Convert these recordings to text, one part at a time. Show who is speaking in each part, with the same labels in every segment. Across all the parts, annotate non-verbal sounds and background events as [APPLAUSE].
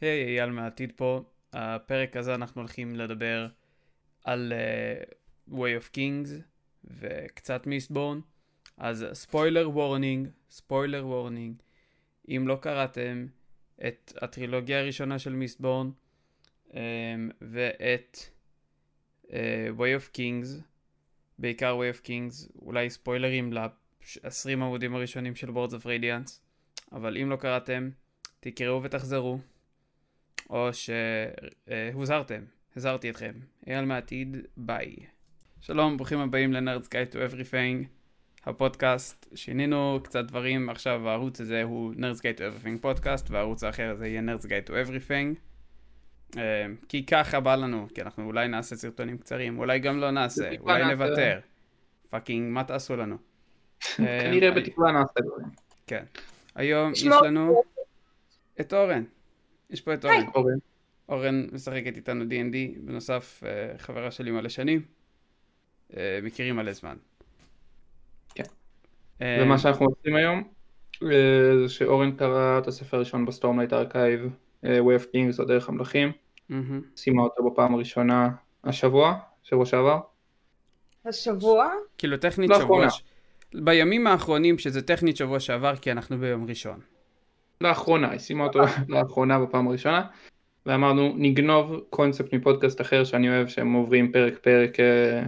Speaker 1: היי, אייל מהעתיד פה. הפרק הזה אנחנו הולכים לדבר על uh, Way of Kings וקצת מיסטבורן. אז ספוילר וורנינג, ספוילר וורנינג. אם לא קראתם את הטרילוגיה הראשונה של מיסטבורן um, ואת uh, Way of Kings, בעיקר Way of Kings, אולי ספוילרים ל-20 עמודים הראשונים של Boards of Radiance, אבל אם לא קראתם, תקראו ותחזרו. או שהוזהרתם, הזהרתי אתכם. אייל מהעתיד, ביי. שלום, ברוכים הבאים לנרד סקאי to everything, הפודקאסט. שינינו קצת דברים, עכשיו הערוץ הזה הוא נרד סקאי to everything פודקאסט, והערוץ האחר הזה יהיה נרד סקאי to everything. אה, כי ככה בא לנו, כי אנחנו אולי נעשה סרטונים קצרים, אולי גם לא נעשה,
Speaker 2: בתקווה
Speaker 1: אולי
Speaker 2: נעשה.
Speaker 1: נוותר. פאקינג, מה תעשו לנו? אה,
Speaker 2: [LAUGHS] כנראה
Speaker 1: אני-
Speaker 2: בתקווה נעשה דברים.
Speaker 1: כן. היום יש
Speaker 3: יש לו-
Speaker 1: לנו את אורן. יש פה את אורן.
Speaker 2: אורן.
Speaker 1: אורן משחקת איתנו D&D, בנוסף אה, חברה שלי מלא שנים. אה, מכירים מלא זמן.
Speaker 2: כן.
Speaker 1: אה,
Speaker 2: ומה שאנחנו עושים היום, אה, זה שאורן קרא את הספר הראשון בסטורמלייט ארכייב, אה, Way of Kings, או דרך המלכים,
Speaker 1: מהמם.
Speaker 2: סיימה אותו בפעם הראשונה השבוע, שבוע שעבר.
Speaker 3: השבוע?
Speaker 1: כאילו טכנית שבוע...
Speaker 2: לאחרונה.
Speaker 1: ש- בימים האחרונים, שזה טכנית שבוע שעבר, כי אנחנו ביום ראשון.
Speaker 2: לאחרונה, היא סיימה אותו [LAUGHS] לאחרונה בפעם הראשונה, ואמרנו נגנוב קונספט מפודקאסט אחר שאני אוהב שהם עוברים פרק פרק אה,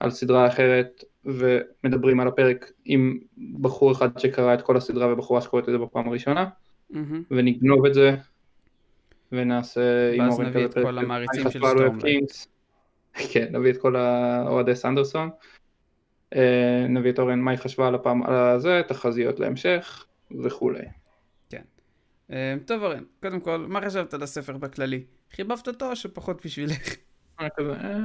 Speaker 2: על סדרה אחרת ומדברים על הפרק עם בחור אחד שקרא את כל הסדרה ובחורה שקוראת את זה בפעם הראשונה,
Speaker 1: מהמם.
Speaker 2: ונגנוב את זה ונעשה עם
Speaker 1: ואז
Speaker 2: אורן
Speaker 1: נביא
Speaker 2: כזה
Speaker 1: את כל המעריצים
Speaker 2: אני
Speaker 1: של
Speaker 2: חשבתי על
Speaker 1: סטורמלייט.
Speaker 2: Web Kings. כן, נביא את כל האוהדי סנדרסון. אה, נביא את אורן מה היא חשבה על הפעם על זה, תחזיות להמשך וכולי.
Speaker 1: אה, טוב אורן, קודם כל, מה חשבת על הספר בכללי? חיבבת אותו או שפחות בשבילך?
Speaker 2: אה, כזה, אה.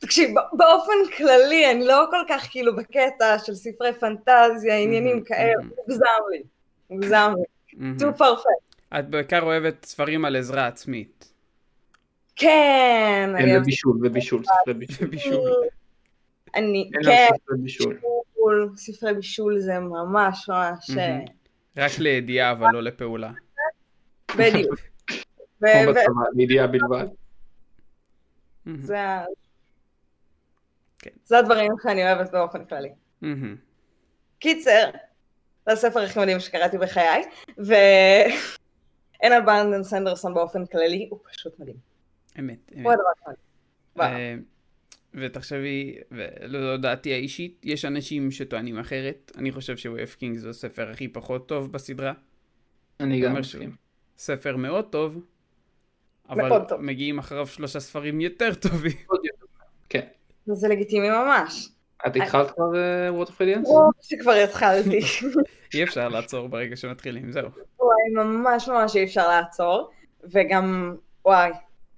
Speaker 3: תקשיב, ב- באופן כללי, אני לא כל כך כאילו בקטע של ספרי פנטזיה,
Speaker 2: Mhm,
Speaker 3: עניינים כאלה,
Speaker 1: מהמם.
Speaker 3: מוגזם לי, מוגזם לי,
Speaker 1: מהמם.
Speaker 3: too perfect.
Speaker 1: את בעיקר אוהבת ספרים על עזרה עצמית. [LAUGHS]
Speaker 3: כן, אני
Speaker 2: אין
Speaker 3: אוהבת-
Speaker 2: לבישול, ובישול, ספרי בישול.
Speaker 1: בישול.
Speaker 3: אני,
Speaker 2: אין
Speaker 3: כן,
Speaker 2: להם ספרי בישול. Mhm.
Speaker 3: בישול, ספרי בישול זה ממש ממש, אה,
Speaker 1: מהמם. רק לידיעה, אבל לא לפעולה.
Speaker 3: בדיוק. ו-
Speaker 2: כמו
Speaker 3: ו-
Speaker 2: בצבא, לידיעה בלבד. Mhm.
Speaker 1: מהמם.
Speaker 3: זה ה-
Speaker 1: כן.
Speaker 3: זה הדברים שאני אוהבת באופן כללי.
Speaker 1: מהמם.
Speaker 3: קיצר, זה הספר הכי מדהים שקראתי בחיי, ואין על ברנדון סנדרסון באופן כללי, הוא פשוט מדהים.
Speaker 1: אמת, אמת.
Speaker 3: הוא הדבר הכי מדהים. וואו.
Speaker 1: אה, ותחשבי, ולא דעתי האישית, יש אנשים שטוענים אחרת. אני חושב שווייב קינג זה הספר הכי פחות טוב בסדרה.
Speaker 2: אני גם
Speaker 1: אומר
Speaker 2: מסכים.
Speaker 1: ספר מאוד טוב, אבל
Speaker 3: מאוד טוב.
Speaker 1: מגיעים אחריו שלושה ספרים יותר טובים. [LAUGHS]
Speaker 2: כן.
Speaker 3: זה לגיטימי ממש.
Speaker 2: את התחלת כבר אה, וורד אוף רדיאנס?
Speaker 3: או שכבר
Speaker 1: [LAUGHS]
Speaker 3: התחלתי.
Speaker 1: אי אפשר לעצור ברגע שמתחילים, זהו.
Speaker 3: וואי, ממש ממש אי אפשר לעצור. וגם, וואי,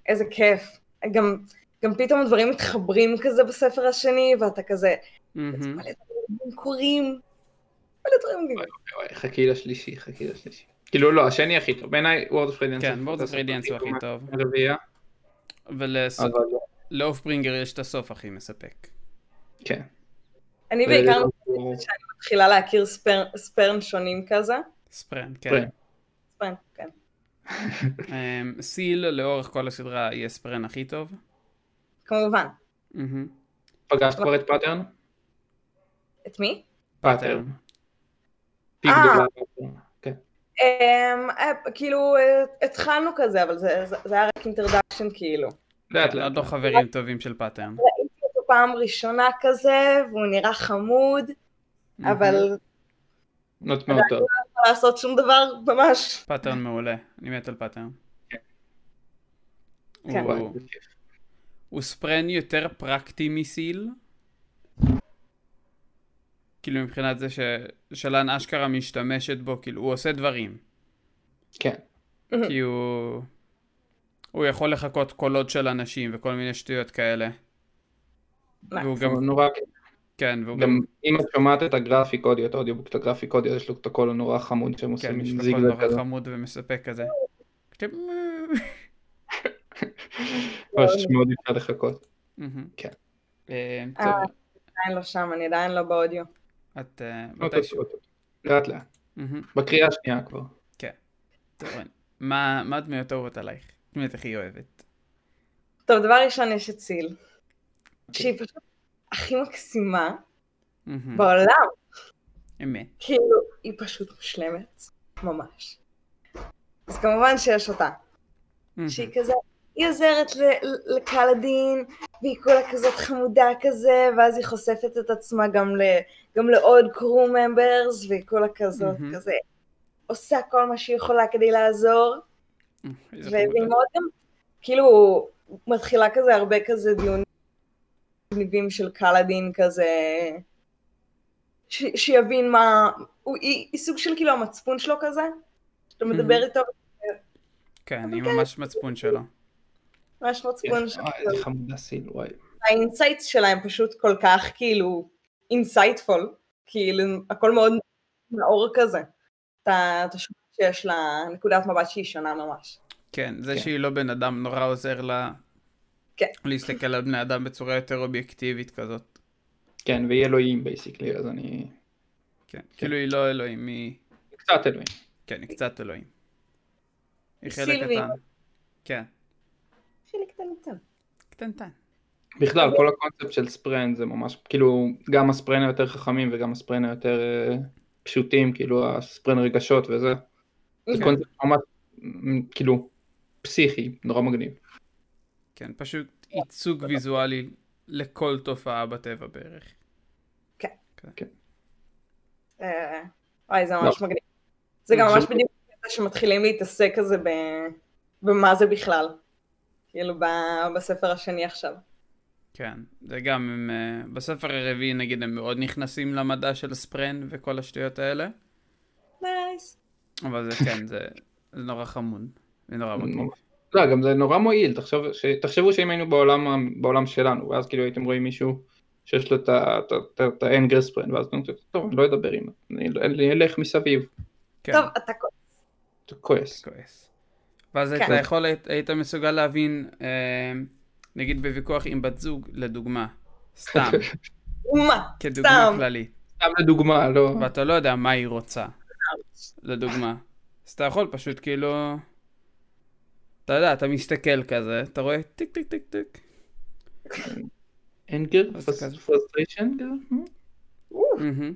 Speaker 3: איזה כיף. גם, גם פתאום הדברים מתחברים כזה בספר השני, ואתה כזה,
Speaker 1: מהמם.
Speaker 3: מלא דברים קורים. מלא דברים קורים.
Speaker 2: אה, חכי לשלישי, חכי לשלישי. כאילו לא, השני הכי טוב. בעיניי וורד אוף רדיאנס.
Speaker 1: כן, בורד אוף רדיאנס הוא הכי טוב.
Speaker 2: רביעייה,
Speaker 1: ולאוף
Speaker 2: אבל
Speaker 1: ברינגר יש את הסוף הכי מספק.
Speaker 2: כן.
Speaker 3: אני בעיקר
Speaker 2: הוא-
Speaker 3: מתחילה להכיר ספר- ספרן שונים כזה.
Speaker 1: ספרן,
Speaker 2: ספרן.
Speaker 1: כן.
Speaker 3: ספרן, כן.
Speaker 1: אמ, סיל לאורך כל הסדרה יהיה ספרן הכי טוב.
Speaker 3: כמובן.
Speaker 1: מהמם.
Speaker 2: פגשת כבר את פאטרן?
Speaker 3: את מי?
Speaker 2: פאטרן. פי
Speaker 3: אה.
Speaker 2: גדולה. כן.
Speaker 3: אמ, אה, כאילו, אה, התחלנו כזה, אבל זה זה- זה היה רק אינטרדקשן כאילו.
Speaker 2: לאט
Speaker 1: כן,
Speaker 2: לאט.
Speaker 1: עוד לא חברים טובים של פאטרן.
Speaker 3: ראיתי אותו פעם ראשונה כזה, והוא נראה חמוד, אבל
Speaker 1: מהמם.
Speaker 3: לא
Speaker 2: נוט מאוד טוב.
Speaker 3: יכול לעשות שום דבר ממש.
Speaker 1: פאטרן מעולה, אני מת על פאטרן.
Speaker 2: כן.
Speaker 3: כן.
Speaker 1: הוא- הוא ספרן יותר פרקטי מסיל. כאילו מבחינת זה ששלן אשכרה משתמשת בו, כאילו הוא עושה דברים.
Speaker 2: כן.
Speaker 3: Mm.
Speaker 1: כי הוא... הוא יכול לחכות קולות של אנשים וכל מיני שטויות כאלה. והוא גם...
Speaker 2: הוא נורא
Speaker 1: כן, והוא גם...
Speaker 2: גם אם את שומעת את הגרפיק אודיו, את האודיובוק, את הגרפיק אודיו, יש לו את הקול הנורא חמוד שהם
Speaker 1: כן,
Speaker 2: עושים
Speaker 1: יש
Speaker 2: עם
Speaker 1: לו קול נורא
Speaker 2: כזה.
Speaker 1: חמוד ומספק כזה.
Speaker 2: ממש מאוד אפשר לא, לחכות.
Speaker 1: מהמם.
Speaker 2: כן.
Speaker 1: אה,
Speaker 3: [LAUGHS] אה,
Speaker 1: טוב,
Speaker 3: עדיין לא שם, אני עדיין לא באודיו.
Speaker 1: את... אה,
Speaker 2: אוטוטוט.
Speaker 1: מתישהו.
Speaker 2: אוקיי, לאט לאט.
Speaker 1: מהמם.
Speaker 2: בקריאה השנייה כבר.
Speaker 1: טוב, מה מה הדמויות האהובות עלייך? הדמויות הכי אוהבת.
Speaker 3: טוב, דבר ראשון יש את ציל, שהיא פשוט הכי מקסימה
Speaker 1: אוקיי. מהמם.
Speaker 3: בעולם,
Speaker 1: אמת.
Speaker 3: כאילו, היא פשוט מושלמת, ממש. אז כמובן שיש אותה.
Speaker 1: מהמם.
Speaker 3: שהיא כזה, היא עוזרת ל- ל- לקהל הדין, והיא כולה כזאת חמודה כזה, ואז היא חושפת את עצמה גם, ל, גם לעוד קרו ממברס, והיא כולה כזאת
Speaker 1: מהמם.
Speaker 3: כזה, עושה כל מה שהיא יכולה כדי לעזור,
Speaker 1: איזה
Speaker 3: והיא
Speaker 1: חמודה.
Speaker 3: מאוד גם, כאילו, מתחילה כזה הרבה כזה דיונים מגניבים של קהל הדין כזה, ש, שיבין מה, הוא, היא, היא סוג של כאילו המצפון שלו כזה, שאתה מדבר
Speaker 1: מהמם.
Speaker 3: איתו,
Speaker 1: כן, היא ממש מצפון שלו.
Speaker 3: ממש
Speaker 1: כן.
Speaker 3: מצפון שלו.
Speaker 2: אה, איזה חמודה סיל, וואי.
Speaker 3: האינסייטס שלהם פשוט כל כך כאילו אינסייטפול, כאילו הכל מאוד מאור כזה. אתה, אתה שומע שיש לה נקודת מבט שהיא שונה ממש.
Speaker 1: כן, זה
Speaker 2: כן.
Speaker 1: שהיא לא בן אדם נורא עוזר לה
Speaker 3: כן.
Speaker 1: להסתכל על בני אדם בצורה יותר אובייקטיבית כזאת.
Speaker 2: כן, והיא אלוהים בייסיקלי, אז אני...
Speaker 1: כן, כאילו היא לא אלוהים, היא...
Speaker 2: קצת אלוהים.
Speaker 1: כן, היא קצת אלוהים. היא חלק
Speaker 3: סילבי.
Speaker 1: קטן. כן,
Speaker 3: חלק קטנטן.
Speaker 1: קטנטן.
Speaker 2: בכלל, כל הקונספט של ספרן זה ממש, כאילו, גם הספרן היותר חכמים וגם הספרן היותר אה, פשוטים, כאילו, הספרן רגשות וזה. זה
Speaker 1: כן.
Speaker 2: קונספט ממש, מ, כאילו, פסיכי, נורא מגניב.
Speaker 1: כן, פשוט ייצוג ויזואלי לכל תופעה בטבע בערך.
Speaker 3: אה, וואי, זה ממש מגניב. זה גם ממש בדיוק הקטע שמתחילים להתעסק כזה ב... במה זה בכלל. כאילו ב- בספר השני עכשיו.
Speaker 1: כן, זה גם הם... אה, בספר הרביעי נגיד הם מאוד נכנסים למדע של ספרן וכל השטויות האלה,
Speaker 3: נייס.
Speaker 1: אבל זה כן, זה, זה נורא חמוד. זה
Speaker 2: [LAUGHS]
Speaker 1: נורא מגניב.
Speaker 2: לא, גם זה נורא מועיל, תחשוב, ש... תחשבו שאם היינו בעולם, ה- בעולם שלנו, ואז כאילו הייתם רואים מישהו שיש לו את ה- את ה- את ה- את האנגר ספרן, ואז אתם טוב, אני לא אדבר עם, אני, אני אלך מסביב,
Speaker 1: כן,
Speaker 3: טוב, אתה
Speaker 2: אתה כועס.
Speaker 1: כועס. ואז
Speaker 3: כן.
Speaker 1: אתה יכול, היית מסוגל להבין, אה, נגיד בוויכוח עם בת זוג, לדוגמה,
Speaker 3: [LAUGHS]
Speaker 1: סתם,
Speaker 3: מה?
Speaker 1: כדוגמה
Speaker 3: סתם.
Speaker 1: כללית.
Speaker 2: סתם לדוגמה, לא...
Speaker 1: ואתה לא יודע מה היא רוצה, לדוגמה. אז אתה יכול פשוט כאילו... אתה יודע, אתה מסתכל כזה, אתה רואה טיק טיק טיק טיק.
Speaker 2: אנגר?
Speaker 1: אז זה כזה. Hmm?
Speaker 2: פרסטריישן?
Speaker 3: אוף.
Speaker 1: מהמם.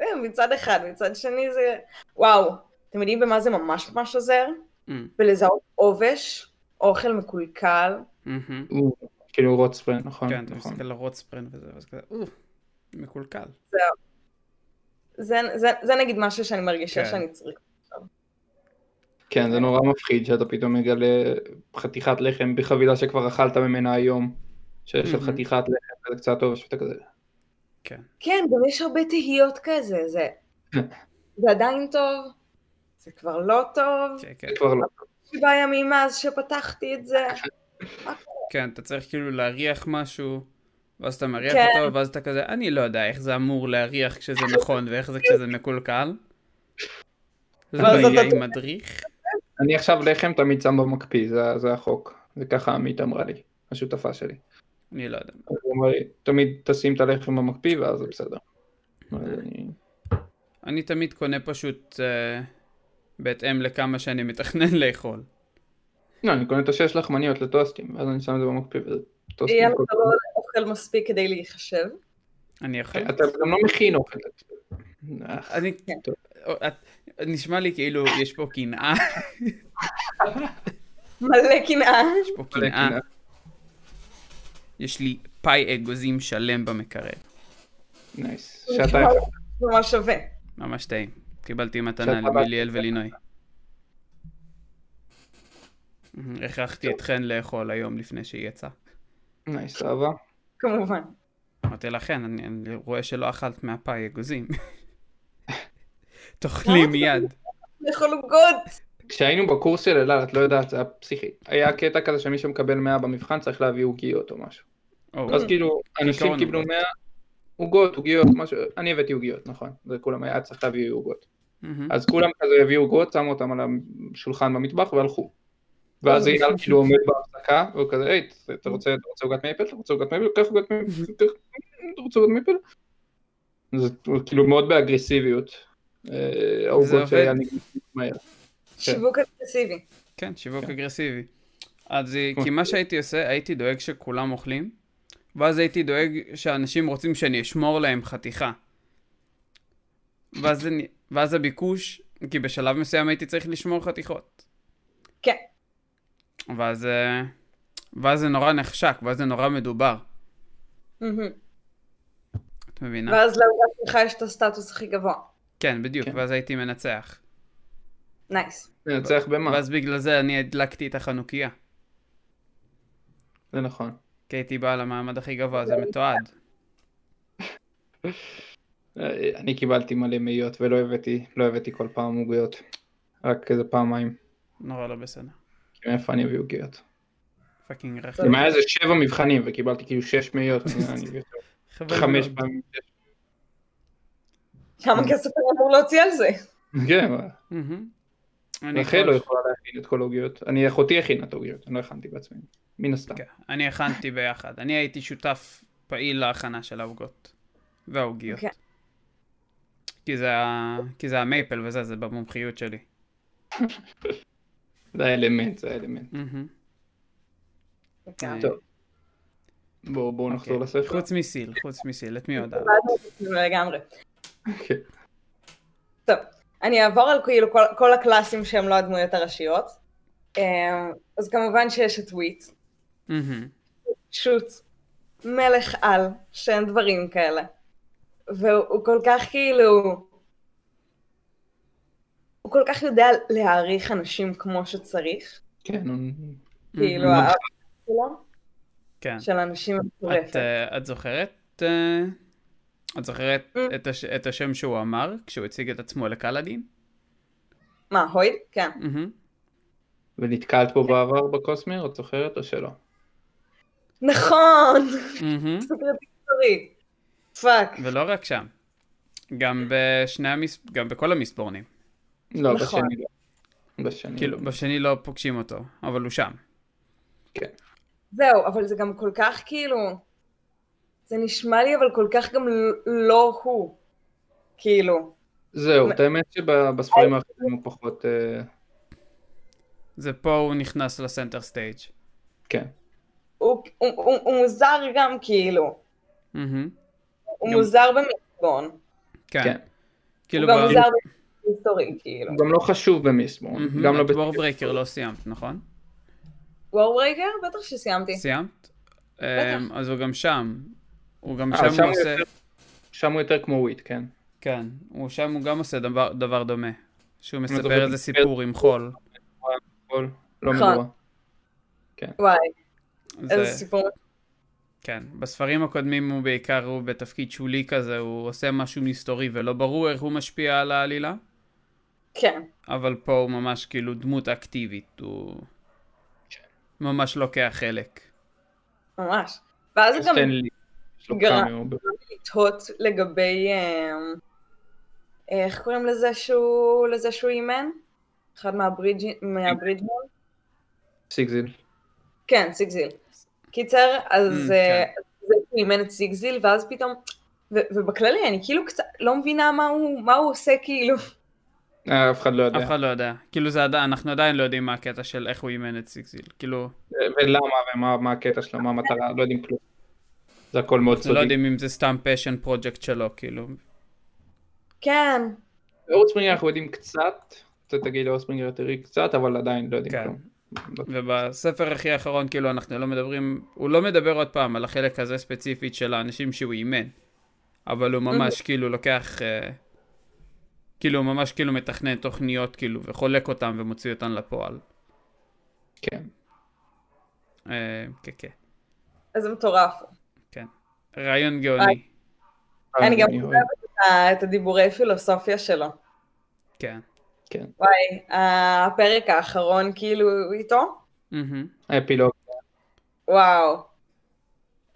Speaker 3: אה, מצד אחד, מצד שני זה... וואו, אתם יודעים במה זה ממש ממש עוזר?
Speaker 1: מהמם.
Speaker 3: בלזהות עובש, אוכל מקולקל.
Speaker 1: מהמם.
Speaker 2: כאילו רוט ספרן, נכון?
Speaker 1: כן, אתה
Speaker 2: נכון.
Speaker 1: מסתכל על רוטספרינט וזה, ואז כזה, אוף, מקולקל.
Speaker 3: זה, זה, זה נגיד משהו שאני מרגישה
Speaker 1: כן.
Speaker 3: שאני צריכה.
Speaker 2: כן, זה נורא מפחיד שאתה פתאום מגלה חתיכת לחם בחבילה שכבר אכלת ממנה היום, שיש לך
Speaker 1: מהמם.
Speaker 2: חתיכת לחם, וזה קצת טוב, שאתה כזה...
Speaker 3: כן, גם יש הרבה תהיות כזה, זה... זה עדיין טוב, זה כבר לא טוב.
Speaker 1: כן, כן.
Speaker 2: זה כבר לא.
Speaker 3: שבעה ימים מאז שפתחתי את זה.
Speaker 1: כן, אתה צריך כאילו להריח משהו, ואז אתה מריח
Speaker 3: כן.
Speaker 1: אותו, ואז אתה כזה, אני לא יודע איך זה אמור להריח כשזה נכון, ואיך זה כשזה מקולקל. למה
Speaker 3: ואז
Speaker 1: היא
Speaker 3: אתה-
Speaker 1: עם מדריך?
Speaker 2: אני עכשיו לחם תמיד שם במקפיא, זה- זה החוק. וככה עמית אמרה לי, השותפה שלי.
Speaker 1: אני לא יודע.
Speaker 2: אז היא אמרה לי, תמיד תשים את הלחם במקפיא, ואז זה בסדר. אז אני-
Speaker 1: אני תמיד קונה פשוט אה, בהתאם לכמה שאני מתכנן [LAUGHS] לאכול.
Speaker 2: לא, אני קונה את השש לחמניות לטוסטים, ואז אני שם את זה במקפיא, וזה טוסטים.
Speaker 3: יהיה לך
Speaker 2: כל-
Speaker 3: לא אוכל מספיק כדי להיחשב.
Speaker 1: אני יכול...
Speaker 2: אתה גם לא מכין אוכל. אך,
Speaker 1: אני...
Speaker 2: טוב.
Speaker 1: אה, את- נשמע לי כאילו יש פה קנאה,
Speaker 3: מלא קנאה.
Speaker 1: יש פה
Speaker 2: מלא
Speaker 1: קנאה.
Speaker 2: קנאה.
Speaker 1: יש לי פאי אגוזים שלם במקרר.
Speaker 2: נייס. שאתה אחד.
Speaker 3: ממש שווה.
Speaker 1: ממש טעים. קיבלתי מתנה
Speaker 2: שאתה-
Speaker 1: למיליאל ולינוי. אה, הכרחתי אתכן לאכול היום לפני שהיא יצאה.
Speaker 2: נייס, אהבה.
Speaker 3: כמובן.
Speaker 1: אמרתי לכן, אני, אני רואה שלא אכלת מהפאי
Speaker 2: [LAUGHS]
Speaker 1: אגוזים. תאכלי מיד.
Speaker 3: לאכול עוגות.
Speaker 2: כשהיינו בקורס של אלעד, את לא יודעת, זה היה פסיכי. היה קטע כזה שמי שמקבל 100 במבחן צריך להביא עוגיות או משהו.
Speaker 1: או,
Speaker 2: אז כאילו, אנשים
Speaker 1: כעיקרון
Speaker 2: קיבלו
Speaker 1: עוגות.
Speaker 2: 100 עוגות, עוגיות, משהו, אני הבאתי עוגיות, נכון. זה כולם היה צריך להביא עוגות.
Speaker 1: מהמם.
Speaker 2: אז כולם כזה הביאו עוגות, שמו אותם על השולחן במטבח והלכו.
Speaker 1: אה,
Speaker 2: ואז אייל כאילו עומד בהפסקה, והוא כזה, היי, אתה רוצה אתה רוצה עוגת מייפל? אתה רוצה עוגת מייפל? קח עוגת מייפל, קח, אתה רוצה עוגת מייפל? זה כאילו מאוד באגרסיביות. אה, העוגות
Speaker 1: עובד.
Speaker 2: שהיה נגמר מהר.
Speaker 3: שיווק אגרסיבי.
Speaker 1: כן, שיווק אגרסיבי. אז היא- כי מה שהייתי עושה, הייתי דואג שכולם אוכלים, ואז הייתי דואג שאנשים רוצים שאני אשמור להם חתיכה. ואז, אני- ואז הביקוש, כי בשלב מסוים הייתי צריך לשמור חתיכות.
Speaker 3: כן.
Speaker 1: ואז, אה, ואז זה נורא נחשק, ואז זה נורא מדובר.
Speaker 3: מהמם.
Speaker 1: את מבינה?
Speaker 3: ואז לעוגה שלך יש את הסטטוס הכי גבוה.
Speaker 1: כן, בדיוק,
Speaker 2: כן.
Speaker 1: ואז הייתי מנצח.
Speaker 3: נייס.
Speaker 2: ננצח במה,
Speaker 1: ואז בגלל זה אני הדלקתי את החנוכיה.
Speaker 2: זה נכון.
Speaker 1: כי הייתי בא למעמד הכי גבוה, זה מתועד.
Speaker 2: אה, אני קיבלתי מלא מאיות ולא הבאתי, לא הבאתי כל פעם עוגיות. רק איזה פעמיים.
Speaker 1: נורא לא בסדר.
Speaker 2: כי מאיפה אני אביא עוגיות?
Speaker 1: פאקינג רכב.
Speaker 2: אם היה איזה שבע מבחנים וקיבלתי כאילו שש
Speaker 1: [LAUGHS]
Speaker 2: מאיות, אני אביא
Speaker 1: חבל
Speaker 2: חמש
Speaker 1: מאוד.
Speaker 2: פעמים.
Speaker 3: כמה כסף אני אמור להוציא על זה?
Speaker 2: כן,
Speaker 1: מהמם. אני
Speaker 2: רחל לא
Speaker 1: כל-
Speaker 2: יכולה להכין את כל העוגיות. אני, אחותי הכינה את העוגיות, אני לא הכנתי בעצמי. מן הסתם.
Speaker 1: כן, אני הכנתי ביחד. אני הייתי שותף פעיל להכנה של העוגות. והעוגיות.
Speaker 3: כן.
Speaker 1: כי זה ה- כי זה המייפל וזה, זה במומחיות שלי.
Speaker 2: זה האלמנט, זה האלמנט.
Speaker 1: מהמם. אה,
Speaker 3: כן.
Speaker 2: טוב. בואו בואו נחזור
Speaker 1: אוקיי.
Speaker 2: לספר.
Speaker 1: חוץ מסיל, חוץ מסיל, את מי עוד אהבת?
Speaker 3: לא לגמרי.
Speaker 2: כן.
Speaker 3: אני אעבור על כאילו כל, כל הקלאסים שהם לא הדמויות הראשיות. אמ, אז כמובן שיש את וויט,
Speaker 1: מהמם.
Speaker 3: פשוט מלך על, שאין דברים כאלה. והוא כל כך כאילו... הוא כל כך יודע להעריך אנשים כמו שצריך,
Speaker 2: כן, הוא-
Speaker 3: כאילו
Speaker 1: מהמם.
Speaker 3: האהבה שלו,
Speaker 1: Mm-hmm. כן.
Speaker 3: של אנשים
Speaker 1: את,
Speaker 3: מטורפת.
Speaker 1: אה, את זוכרת? אה, את זוכרת
Speaker 3: Mm.
Speaker 1: את הש- את השם שהוא אמר כשהוא הציג את עצמו לקלאדין?
Speaker 3: מה, הויד? כן.
Speaker 1: מהמם.
Speaker 2: ונתקלת
Speaker 1: כן.
Speaker 2: בו בעבר בקוסמר, את זוכרת או שלא?
Speaker 3: נכון! [LAUGHS]
Speaker 1: מהמם.
Speaker 3: סופר טיפורי. פאק.
Speaker 1: ולא רק שם, גם בשני המס... גם בכל המספורנים.
Speaker 2: לא,
Speaker 3: נכון.
Speaker 2: בשני לא. בשני.
Speaker 1: כאילו, בשני לא פוגשים אותו, אבל הוא שם.
Speaker 3: זהו, אבל זה גם כל כך כאילו... זה נשמע לי אבל כל כך גם ל- לא הוא. כאילו.
Speaker 2: זהו,
Speaker 3: מה-
Speaker 2: את האמת שבספרים האחרים הוא פחות... אה,
Speaker 1: זה פה הוא נכנס לסנטר סטייג'.
Speaker 2: כן.
Speaker 3: הוא, הוא, הוא, הוא מוזר גם כאילו.
Speaker 1: מהמם.
Speaker 3: הוא
Speaker 1: גם-
Speaker 3: מוזר במלבון.
Speaker 1: כן.
Speaker 2: כן.
Speaker 1: כאילו,
Speaker 3: הוא גם
Speaker 1: ב-
Speaker 3: מוזר בהיסטורי, כאילו.
Speaker 2: הוא גם לא חשוב במיסמור.
Speaker 1: מהמם.
Speaker 2: גם לא
Speaker 1: את
Speaker 2: ב...
Speaker 1: וורברייקר לא סיימת, נכון?
Speaker 3: אוקיי. וורברייקר? בטח שסיימתי.
Speaker 1: סיימת? אמ, אז הוא גם שם. הוא גם
Speaker 2: אה,
Speaker 1: שם הוא
Speaker 2: שם הוא
Speaker 1: עושה...
Speaker 2: שם הוא יותר כמו וויט, כן.
Speaker 1: כן, הוא שם הוא גם עושה דבר- דבר דומה. שהוא מספר
Speaker 2: זוכר-
Speaker 1: איזה סיפור עם חול.
Speaker 2: הכל לא
Speaker 3: נכון.
Speaker 2: מדוע.
Speaker 3: וואי,
Speaker 1: זה-
Speaker 3: איזה סיפור.
Speaker 1: כן, בספרים הקודמים הוא בעיקר, הוא בתפקיד שולי כזה, הוא עושה משהו מסתורי ולא ברור איך הוא משפיע על העלילה,
Speaker 3: כן.
Speaker 1: אבל פה הוא ממש כאילו דמות אקטיבית, הוא ממש לוקח חלק.
Speaker 3: ממש. ואז הוא גם
Speaker 2: סטנלי, יש לו
Speaker 3: גרם.
Speaker 2: קאמיו.
Speaker 3: לתהות לגבי... אמ, איך קוראים לזה שהוא... לזה שהוא אימן? אחד מהברידג'- מהברידג'...
Speaker 2: סיגזיל.
Speaker 3: כן, סיגזיל. קיצר, אז
Speaker 1: Mm,
Speaker 3: אה,
Speaker 1: כן.
Speaker 3: אז זה אימן את סיגזיל, ואז פתאום, ו- ובכללי אני כאילו קצת לא מבינה מה הוא, מה הוא עושה כאילו.
Speaker 2: אה, אף אחד לא יודע.
Speaker 1: אף אחד לא יודע. כאילו זה עדיין, אנחנו עדיין לא יודעים מה הקטע של איך הוא אימן את סיגזיל. כאילו,
Speaker 2: ולמה ומה מה הקטע שלו, מה המטרה, לא יודעים כלום. זה הכל מאוד
Speaker 1: אנחנו לא
Speaker 2: סודי.
Speaker 1: יודעים אם זה סתם פשן פרויקט שלו, כאילו.
Speaker 3: כן,
Speaker 2: אורספרינגר אנחנו יודעים קצת, אתה תגיד אורספרינגר יותר קצת, אבל עדיין לא יודעים
Speaker 1: כן.
Speaker 2: כלום.
Speaker 1: ובספר הכי האחרון, כאילו, אנחנו לא מדברים, הוא לא מדבר עוד פעם על החלק הזה ספציפית של האנשים שהוא אימן, אבל הוא ממש כאילו לוקח, אה, כאילו, הוא ממש כאילו מתכנן תוכניות, כאילו, וחולק אותן ומוציא אותן לפועל.
Speaker 2: כן.
Speaker 1: אה, כן, כן.
Speaker 3: אז זה מטורף.
Speaker 1: רעיון גאוני,
Speaker 3: אני גם
Speaker 2: אני אוהב.
Speaker 3: אוהבת את ה- אה, את הדיבורי פילוסופיה שלו. אה,
Speaker 1: כן.
Speaker 3: הפרק האחרון כאילו איתו,
Speaker 1: מהמם,
Speaker 2: האפילוג.
Speaker 3: וואו,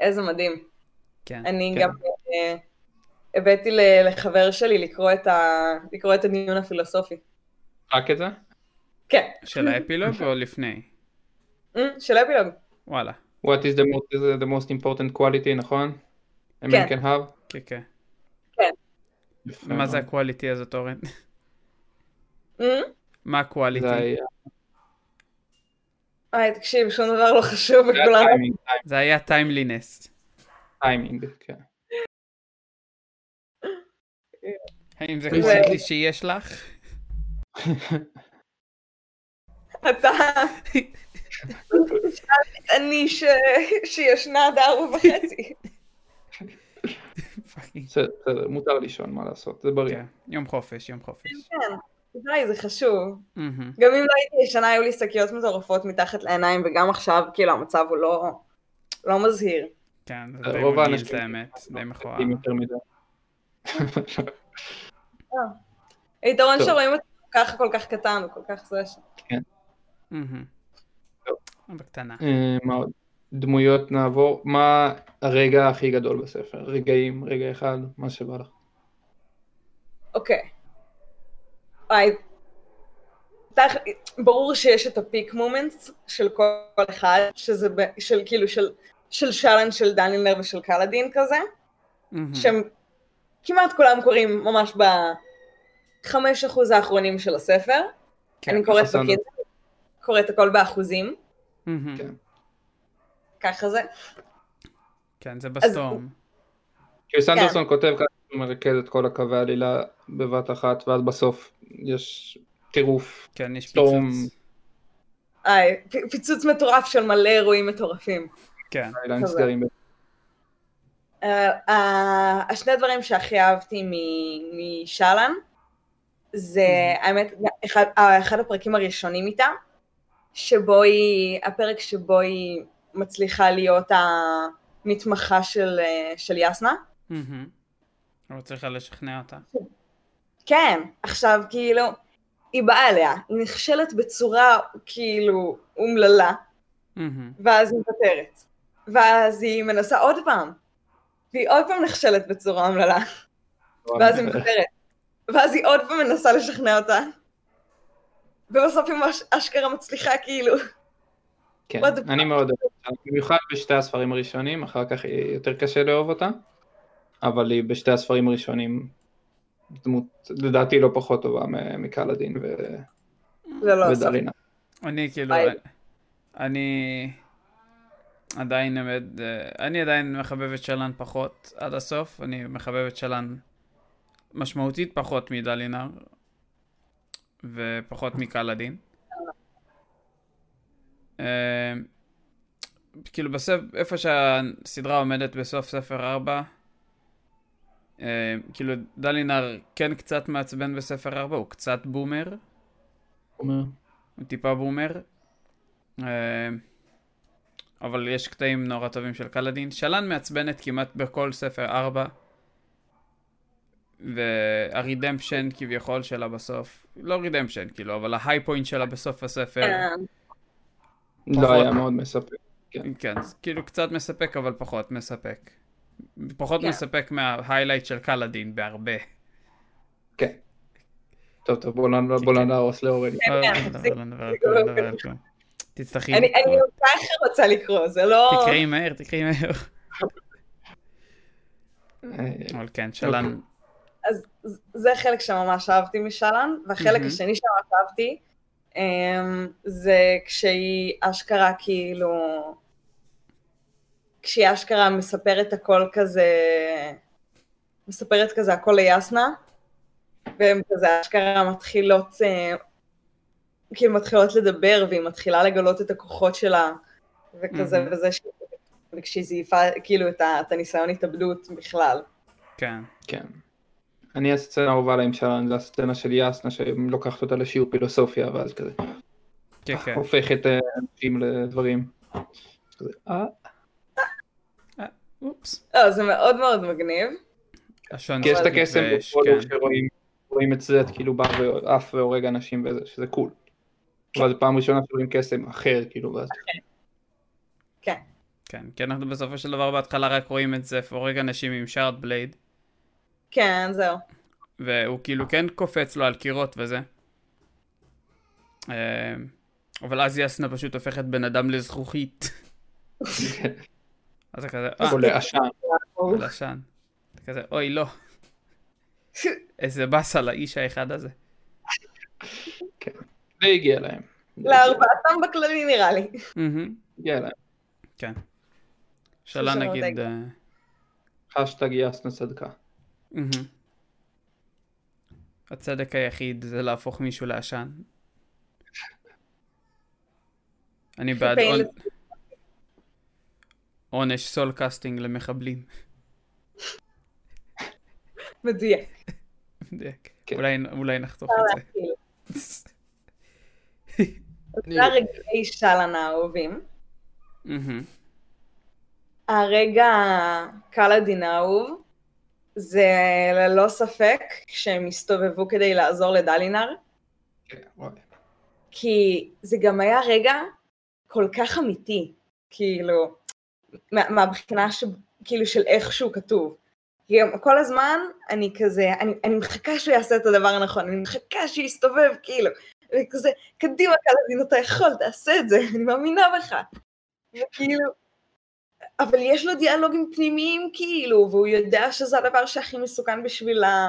Speaker 3: איזה מדהים.
Speaker 1: כן.
Speaker 3: אני
Speaker 2: כן.
Speaker 3: גם אה, הבאתי ל- לחבר שלי לקרוא את ה- לקרוא את הדיון הפילוסופי.
Speaker 2: רק את זה?
Speaker 3: כן,
Speaker 1: של האפילוג או לפני?
Speaker 3: אמ, של אפילוג.
Speaker 1: וואלה,
Speaker 2: What is the most, is the most important quality, נכון? A man
Speaker 3: כן.
Speaker 2: can have?
Speaker 1: כן, כן.
Speaker 2: יפה
Speaker 1: מה זה
Speaker 2: מאוד.
Speaker 1: הקואליטי הזאת, אורן?
Speaker 3: אמ,
Speaker 1: [LAUGHS] מה
Speaker 2: זה
Speaker 1: הקואליטי?
Speaker 2: היה
Speaker 3: היי, אה, תקשיב, שום דבר לא חשוב, וכולנו...
Speaker 2: טיימינג,
Speaker 1: זה היה טיימלינס.
Speaker 2: טיימינג, כן.
Speaker 1: האם זה
Speaker 2: זה-
Speaker 1: קואליטי שיש לך? [LAUGHS]
Speaker 3: אתה... אני ש... שישנה עד ארבע וחצי.
Speaker 1: פאקינג.
Speaker 2: בסדר, בסדר, מותר לישון, מה לעשות, זה בריא.
Speaker 1: כן, יום חופש, יום חופש.
Speaker 3: די, זה חשוב.
Speaker 1: מהמם.
Speaker 3: גם אם לא הייתי ישנה, היו לי שקיות מטורפות מתחת לעיניים, וגם עכשיו, כאילו, המצב הוא לא... לא מזהיר.
Speaker 1: כן, זה די
Speaker 2: רוב
Speaker 1: מגעיל
Speaker 2: האנשים- לא
Speaker 1: את האמת, די מכוער.
Speaker 2: אם יותר מדי.
Speaker 3: היתרון
Speaker 2: טוב.
Speaker 3: שרואים אותו כל כך כל כך קטן, הוא כל כך זה ש...
Speaker 1: מהמם.
Speaker 2: טוב.
Speaker 1: בקטנה.
Speaker 2: אה, מה עוד? דמויות נעבור, מה הרגע הכי גדול בספר? רגעים, רגע אחד, מה שבא לך.
Speaker 3: אוקיי. וואי. תכ- ברור שיש את הפיק מומנטס של כל אחד, שזה ב- של כאילו של, של שלן, של דנילר ושל קלאדין כזה,
Speaker 1: מהמם.
Speaker 3: שהם כמעט כולם קוראים ממש בחמש אחוז האחרונים של הספר.
Speaker 1: כן.
Speaker 3: אני קוראת
Speaker 2: חסן.
Speaker 3: בקינדל, קוראת הכל באחוזים,
Speaker 1: מהמם.
Speaker 2: כן.
Speaker 3: ככה זה.
Speaker 1: כן, זה בסטורם.
Speaker 2: כי סנדרסון כותב ככה, הוא מרכז את כל הקווי העלילה בבת אחת, ואז בסוף יש טירוף.
Speaker 1: כן, יש
Speaker 2: סטורם.
Speaker 1: פיצוץ.
Speaker 3: איי, פ- פיצוץ מטורף של מלא אירועים מטורפים.
Speaker 1: כן.
Speaker 2: העלילה נסגרים.
Speaker 3: אה, אה, השני דברים שהכי אהבתי מ- משלן, זה האמת, אחד, אה, אחד הפרקים הראשונים איתה, שבו היא, הפרק שבו היא מצליחה להיות המתמחה של, אה, של יסנה.
Speaker 1: מהמם. אבל צריכה לשכנע אותה.
Speaker 3: כן, עכשיו כאילו, היא באה אליה, היא נכשלת בצורה כאילו אומללה,
Speaker 1: מהמם.
Speaker 3: ואז היא מוותרת. ואז היא מנסה עוד פעם, והיא עוד פעם נכשלת בצורה אומללה. ואז היא מוותרת. ואז היא עוד פעם מנסה לשכנע אותה. ובסוף היא ממש אשכרה מצליחה, כאילו.
Speaker 2: כן,
Speaker 3: what the
Speaker 2: אני מאוד אוהב אותה, במיוחד בשתי הספרים הראשונים, אחר כך יהיה יותר קשה לאהוב אותה, אבל היא בשתי הספרים הראשונים דמות, לדעתי לא פחות טובה מ- מקלדין ו...
Speaker 3: לא, לא, סוף.
Speaker 2: ודרינה.
Speaker 1: אני כאילו,
Speaker 3: ביי.
Speaker 1: אני עדיין, עומד, אה, אני עדיין מחבב את שלן פחות עד הסוף, אני מחבב את שלן משמעותית פחות מדלינר ופחות מקלדין. אה, כאילו בספר, איפה שהסדרה עומדת בסוף ספר 4, אה, כאילו דלינר כן קצת מעצבן בספר 4, הוא קצת בומר. הוא טיפה בומר. אה, אבל יש קטעים נורא טובים של קלאדין. שלן מעצבנת כמעט בכל ספר 4. והרידמפשן כביכול שלה בסוף, לא רידמפשן כאילו, אבל ההיי פוינט שלה בסוף הספר,
Speaker 2: לא היה מאוד מספק.
Speaker 1: כן, זה כאילו קצת מספק אבל פחות מספק. פחות
Speaker 3: כן.
Speaker 1: מספק מההיילייט של קלאדין בהרבה.
Speaker 2: כן. טוב, טוב, בואו לא-
Speaker 1: כן,
Speaker 2: בואו לא
Speaker 1: כן.
Speaker 2: נהרוס לאורן.
Speaker 1: לא, לא, לא,
Speaker 3: תפסיק,
Speaker 1: לא, לא נדבר על כלום, לא נדבר על כלום. תצטרכי
Speaker 3: אני אני
Speaker 1: לקרוא.
Speaker 3: רוצה איך אני רוצה לקרוא, זה לא...
Speaker 1: תקראי מהר, תקראי מהר.
Speaker 2: אה,
Speaker 1: אבל כן, שלן
Speaker 3: אז ז- זה חלק שממש אהבתי משלן, והחלק
Speaker 1: מהמם.
Speaker 3: השני שממש אהבתי, אמ, זה כשהיא אשכרה כאילו... כשהיא אשכרה מספרת הכל כזה... מספרת כזה הכל ליאסנה, והן כזה אשכרה מתחילות... אה, כאילו מתחילות לדבר, והיא מתחילה לגלות את הכוחות שלה, וכזה,
Speaker 1: מהמם.
Speaker 3: וזה ש... וכשהיא זייפה כאילו את ה- את הניסיון התאבדות בכלל.
Speaker 1: כן.
Speaker 2: כן. אני הסצנה האהובה להם שלנו, זה הסצנה של יאסנה שלוקחת אותה לשיעור פילוסופיה ואז כזה
Speaker 1: כן, כן.
Speaker 2: הופכת אה, אנשים לדברים. כזה, אה,
Speaker 1: אופס.
Speaker 3: לא, זה מאוד מאוד מגניב.
Speaker 1: השון
Speaker 2: כי יש את
Speaker 1: צריך
Speaker 2: הקסם
Speaker 1: להתבייש,
Speaker 2: בהודו
Speaker 1: כן.
Speaker 2: שרואים רואים את סרט כאילו בא ועף והורג אנשים וזה, שזה קול. אבל זו פעם ראשונה שרואים קסם אחר כאילו ואז
Speaker 1: כן, כי אנחנו בסופו של דבר בהתחלה רק רואים את זה, הורג אנשים עם שארד בלייד,
Speaker 3: כן, זהו.
Speaker 1: והוא כאילו כן קופץ לו על קירות וזה. אה, אבל אז יסנה פשוט הופכת בן אדם לזכוכית. אז זה כזה, אה,
Speaker 2: עולה עשן.
Speaker 1: על עשן. זה כזה, אוי,
Speaker 2: [LAUGHS]
Speaker 1: לא. איזה באסה לאיש האחד הזה.
Speaker 2: כן. זה הגיע להם.
Speaker 3: לארבעתם בכללי נראה לי.
Speaker 1: מהמם.
Speaker 2: הגיע להם.
Speaker 1: כן. שאלה
Speaker 3: שלא
Speaker 1: נגיד...
Speaker 3: דגל.
Speaker 1: אה,
Speaker 2: חשטג יאסנה צדקה.
Speaker 1: מהמם. הצדק היחיד זה להפוך מישהו לעשן. אני בעד
Speaker 3: פעיל
Speaker 1: עונ- עונש סול קאסטינג למחבלים.
Speaker 3: מדויק.
Speaker 1: מדויק.
Speaker 2: כן.
Speaker 1: אולי- אולי נחתוך את
Speaker 3: כאילו.
Speaker 1: זה.
Speaker 2: אני-
Speaker 3: זה הרגעי שלן האהובים. כאילו.
Speaker 1: מהמם.
Speaker 3: הרגע קלאדין האהוב זה ללא ספק כשהם הסתובבו כדי לעזור לדלינר,
Speaker 2: כן, וואי.
Speaker 3: כי זה גם היה רגע כל כך אמיתי, כאילו, מה- מהבחינה ש... כאילו של איך שהוא כתוב. כי גם כל הזמן אני כזה, אני, אני מחכה שהוא יעשה את הדבר הנכון, אני מחכה שהוא יסתובב, כאילו, וכזה, קדימה קלאדין, אתה יכול, תעשה את זה, [LAUGHS] אני מאמינה בך. וכאילו, אבל יש לו דיאלוגים פנימיים, כאילו, והוא יודע שזה הדבר שהכי מסוכן בשביל, ה...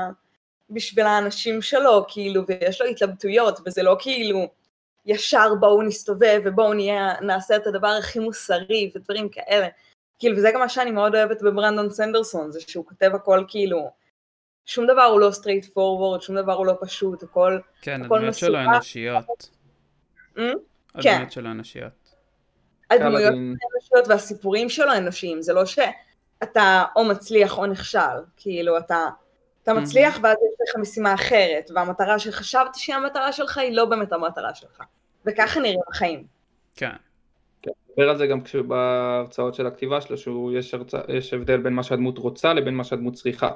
Speaker 3: בשביל האנשים שלו, כאילו, ויש לו התלבטויות, וזה לא כאילו, ישר בואו נסתובב ובואו נהיה, נעשה את הדבר הכי מוסרי ודברים כאלה. כאילו, וזה גם מה שאני מאוד אוהבת בברנדון סנדרסון, זה שהוא כותב הכל כאילו, שום דבר הוא לא סטרייט פורוורד, שום דבר הוא לא פשוט, הכל...
Speaker 1: כן,
Speaker 3: הכל
Speaker 1: הדמויות שלו
Speaker 3: מסובך.
Speaker 1: אנושיות.
Speaker 3: Mm? כן.
Speaker 1: הדמויות שלו אנושיות.
Speaker 2: כן,
Speaker 3: הדמויות
Speaker 2: קלאדין,
Speaker 3: האנושיות והסיפורים שלו אנושיים, זה לא שאתה או מצליח או נכשל, כאילו אתה, אתה
Speaker 1: Mhm.
Speaker 3: מצליח ואז יש לך משימה אחרת, והמטרה שחשבת שהיא המטרה שלך היא לא באמת המטרה שלך, וככה נראים החיים.
Speaker 1: כן.
Speaker 2: דיבר על זה גם כשהוא בהרצאות של הכתיבה שלו, שהוא יש, הרצא, יש הבדל בין מה שהדמות רוצה לבין מה שהדמות צריכה.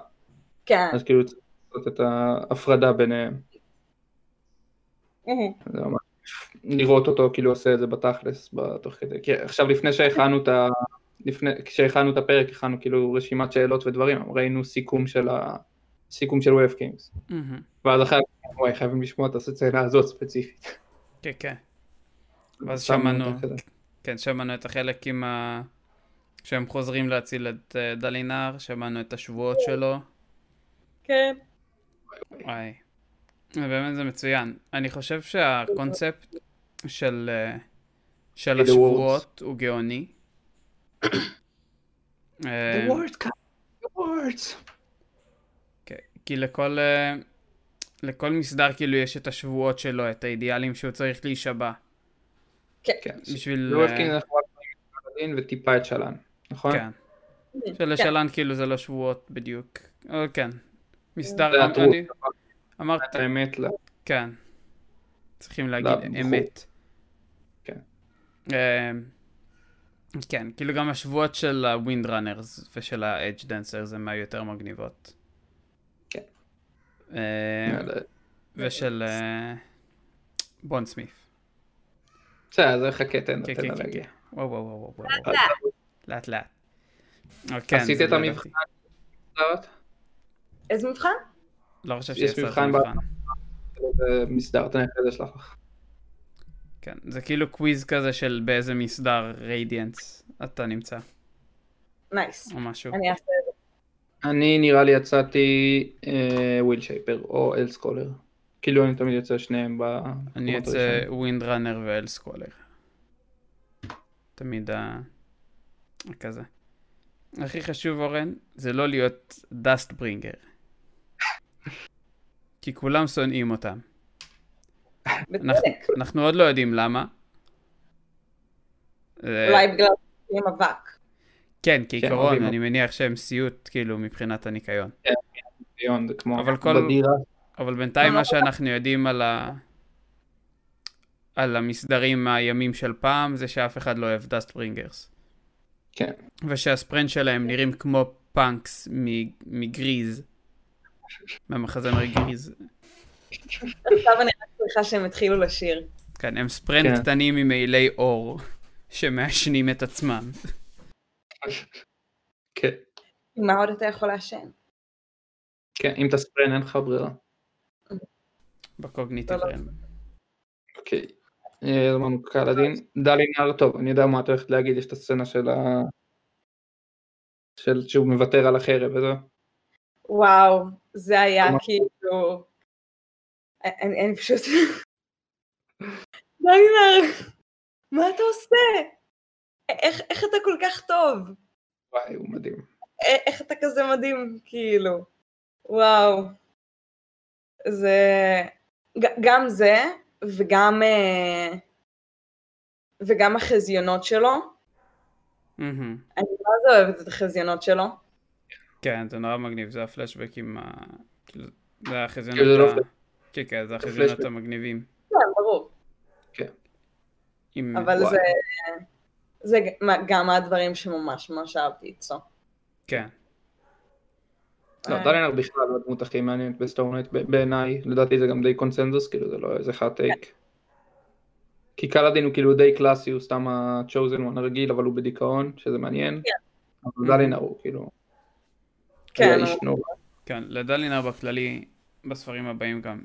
Speaker 3: כן.
Speaker 2: אז כאילו צריך לעשות את ההפרדה ביניהם.
Speaker 3: Mhm.
Speaker 2: זה ממש- לראות אותו כאילו עושה את זה בתכלס, בתוך כדי. כי עכשיו לפני שהכנו את ה... לפני, כשהכנו את הפרק הכנו כאילו רשימת שאלות ודברים, ראינו סיכום של ה... סיכום של וייב קינגס.
Speaker 1: מהמם.
Speaker 2: ואז אחרי זה, וואי, חייבים לשמוע את הסצנה הזאת ספציפית.
Speaker 1: כן, כן. ואז
Speaker 2: שמנו
Speaker 1: שמענו.
Speaker 2: אותה כזה.
Speaker 1: כן, שמענו את החלק עם ה... כשהם חוזרים להציל את אה, דלינר, שמענו את השבועות שלו.
Speaker 3: כן.
Speaker 1: וואי. באמת זה מצוין. אני חושב שהקונספט של, אה, של
Speaker 2: The
Speaker 1: השבועות הוא גאוני. אה,
Speaker 2: The words come, the words.
Speaker 1: כן, כי לכל, אה, לכל מסדר כאילו יש את השבועות שלו, את האידיאלים שהוא צריך להישבע.
Speaker 2: כן,
Speaker 1: בשביל...
Speaker 2: וולף
Speaker 1: אה,
Speaker 2: קינג אנחנו רק רואים את קלאדין וטיפה את שלן, נכון?
Speaker 1: כן.
Speaker 3: כן.
Speaker 1: שלשלן כאילו זה לא שבועות בדיוק. אבל כן. מסדר...
Speaker 2: זה הטרוט,
Speaker 1: אני- אמרת
Speaker 2: את האמת, לא.
Speaker 1: כן. צריכים
Speaker 2: לבחור.
Speaker 1: להגיד אמת.
Speaker 2: לא, כן.
Speaker 1: אה, כן, כאילו גם השבועות של הווינד ראנרס ושל האדג' דנסרס הם היותר מגניבות.
Speaker 2: כן.
Speaker 1: אה,
Speaker 2: לא.
Speaker 1: ושל אה, בון סמיף.
Speaker 2: בסדר, זה חכה, תן
Speaker 1: כן,
Speaker 2: תן
Speaker 1: כן,
Speaker 2: לה
Speaker 1: כן,
Speaker 2: להגיע. אה,
Speaker 1: כן. וואו, וואו, וואו, וואו. וואו. לאט לאט. אה, כן,
Speaker 2: עשית
Speaker 1: זה
Speaker 2: את
Speaker 1: לא
Speaker 2: המבחן?
Speaker 1: ידעתי.
Speaker 2: זאת,
Speaker 3: איזה מבחן?
Speaker 1: לא חושב
Speaker 2: יש
Speaker 1: שיש את
Speaker 2: מבחן
Speaker 1: המבחן.
Speaker 2: זה מסדר, תן לי אה, אחרי זה אשלח לך.
Speaker 1: כן, זה כאילו קוויז כזה של באיזה מסדר ריידיאנס אתה נמצא,
Speaker 3: נייס.
Speaker 1: או משהו.
Speaker 3: אני אעשה את
Speaker 2: אני נראה לי יצאתי וויל שייפר או אל סקולר. כאילו אני תמיד יוצא שניהם ב...
Speaker 1: אני
Speaker 2: במקומות
Speaker 1: יוצא
Speaker 2: הראשונים.
Speaker 1: ווינד ראנר ואל סקולר. תמיד ה... כזה. הכי חשוב, אורן, זה לא להיות דאסט ברינגר. כי כולם שונאים אותם.
Speaker 3: זה.
Speaker 1: אנחנו,
Speaker 3: בצדק.
Speaker 1: אנחנו עוד לא יודעים למה. אה,
Speaker 3: אולי בגלל עם אבק.
Speaker 1: כן, כעיקרון,
Speaker 2: אוהבים
Speaker 1: אני מניח שהם סיוט, כאילו, מבחינת הניקיון.
Speaker 2: ציון, זה כמו
Speaker 1: אבל כל-
Speaker 2: בדירה.
Speaker 1: אבל בינתיים מה שאנחנו יודעים על ה... על המסדרים מהימים של פעם, זה שאף אחד לא אוהב דאסט ברינגרס.
Speaker 2: כן.
Speaker 1: ושהספרנט שלהם נראים כמו פאנקס מ- מגריז. מהמחזמר
Speaker 2: כן.
Speaker 1: גריז.
Speaker 3: עכשיו אני רק צריכה שהם יתחילו לשיר.
Speaker 1: כן, הם ספרנט
Speaker 2: כן.
Speaker 1: קטנים עם מעילי אור, [LAUGHS] שמעשנים את עצמם. [LAUGHS]
Speaker 2: כן,
Speaker 3: מה עוד אתה יכול לעשן?
Speaker 2: כן, אם אתה ספרן אין לך ברירה.
Speaker 1: בקוגניטיב.
Speaker 3: לא, לא.
Speaker 1: רם.
Speaker 2: אוקיי. אה, אז אמרנו קלאדין. דלינר, טוב, אני יודע מה את הולכת להגיד, יש את הסצנה של ה... של שהוא מוותר על החרב וזהו.
Speaker 3: וואו, זה היה
Speaker 2: ממש.
Speaker 3: כאילו... אני, אני פשוט... ואני אומר, מה אתה עושה? אה, איך, איך אתה כל כך טוב?
Speaker 2: וואי, הוא מדהים.
Speaker 3: א- איך אתה כזה מדהים, כאילו. וואו. זה... ג- גם זה, וגם... אה, וגם החזיונות שלו.
Speaker 1: מהמם.
Speaker 3: אני מאוד אוהבת את החזיונות שלו.
Speaker 1: כן, זה נורא מגניב, זה הפלשבקים ה... כאילו, זה
Speaker 2: כאילו, זה לא
Speaker 1: החזיונות ה... כן, כן, זה החזיונות
Speaker 2: פלשבק.
Speaker 1: המגניבים.
Speaker 3: כן, ברור.
Speaker 1: עם-
Speaker 3: אבל
Speaker 2: וואי.
Speaker 3: זה... זה ג- מה- גם הדברים שממש ממש אהבתי אצלו.
Speaker 1: כן.
Speaker 3: אה,
Speaker 2: לא, דליאנר בכלל לא הדמות הכי מעניינת בסטורנט ב- בעיניי, לדעתי זה גם די קונצנזוס, כאילו זה לא איזה חד
Speaker 3: כן.
Speaker 2: טייק. כי קלאדין הוא כאילו די קלאסי, הוא סתם ה-chosen one הרגיל, אבל הוא בדיכאון, שזה מעניין. אבל דליאנר הוא כאילו,
Speaker 3: כן,
Speaker 2: היה
Speaker 3: הוא-
Speaker 2: איש נורא.
Speaker 1: כן, לדלינר בכללי, בספרים הבאים גם,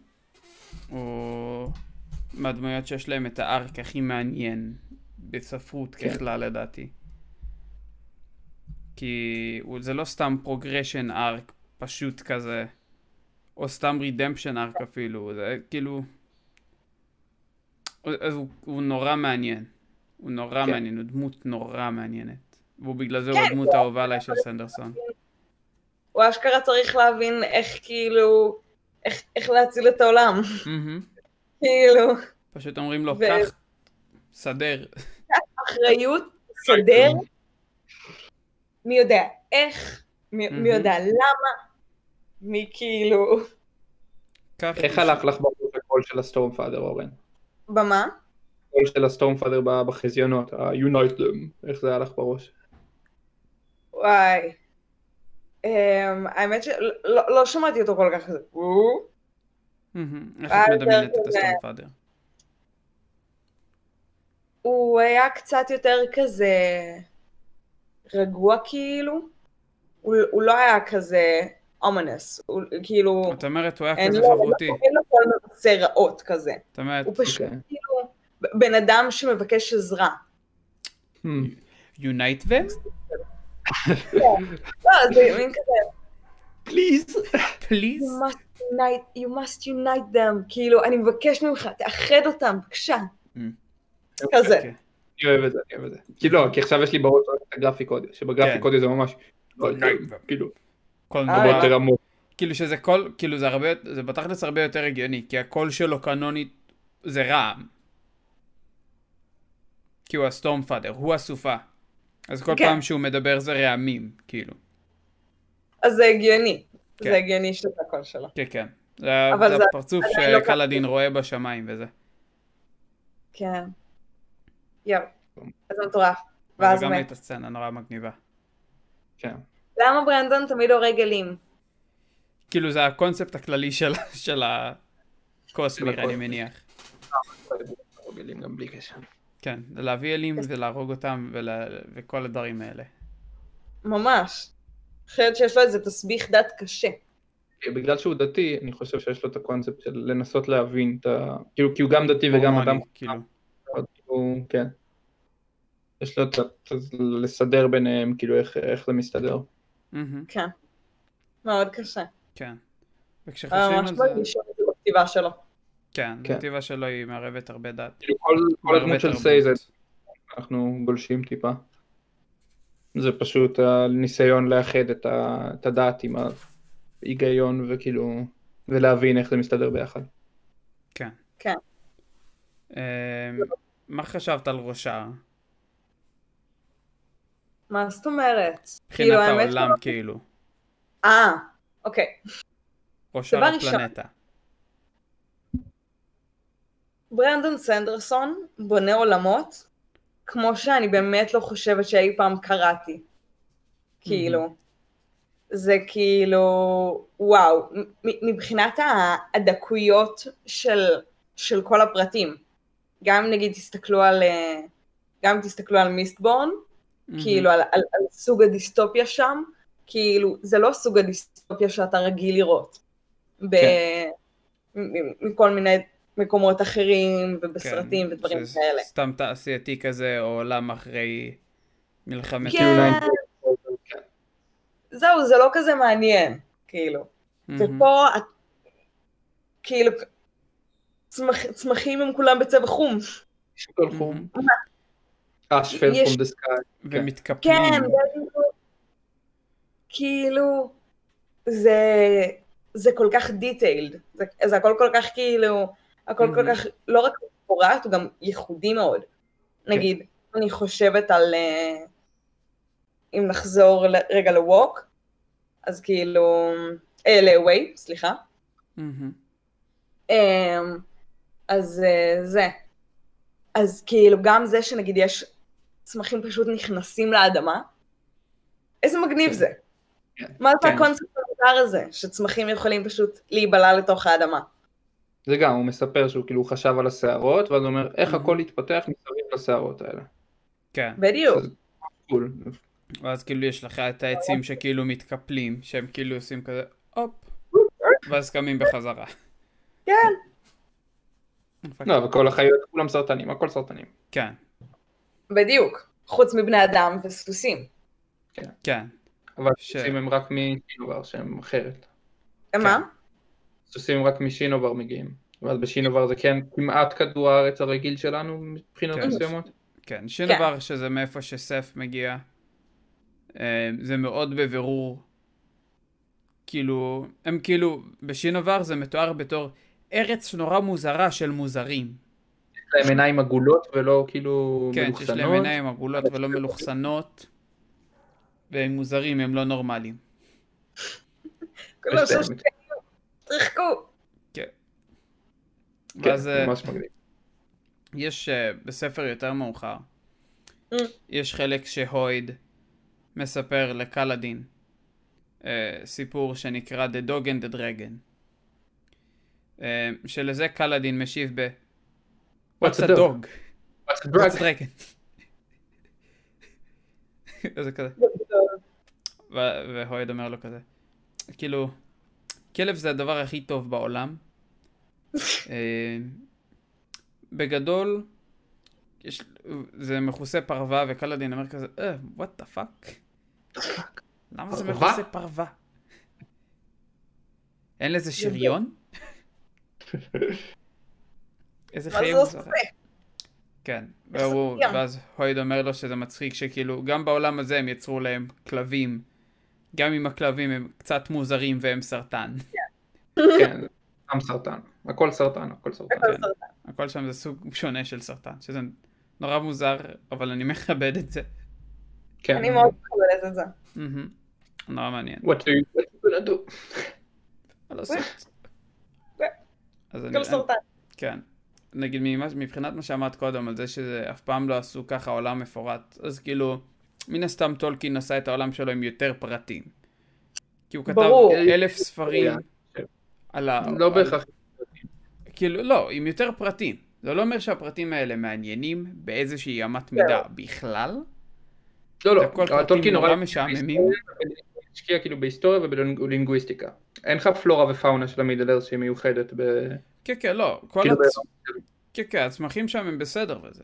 Speaker 1: הוא מהדמויות שיש להם את הארק הכי מעניין בספרות
Speaker 2: כן.
Speaker 1: ככלל לדעתי. כי הוא, זה לא סתם פרוגרשן ארק פשוט כזה, או סתם רידמפשן ארק אפילו, זה כאילו... הוא- אז הוא, הוא נורא מעניין. הוא נורא
Speaker 2: כן.
Speaker 1: מעניין, הוא דמות נורא מעניינת. והוא בגלל זה הוא
Speaker 3: כן,
Speaker 1: הדמות
Speaker 3: הוא-
Speaker 1: האהובה עליי של סנדרסון.
Speaker 3: הוא אשכרה צריך להבין איך כאילו... איך- איך להציל את העולם. [LAUGHS]
Speaker 1: מהמם.
Speaker 3: כאילו,
Speaker 1: פשוט אומרים לו,
Speaker 3: ו-
Speaker 1: קח, סדר.
Speaker 3: אחריות, סדר, מי יודע איך, מי מי
Speaker 1: מהמם.
Speaker 3: יודע למה, מי כאילו...
Speaker 1: קח.
Speaker 2: איך הלך לך ברור הקול של הסטורם פאדר אורן?
Speaker 3: במה?
Speaker 2: הקול של הסטורם פאדר בחזיונות, ה-unite them, איך זה היה לך בראש?
Speaker 3: וואי. אמ, האמת שלא לא שמעתי אותו כל כך. הוא-
Speaker 1: מהמם. איך
Speaker 3: אה,
Speaker 1: את מדמיינת
Speaker 3: זה-
Speaker 1: את הסטורמפאדר?
Speaker 3: הוא היה קצת יותר כזה רגוע כאילו. הוא הוא לא היה כזה אומנס. הוא כאילו...
Speaker 1: את אומרת, הוא היה
Speaker 3: אין
Speaker 1: כזה
Speaker 3: לו-
Speaker 1: חברותי.
Speaker 3: אין לו כל מיני נושא רעות כזה.
Speaker 1: את אומרת,
Speaker 3: לא- הוא פשוט
Speaker 2: אוקיי.
Speaker 3: כאילו ב- בן אדם שמבקש עזרה.
Speaker 2: Hmm.
Speaker 1: יונייט ון?
Speaker 3: לא, זה מין כזה,
Speaker 2: פליז.
Speaker 1: פליז?
Speaker 3: you must unite- you must unite them, כאילו, אני מבקש ממך, תאחד אותם, בבקשה.
Speaker 1: Mm. כן.
Speaker 3: כזה.
Speaker 1: אוקיי.
Speaker 2: אני אוהב את זה, אני אוהב את זה. כי לא, כי עכשיו יש לי בראש רק את הגרפיק אודיו,
Speaker 1: כן.
Speaker 2: שבגרפיק אודיו זה ממש...
Speaker 1: Unite them.
Speaker 2: כאילו,
Speaker 1: כל
Speaker 3: אה,
Speaker 1: נורא.
Speaker 2: הרבה יותר עמוק.
Speaker 1: כאילו שזה קול, כאילו זה הרבה, זה בתכלס הרבה יותר הגיוני, כי הקול שלו קנונית זה רעם. כי הוא הסטורמפאדר, הוא הסופה. אז כל
Speaker 3: כן.
Speaker 1: פעם שהוא מדבר זה רעמים, כאילו.
Speaker 3: אז זה הגיוני.
Speaker 1: כן.
Speaker 3: זה הגיוני שזה הקול שלו.
Speaker 1: כן, כן. זה
Speaker 3: אבל
Speaker 1: זה
Speaker 3: זה-
Speaker 1: הפרצוף
Speaker 3: עדיין לא ככה.
Speaker 1: שקלאדין רואה בשמיים וזה.
Speaker 3: כן. יואו. אז זה מטורף. ואז
Speaker 1: וזה גם
Speaker 3: הוא מת.
Speaker 1: הייתה סצנה נורא מגניבה.
Speaker 2: כן.
Speaker 3: למה ברנדון תמיד הורג גלים?
Speaker 1: כאילו זה הקונספט הכללי של, של הקוסמיר,
Speaker 2: של הקוסמיר.
Speaker 1: אני מניח.
Speaker 2: רגילים גם בלי קשר.
Speaker 1: כן, זה להביא אלים ולהרוג אותם ול... וכל הדברים האלה.
Speaker 3: ממש. חושבת שיש לו איזה תסביך דת קשה.
Speaker 2: אה, בגלל שהוא דתי, אני חושב שיש לו את הקונספט של לנסות להבין את ה... כאילו, כי הוא גם דתי וגם
Speaker 1: הורמוני,
Speaker 2: אדם
Speaker 1: כאילו.
Speaker 2: חכם, כאילו, כן. יש לו את ה... את ה- לסדר ביניהם, כאילו, איך- איך זה מסתדר.
Speaker 1: מהמם,
Speaker 3: כן. מאוד קשה.
Speaker 1: כן.
Speaker 3: אבל
Speaker 1: וכשחושבים
Speaker 3: ממש
Speaker 1: על
Speaker 3: לא
Speaker 1: זה,
Speaker 3: הגישו את זה בכתיבה שלו.
Speaker 1: כן,
Speaker 2: כן.
Speaker 1: הכתיבה שלו היא מערבת הרבה דת.
Speaker 2: כאילו, כל- כל
Speaker 1: והרבה
Speaker 2: הדמות של
Speaker 1: תרבות.
Speaker 2: סייז, אנחנו גולשים טיפה. זה פשוט הניסיון לאחד את ה- את הדעת עם ההיגיון, וכאילו... ולהבין איך זה מסתדר ביחד.
Speaker 1: כן.
Speaker 3: כן.
Speaker 1: אה, מה חשבת על ראשה?
Speaker 3: מה זאת אומרת?
Speaker 1: מבחינת
Speaker 3: האמת לא-
Speaker 1: העולם,
Speaker 3: שלא-
Speaker 1: כאילו.
Speaker 3: אה, אוקיי.
Speaker 1: ראשה
Speaker 3: דבר ראשון.
Speaker 1: לפלנטה.
Speaker 3: ברנדון סנדרסון בונה עולמות כמו שאני באמת לא חושבת שאי פעם קראתי. כאילו. זה כאילו, וואו, מ- מבחינת הדקויות של, של כל הפרטים. גם אם נגיד תסתכלו על, אה, גם אם תסתכלו על מיסטבורן,
Speaker 1: מהמם.
Speaker 3: כאילו על, על, על סוג הדיסטופיה שם, כאילו זה לא סוג הדיסטופיה שאתה רגיל לראות. ב...
Speaker 2: כן.
Speaker 3: מ- מ- מכל מיני מקומות אחרים ובסרטים
Speaker 1: כן,
Speaker 3: ודברים
Speaker 1: שזה
Speaker 3: כאלה.
Speaker 1: סתם תעשייתי כזה, או עולם אחרי מלחמת...
Speaker 2: כאילו,
Speaker 3: כן. זהו, זה לא כזה מעניין, כאילו.
Speaker 1: מהמם.
Speaker 3: ופה, את- כאילו, צמח, צמחים הם כולם בצבע חום.
Speaker 2: יש הכל חום. אשפל
Speaker 3: יש-
Speaker 2: פום אה, דה סקאי.
Speaker 1: ומתקפלים.
Speaker 3: כן, כאילו- כאילו, זה, זה כל כך דיטיילד, זה, זה הכל כל כך כאילו, הכל כל
Speaker 1: Mhm.
Speaker 3: כך, לא רק מפורט, הוא גם ייחודי מאוד. נגיד, אני חושבת על, אה, אם נחזור ל- רגע ל-Walk, אז כאילו, אה, ל-Way, סליחה.
Speaker 1: מהמם.
Speaker 3: אמ, אז אה, זה. אז כאילו, גם זה שנגיד יש צמחים פשוט נכנסים לאדמה, איזה מגניב
Speaker 2: כן.
Speaker 3: זה.
Speaker 2: כן.
Speaker 3: מה זה
Speaker 1: כן.
Speaker 3: הקונספט המוזר הזה, שצמחים יכולים פשוט להיבלע לתוך האדמה?
Speaker 2: זה גם, הוא מספר שהוא כאילו חשב על השערות, ואז הוא אומר, איך
Speaker 1: Mhm.
Speaker 2: הכל התפתח מסביב לשערות האלה.
Speaker 1: כן.
Speaker 3: בדיוק.
Speaker 2: זה- קול.
Speaker 1: ואז כאילו יש לך את העצים שכאילו מתקפלים, שהם כאילו עושים כזה, הופ, ואז קמים בחזרה.
Speaker 3: כן.
Speaker 2: לא, אבל כל החיות כולם סרטנים, הכל סרטנים.
Speaker 1: כן,
Speaker 3: בדיוק. חוץ מבני אדם וסוסים.
Speaker 1: כן.
Speaker 2: אבל
Speaker 1: ש-
Speaker 2: סוסים הם רק משינובר שהם אחרת.
Speaker 1: כן.
Speaker 3: מה?
Speaker 2: סוסים הם רק משינובר מגיעים. ואז בשינובר זה כן כמעט כדור הארץ הרגיל שלנו מבחינות
Speaker 1: כן.
Speaker 2: מסוימות.
Speaker 1: כן, שינובר שזה מאיפה שסף מגיע, אה, זה מאוד בבירור. כאילו, הם כאילו, בשינובר זה מתואר בתור ארץ נורא מוזרה של מוזרים.
Speaker 2: יש להם עיניים עגולות ולא כאילו
Speaker 1: כן, שיש להם
Speaker 2: מלוכסנות.
Speaker 1: עיניים עגולות ולא מלוכסנות, והם מוזרים, הם לא נורמליים.
Speaker 3: כל
Speaker 2: יש להם
Speaker 3: הסוסים,
Speaker 2: את-
Speaker 3: תרחקו.
Speaker 2: כן,
Speaker 1: ואז אה,
Speaker 2: ממש מגניב.
Speaker 1: יש אה, בספר יותר מאוחר,
Speaker 3: Mm.
Speaker 1: יש חלק שהויד מספר לקלאדין אה, סיפור שנקרא The Dog and the Dragon. אה, שלזה קלאדין משיב ב What's a dog?
Speaker 2: What's
Speaker 1: What's a
Speaker 2: a drug?
Speaker 1: dragon? [LAUGHS] זה כזה. ו- והויד אומר לו כזה, כאילו, כלב זה הדבר הכי טוב
Speaker 3: [LAUGHS]
Speaker 1: בעולם. אה, בגדול, יש, זה מכוסה פרווה, וקלאדין אומר כזה, אה, וואט דה פאק? למה זה
Speaker 2: פרווה?
Speaker 1: מכוסה פרווה? אין לזה שריון? איזה
Speaker 3: מה
Speaker 1: חיים
Speaker 3: זה
Speaker 1: זה?
Speaker 3: עושה?
Speaker 1: כן,
Speaker 3: איך זה
Speaker 1: והוא,
Speaker 3: מגיע?
Speaker 1: ואז הויד אומר לו שזה מצחיק שכאילו, גם בעולם הזה הם יצרו להם כלבים. גם אם הכלבים הם קצת מוזרים והם סרטן.
Speaker 2: כן, גם סרטן. הכל סרטן, הכל סרטן.
Speaker 1: כן. הכל שם זה סוג שונה של סרטן, שזה נורא מוזר, אבל אני מכבד את זה.
Speaker 2: כן.
Speaker 3: אני מאוד מקבלת את זה.
Speaker 1: מהמם. נורא מעניין.
Speaker 2: What do you what you gonna do?
Speaker 1: מה לעשות?
Speaker 3: זה-
Speaker 1: אז אני-
Speaker 3: אוקיי. גם סרטן.
Speaker 1: כן. נגיד ממה- מבחינת מה שאמרת קודם, על זה שזה אף פעם לא עשו ככה עולם מפורט, אז כאילו, מן הסתם טולקין עשה את העולם שלו עם יותר פרטים. כי הוא כתב
Speaker 3: ברור.
Speaker 1: אלף ספרים על ה...
Speaker 2: כן. לא
Speaker 1: על-
Speaker 2: בהכרח.
Speaker 1: כאילו, לא, עם יותר פרטים. זה לא אומר שהפרטים האלה מעניינים באיזושהי אמת מידה בכלל.
Speaker 2: כן. לא, לא.
Speaker 1: הכל פרטים
Speaker 2: הטולקין
Speaker 1: נורא
Speaker 2: נורא
Speaker 1: משעממים.
Speaker 2: השקיע כאילו בהיסטוריה ובלינגוויסטיקה. אין לך פלורה ופאונה של המידל ארץ שהיא מיוחדת ב...
Speaker 1: כן, כן, לא. כל
Speaker 2: כאילו,
Speaker 1: הצ... כן, כן, הצמחים שם הם בסדר וזה.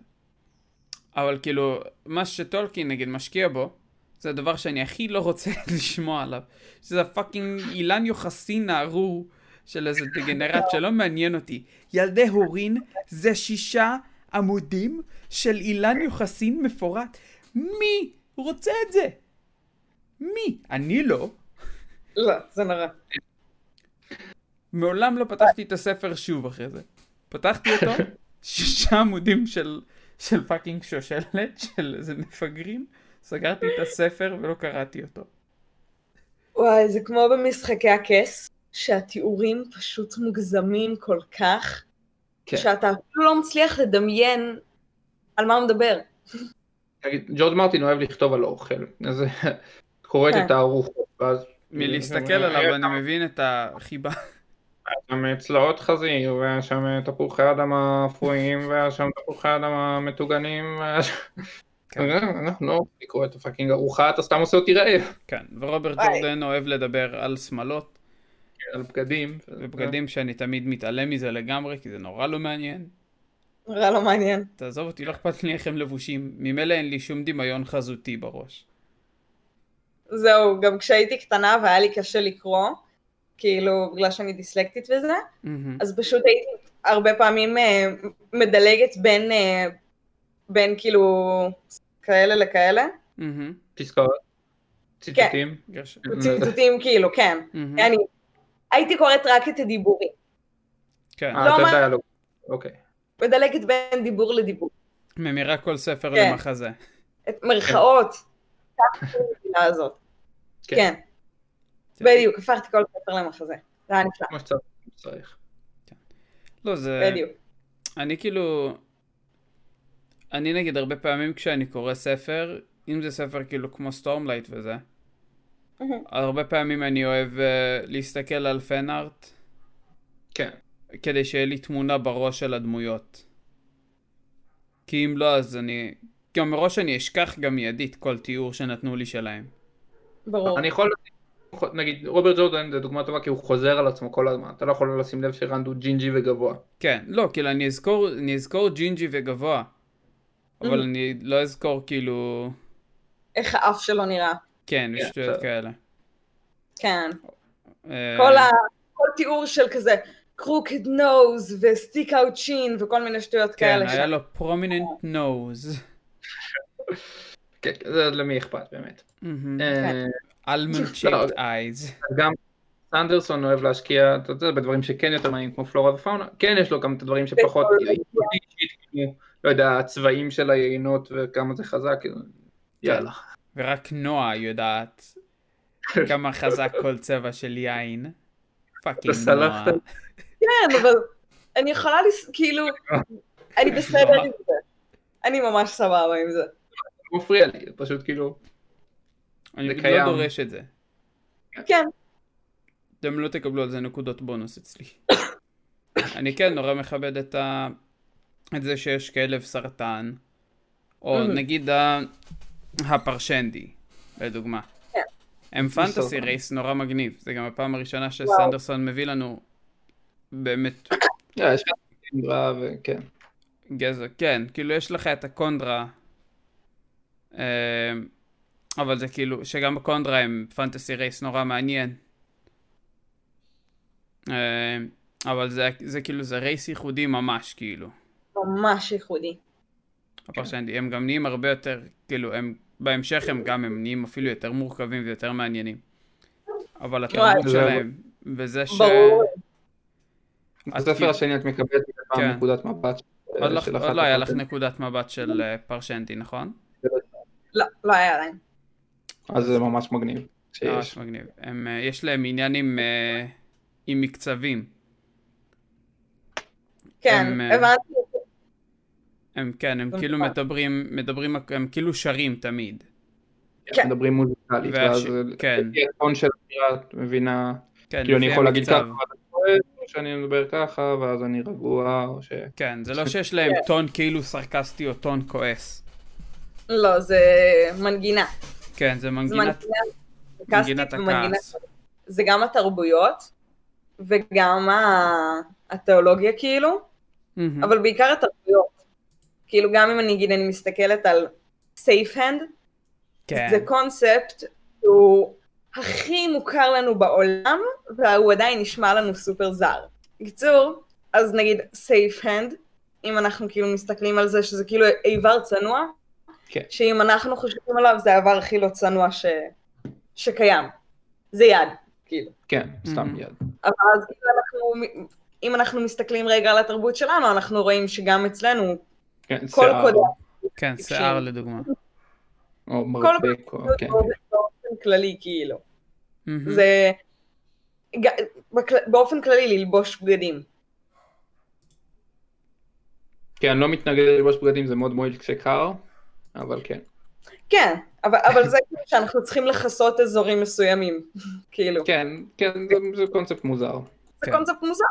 Speaker 1: אבל כאילו, מה שטולקין נגיד משקיע בו, זה הדבר שאני הכי לא רוצה [LAUGHS] לשמוע עליו. שזה הפאקינג אילן יוחסין הארור של איזה דגנרט שלא מעניין אותי. ילדי הורין זה שישה עמודים של אילן יוחסין מפורט. מי רוצה את זה? מי? אני לא.
Speaker 3: לא, זה נורא.
Speaker 1: מעולם לא פתחתי את הספר שוב אחרי זה. פתחתי
Speaker 3: [LAUGHS]
Speaker 1: אותו, שישה עמודים של, של פאקינג שושלת, של איזה מפגרים, סגרתי את הספר ולא קראתי אותו.
Speaker 3: וואי, זה כמו במשחקי הכס, שהתיאורים פשוט מוגזמים כל כך,
Speaker 2: כן.
Speaker 3: שאתה אפילו לא מצליח לדמיין על מה הוא מדבר.
Speaker 2: נגיד, ג'ורג' מרטין אוהב לכתוב על האוכל. אז [LAUGHS] קוראת
Speaker 3: כן.
Speaker 2: את הארוחות, ואז...
Speaker 1: מלהסתכל עליו אני מבין את החיבה.
Speaker 2: היה שם צלעות חזיר, והיה שם תפוחי אדמה אפויים, והיה שם תפוחי אדמה מטוגנים, והיה שם...
Speaker 1: [LAUGHS] כן.
Speaker 2: אנחנו לא לקרוא את הפאקינג ארוחה, אתה סתם עושה אותי רעב.
Speaker 1: כן, ורוברט
Speaker 3: וואי.
Speaker 1: ג'ורדן אוהב לדבר על שמלות
Speaker 2: על בגדים.
Speaker 1: ובגדים שאני תמיד מתעלם מזה לגמרי, כי זה נורא לא מעניין.
Speaker 3: נראה לא מעניין.
Speaker 1: תעזוב אותי, לא
Speaker 3: אה.
Speaker 1: אכפת לי איך הם לבושים. ממילא אין לי שום דמיון חזותי בראש.
Speaker 3: זהו, גם כשהייתי קטנה והיה לי קשה לקרוא, כאילו, בגלל שאני דיסלקטית וזה,
Speaker 1: מהמם.
Speaker 3: אז פשוט הייתי הרבה פעמים אה, מדלגת בין, אה, בין כאילו כאלה לכאלה.
Speaker 1: מהמם.
Speaker 2: פסקאות, ציטוטים.
Speaker 1: גרש-
Speaker 3: ציטוטים כאילו, כן.
Speaker 1: מהמם.
Speaker 3: אני הייתי קוראת רק את הדיבורים,
Speaker 1: כן.
Speaker 2: אה,
Speaker 3: לא
Speaker 2: אתה
Speaker 3: אמר-
Speaker 2: דיאלוג. אוקיי.
Speaker 3: מדלגת בין דיבור לדיבור.
Speaker 1: ממירה כל ספר
Speaker 3: כן.
Speaker 1: למחזה.
Speaker 3: את מרכאות, ככה המילה הזאת.
Speaker 2: כן.
Speaker 3: כן, בדיוק, הפכתי כל ספר למחזה. זה היה נפלא,
Speaker 2: כמו שצריך. צריך.
Speaker 1: לא, זה...
Speaker 3: בדיוק.
Speaker 1: אני כאילו... אני נגיד הרבה פעמים כשאני קורא ספר, אם זה ספר כאילו כמו סטורמלייט וזה,
Speaker 3: מהמם.
Speaker 1: הרבה פעמים אני אוהב אה, להסתכל על פן-ארט
Speaker 2: כן.
Speaker 1: כדי שיהיה לי תמונה בראש של הדמויות. כי אם לא, אז אני... גם מראש אני אשכח גם מיידית כל תיאור שנתנו לי שלהם.
Speaker 3: ברור.
Speaker 2: אני יכול, נגיד, רוברט ג'ורדן זה דוגמה טובה כי הוא חוזר על עצמו כל הזמן. אתה לא יכול לא לשים לב שרנד הוא ג'ינג'י וגבוה.
Speaker 1: כן, לא, כאילו אני אזכור, אני אזכור ג'ינג'י וגבוה, אבל
Speaker 3: Mm.
Speaker 1: אני לא אזכור כאילו...
Speaker 3: איך האף שלו נראה.
Speaker 1: כן,
Speaker 2: כן,
Speaker 1: ושטויות
Speaker 2: בסדר.
Speaker 1: כאלה.
Speaker 3: כן.
Speaker 1: אה,
Speaker 3: כל ה... כל תיאור של כזה crooked nose וסטיק אאוט שין וכל מיני שטויות
Speaker 1: כן,
Speaker 3: כאלה.
Speaker 1: היה
Speaker 3: שם.
Speaker 1: לו prominent nose.
Speaker 2: כן, כן, זה למי אכפת באמת.
Speaker 1: מהמם.
Speaker 2: אה,
Speaker 1: almond
Speaker 2: לא.
Speaker 1: shaped eyes.
Speaker 2: אז גם סנדרסון אוהב להשקיע, אתה יודע, בדברים שכן יותר מעניינים כמו פלורה ופאונה, כן יש לו גם את הדברים שפחות,
Speaker 3: בכל-
Speaker 2: אותי אישית, כמו, לא יודע, הצבעים של היינות וכמה זה חזק, כאילו, יאללה.
Speaker 1: ורק נועה
Speaker 2: [LAUGHS]
Speaker 1: יודעת כמה חזק כל צבע של יין. פאקינג נועה.
Speaker 2: סלחת?
Speaker 3: כן, אבל אני יכולה לס... כאילו, אני בסדר
Speaker 1: נורא.
Speaker 3: עם זה. אני ממש סבבה עם זה.
Speaker 2: זה מפריע לי, זה פשוט כאילו,
Speaker 1: אני
Speaker 2: זה
Speaker 1: לא
Speaker 2: קיים.
Speaker 1: דורש את זה.
Speaker 3: כן,
Speaker 1: אתם לא תקבלו על זה נקודות בונוס אצלי. [COUGHS] אני כן נורא מכבד את ה... את זה שיש כלב סרטן, או
Speaker 2: Mm.
Speaker 1: נגיד ה... הפרשנדי, לדוגמה.
Speaker 3: כן.
Speaker 1: הם פנטסי
Speaker 2: מסרטן.
Speaker 1: רייס נורא מגניב, זה גם הפעם הראשונה שסנדרסון מביא לנו באמת
Speaker 2: אה, יש כאן דברה וכן.
Speaker 1: גזע, כן, כאילו יש לך את הקונדרה, אמ, אבל זה כאילו, שגם בקונדרה הם פנטסי רייס נורא מעניין. אמ, אבל זה, זה כאילו, זה רייס ייחודי ממש, כאילו.
Speaker 3: ממש ייחודי.
Speaker 1: הפרשנדי, הם גם נהיים הרבה יותר, כאילו, הם, בהמשך הם גם, הם נהיים אפילו יותר מורכבים ויותר מעניינים. אבל התרבות
Speaker 2: זה-
Speaker 1: שלהם, וזה ש...
Speaker 3: ברור.
Speaker 1: את
Speaker 2: בספר
Speaker 1: כאילו-
Speaker 2: השני את מקבלת מדי פעם
Speaker 1: כן.
Speaker 2: נקודת מבט. אה, של-
Speaker 1: עוד לך-
Speaker 2: של
Speaker 1: עוד
Speaker 2: אחת
Speaker 1: לא היה לך
Speaker 2: הפרטים.
Speaker 1: נקודת מבט של אה, פרשנדי, נכון?
Speaker 3: לא, לא היה עדיין.
Speaker 2: אז זה ממש מגניב שיש.
Speaker 1: ממש מגניב. הם, אה, יש להם עניין עם, אה, עם מקצבים.
Speaker 3: כן,
Speaker 1: הם, אה,
Speaker 3: הבנתי.
Speaker 1: הם כן, הם
Speaker 3: זה
Speaker 1: כאילו
Speaker 3: נכון.
Speaker 1: מדברים, מדברים, הם כאילו שרים תמיד.
Speaker 3: כן.
Speaker 2: מדברים מוזיקלית,
Speaker 1: והש-
Speaker 2: ואז
Speaker 1: כן.
Speaker 2: לפי הטון של השירה, את מבינה
Speaker 1: כן,
Speaker 2: כאילו אני
Speaker 1: לפי
Speaker 2: יכול להגיד
Speaker 1: המקצב.
Speaker 2: ככה, אבל אני כועס, או שאני מדבר ככה, ואז אני רגוע, או ש...
Speaker 1: כן, זה לא שיש להם טון כאילו סרקסטי או טון כועס.
Speaker 3: לא, זה מנגינה.
Speaker 1: כן, זה
Speaker 3: זה
Speaker 1: מנגינת,
Speaker 3: מנגינה
Speaker 1: מנגינת
Speaker 3: סרקסטית ומנגינה...
Speaker 1: הכעס.
Speaker 3: זה גם התרבויות, וגם ה- התיאולוגיה כאילו.
Speaker 1: מהמם.
Speaker 3: אבל בעיקר התרבויות. כאילו גם אם אני אגיד, אני מסתכלת על safe hand,
Speaker 1: כן,
Speaker 3: זה קונספט שהוא הכי מוכר לנו בעולם, והוא עדיין נשמע לנו סופר זר. בקיצור, אז נגיד safe hand, אם אנחנו כאילו מסתכלים על זה שזה כאילו איבר צנוע,
Speaker 2: כן.
Speaker 3: שאם אנחנו חושבים עליו זה האיבר הכי לא צנוע ש... שקיים. זה יד, כאילו.
Speaker 2: כן, סתם
Speaker 1: Mhm.
Speaker 2: יד.
Speaker 3: אבל אז כאילו אנחנו, אם אנחנו מסתכלים רגע על התרבות שלנו, אנחנו רואים שגם אצלנו
Speaker 2: כן,
Speaker 3: כל
Speaker 2: שיער,
Speaker 3: הקודם.
Speaker 1: כן, שיער לדוגמה.
Speaker 2: או
Speaker 3: כל
Speaker 2: מרפק, או- כן. Mm-hmm.
Speaker 3: באופן כללי, כאילו.
Speaker 1: מהמם.
Speaker 3: זה... ג- בכל- באופן כללי ללבוש בגדים.
Speaker 2: כן, אני לא מתנגד ללבוש בגדים, זה מאוד מועיל כשקר, אבל כן.
Speaker 3: כן, אבל, אבל זה כאילו שאנחנו צריכים לכסות אזורים מסוימים, [LAUGHS] כאילו.
Speaker 2: כן, כן, זה- זה קונספט מוזר.
Speaker 3: זה
Speaker 1: כן.
Speaker 3: קונספט מוזר.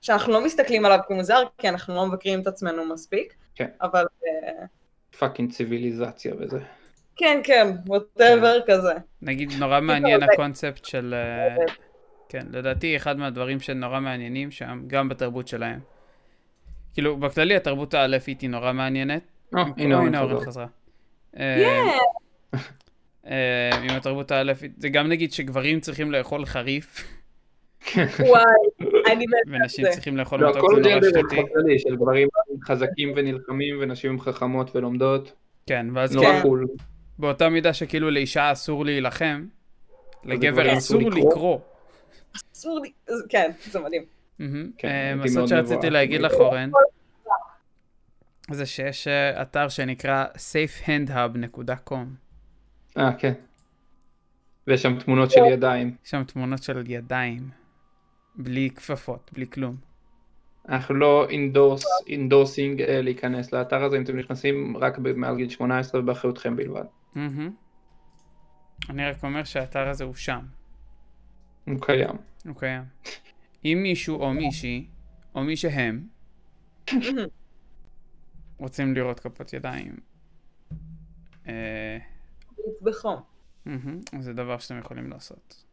Speaker 3: שאנחנו לא מסתכלים עליו כמוזר, כי אנחנו לא מבקרים את עצמנו מספיק.
Speaker 2: כן.
Speaker 3: אבל אה,
Speaker 2: פאקינג ציוויליזציה וזה.
Speaker 3: כן, כן, ווטאבר כזה.
Speaker 1: נגיד נורא מעניין
Speaker 3: זה-
Speaker 1: הקונספט של... אה, כן, לדעתי אחד מהדברים שנורא מעניינים שם, גם בתרבות שלהם. כאילו, בכללי התרבות האלפית היא נורא מעניינת.
Speaker 3: אה,
Speaker 2: או, אה,
Speaker 1: [LAUGHS]
Speaker 2: הנה
Speaker 1: אוי, הנה
Speaker 2: אורן
Speaker 1: אורן
Speaker 2: חזר.
Speaker 1: חזרה.
Speaker 3: יאה,
Speaker 1: אה, עם התרבות האלפית, זה גם נגיד שגברים צריכים לאכול חריף,
Speaker 3: וואי, אני [LAUGHS] מתה על
Speaker 1: ואנשים
Speaker 3: זה.
Speaker 1: צריכים לאכול כאילו
Speaker 2: לא,
Speaker 1: מתוק
Speaker 2: הכל
Speaker 1: זה
Speaker 2: מגיע
Speaker 1: נורא
Speaker 2: ברוח
Speaker 1: שטותי.
Speaker 2: הכללי של גברים חזקים ונלחמים ונשים הם חכמות ולומדות.
Speaker 1: כן, ואז
Speaker 2: נורא
Speaker 1: כאילו,
Speaker 3: כן.
Speaker 2: קול.
Speaker 1: באותה מידה שכאילו לאישה אסור להילחם, לגבר
Speaker 2: לגברים
Speaker 1: אסור
Speaker 2: אסור
Speaker 1: לקרוא.
Speaker 3: אסור לי, זה- כן, זה מדהים.
Speaker 1: מהמם.
Speaker 2: כן,
Speaker 1: אה,
Speaker 2: הייתי
Speaker 1: אז זאת
Speaker 2: מאוד
Speaker 1: שרציתי
Speaker 2: מבוהל.
Speaker 1: להגיד לך, אורן, זה שיש אה, אתר שנקרא safehandhub.com.
Speaker 2: אה, כן. ויש שם תמונות
Speaker 3: כן.
Speaker 2: של ידיים.
Speaker 1: יש שם תמונות של ידיים, בלי כפפות, בלי כלום.
Speaker 2: אנחנו לא אינדורס, אינדורסינג אה, להיכנס לאתר הזה, אם אתם נכנסים רק ב- מעל גיל 18 ובאחריותכם בלבד.
Speaker 1: מהמם. אני רק אומר שהאתר הזה הוא שם,
Speaker 2: הוא קיים.
Speaker 1: הוא קיים. אוקיי. אם מישהו או מישהי, או מי שהם, רוצים לראות כפות ידיים, אה,
Speaker 3: בחום.
Speaker 1: מהמם, זה דבר שאתם יכולים לעשות.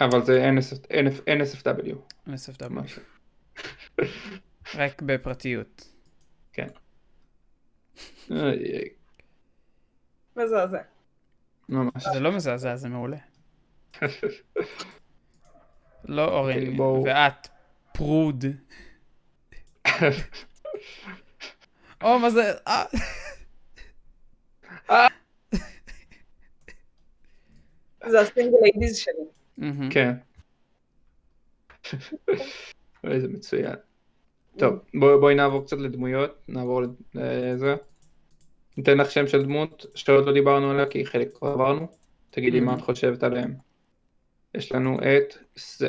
Speaker 2: אבל זה NSF, NF, NSFW.
Speaker 1: NSFW,
Speaker 2: משהו.
Speaker 1: רק בפרטיות.
Speaker 2: אה, אה,
Speaker 3: מזעזע.
Speaker 2: ממש.
Speaker 1: זה לא מזעזע, זה מעולה. לא
Speaker 2: אוקיי,
Speaker 1: אורן,
Speaker 2: בואו.
Speaker 1: ואת פרוד. או, מה זה? אה,
Speaker 3: זה הסינגל איידיז שלי.
Speaker 1: מהמם.
Speaker 2: כן. אוי, זה מצוין. טוב, בוא, בואי נעבור קצת לדמויות, נעבור לזה. ניתן לך שם של דמות שעוד לא דיברנו עליה כי חלק כבר עברנו. תגידי מה את חושבת עליהם. יש לנו את סט.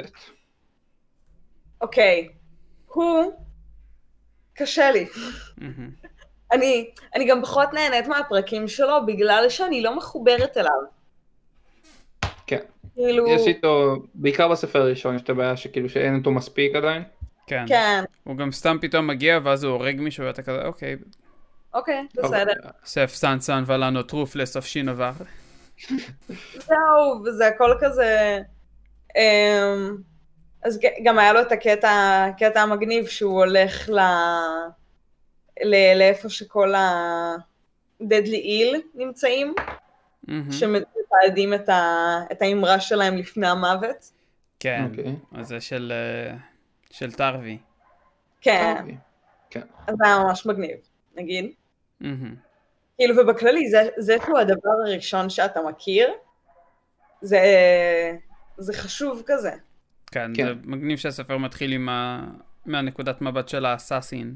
Speaker 3: אוקיי, הוא, קשה לי.
Speaker 1: מהמם.
Speaker 3: אני, אני גם פחות נהנית מהפרקים שלו בגלל שאני לא מחוברת אליו.
Speaker 2: כן.
Speaker 3: כאילו,
Speaker 2: יש איתו, בעיקר בספר הראשון יש את הבעיה שכאילו שאין אותו מספיק עדיין.
Speaker 1: כן.
Speaker 3: כן,
Speaker 1: הוא גם סתם פתאום מגיע, ואז הוא הורג מישהו, ואתה כזה, אוקיי,
Speaker 3: אוקיי, בסדר.
Speaker 2: אבל-
Speaker 1: סף סן סן ולנו טרוף לסוף שינובר.
Speaker 3: זהו, וזה הכל כזה... אמ, אז ג- גם היה לו את הקטע, הקטע המגניב שהוא הולך ל... ל... לאיפה שכל ה... דדלי איל נמצאים,
Speaker 1: מהמם.
Speaker 3: שמתעדים את, ה... את האמרה שלהם לפני המוות.
Speaker 1: כן,
Speaker 2: אוקיי.
Speaker 1: אז זה של אה, של טרווי.
Speaker 3: כן,
Speaker 2: אוקיי.
Speaker 3: אז זה היה ממש מגניב, נגיד.
Speaker 1: מהמם.
Speaker 3: כאילו, ובכללי, זה, זה כאילו הדבר הראשון שאתה מכיר, זה, זה חשוב כזה.
Speaker 1: כן,
Speaker 2: כן.
Speaker 1: זה מגניב שהספר מתחיל עם ה... מהנקודת מבט של האסאסין.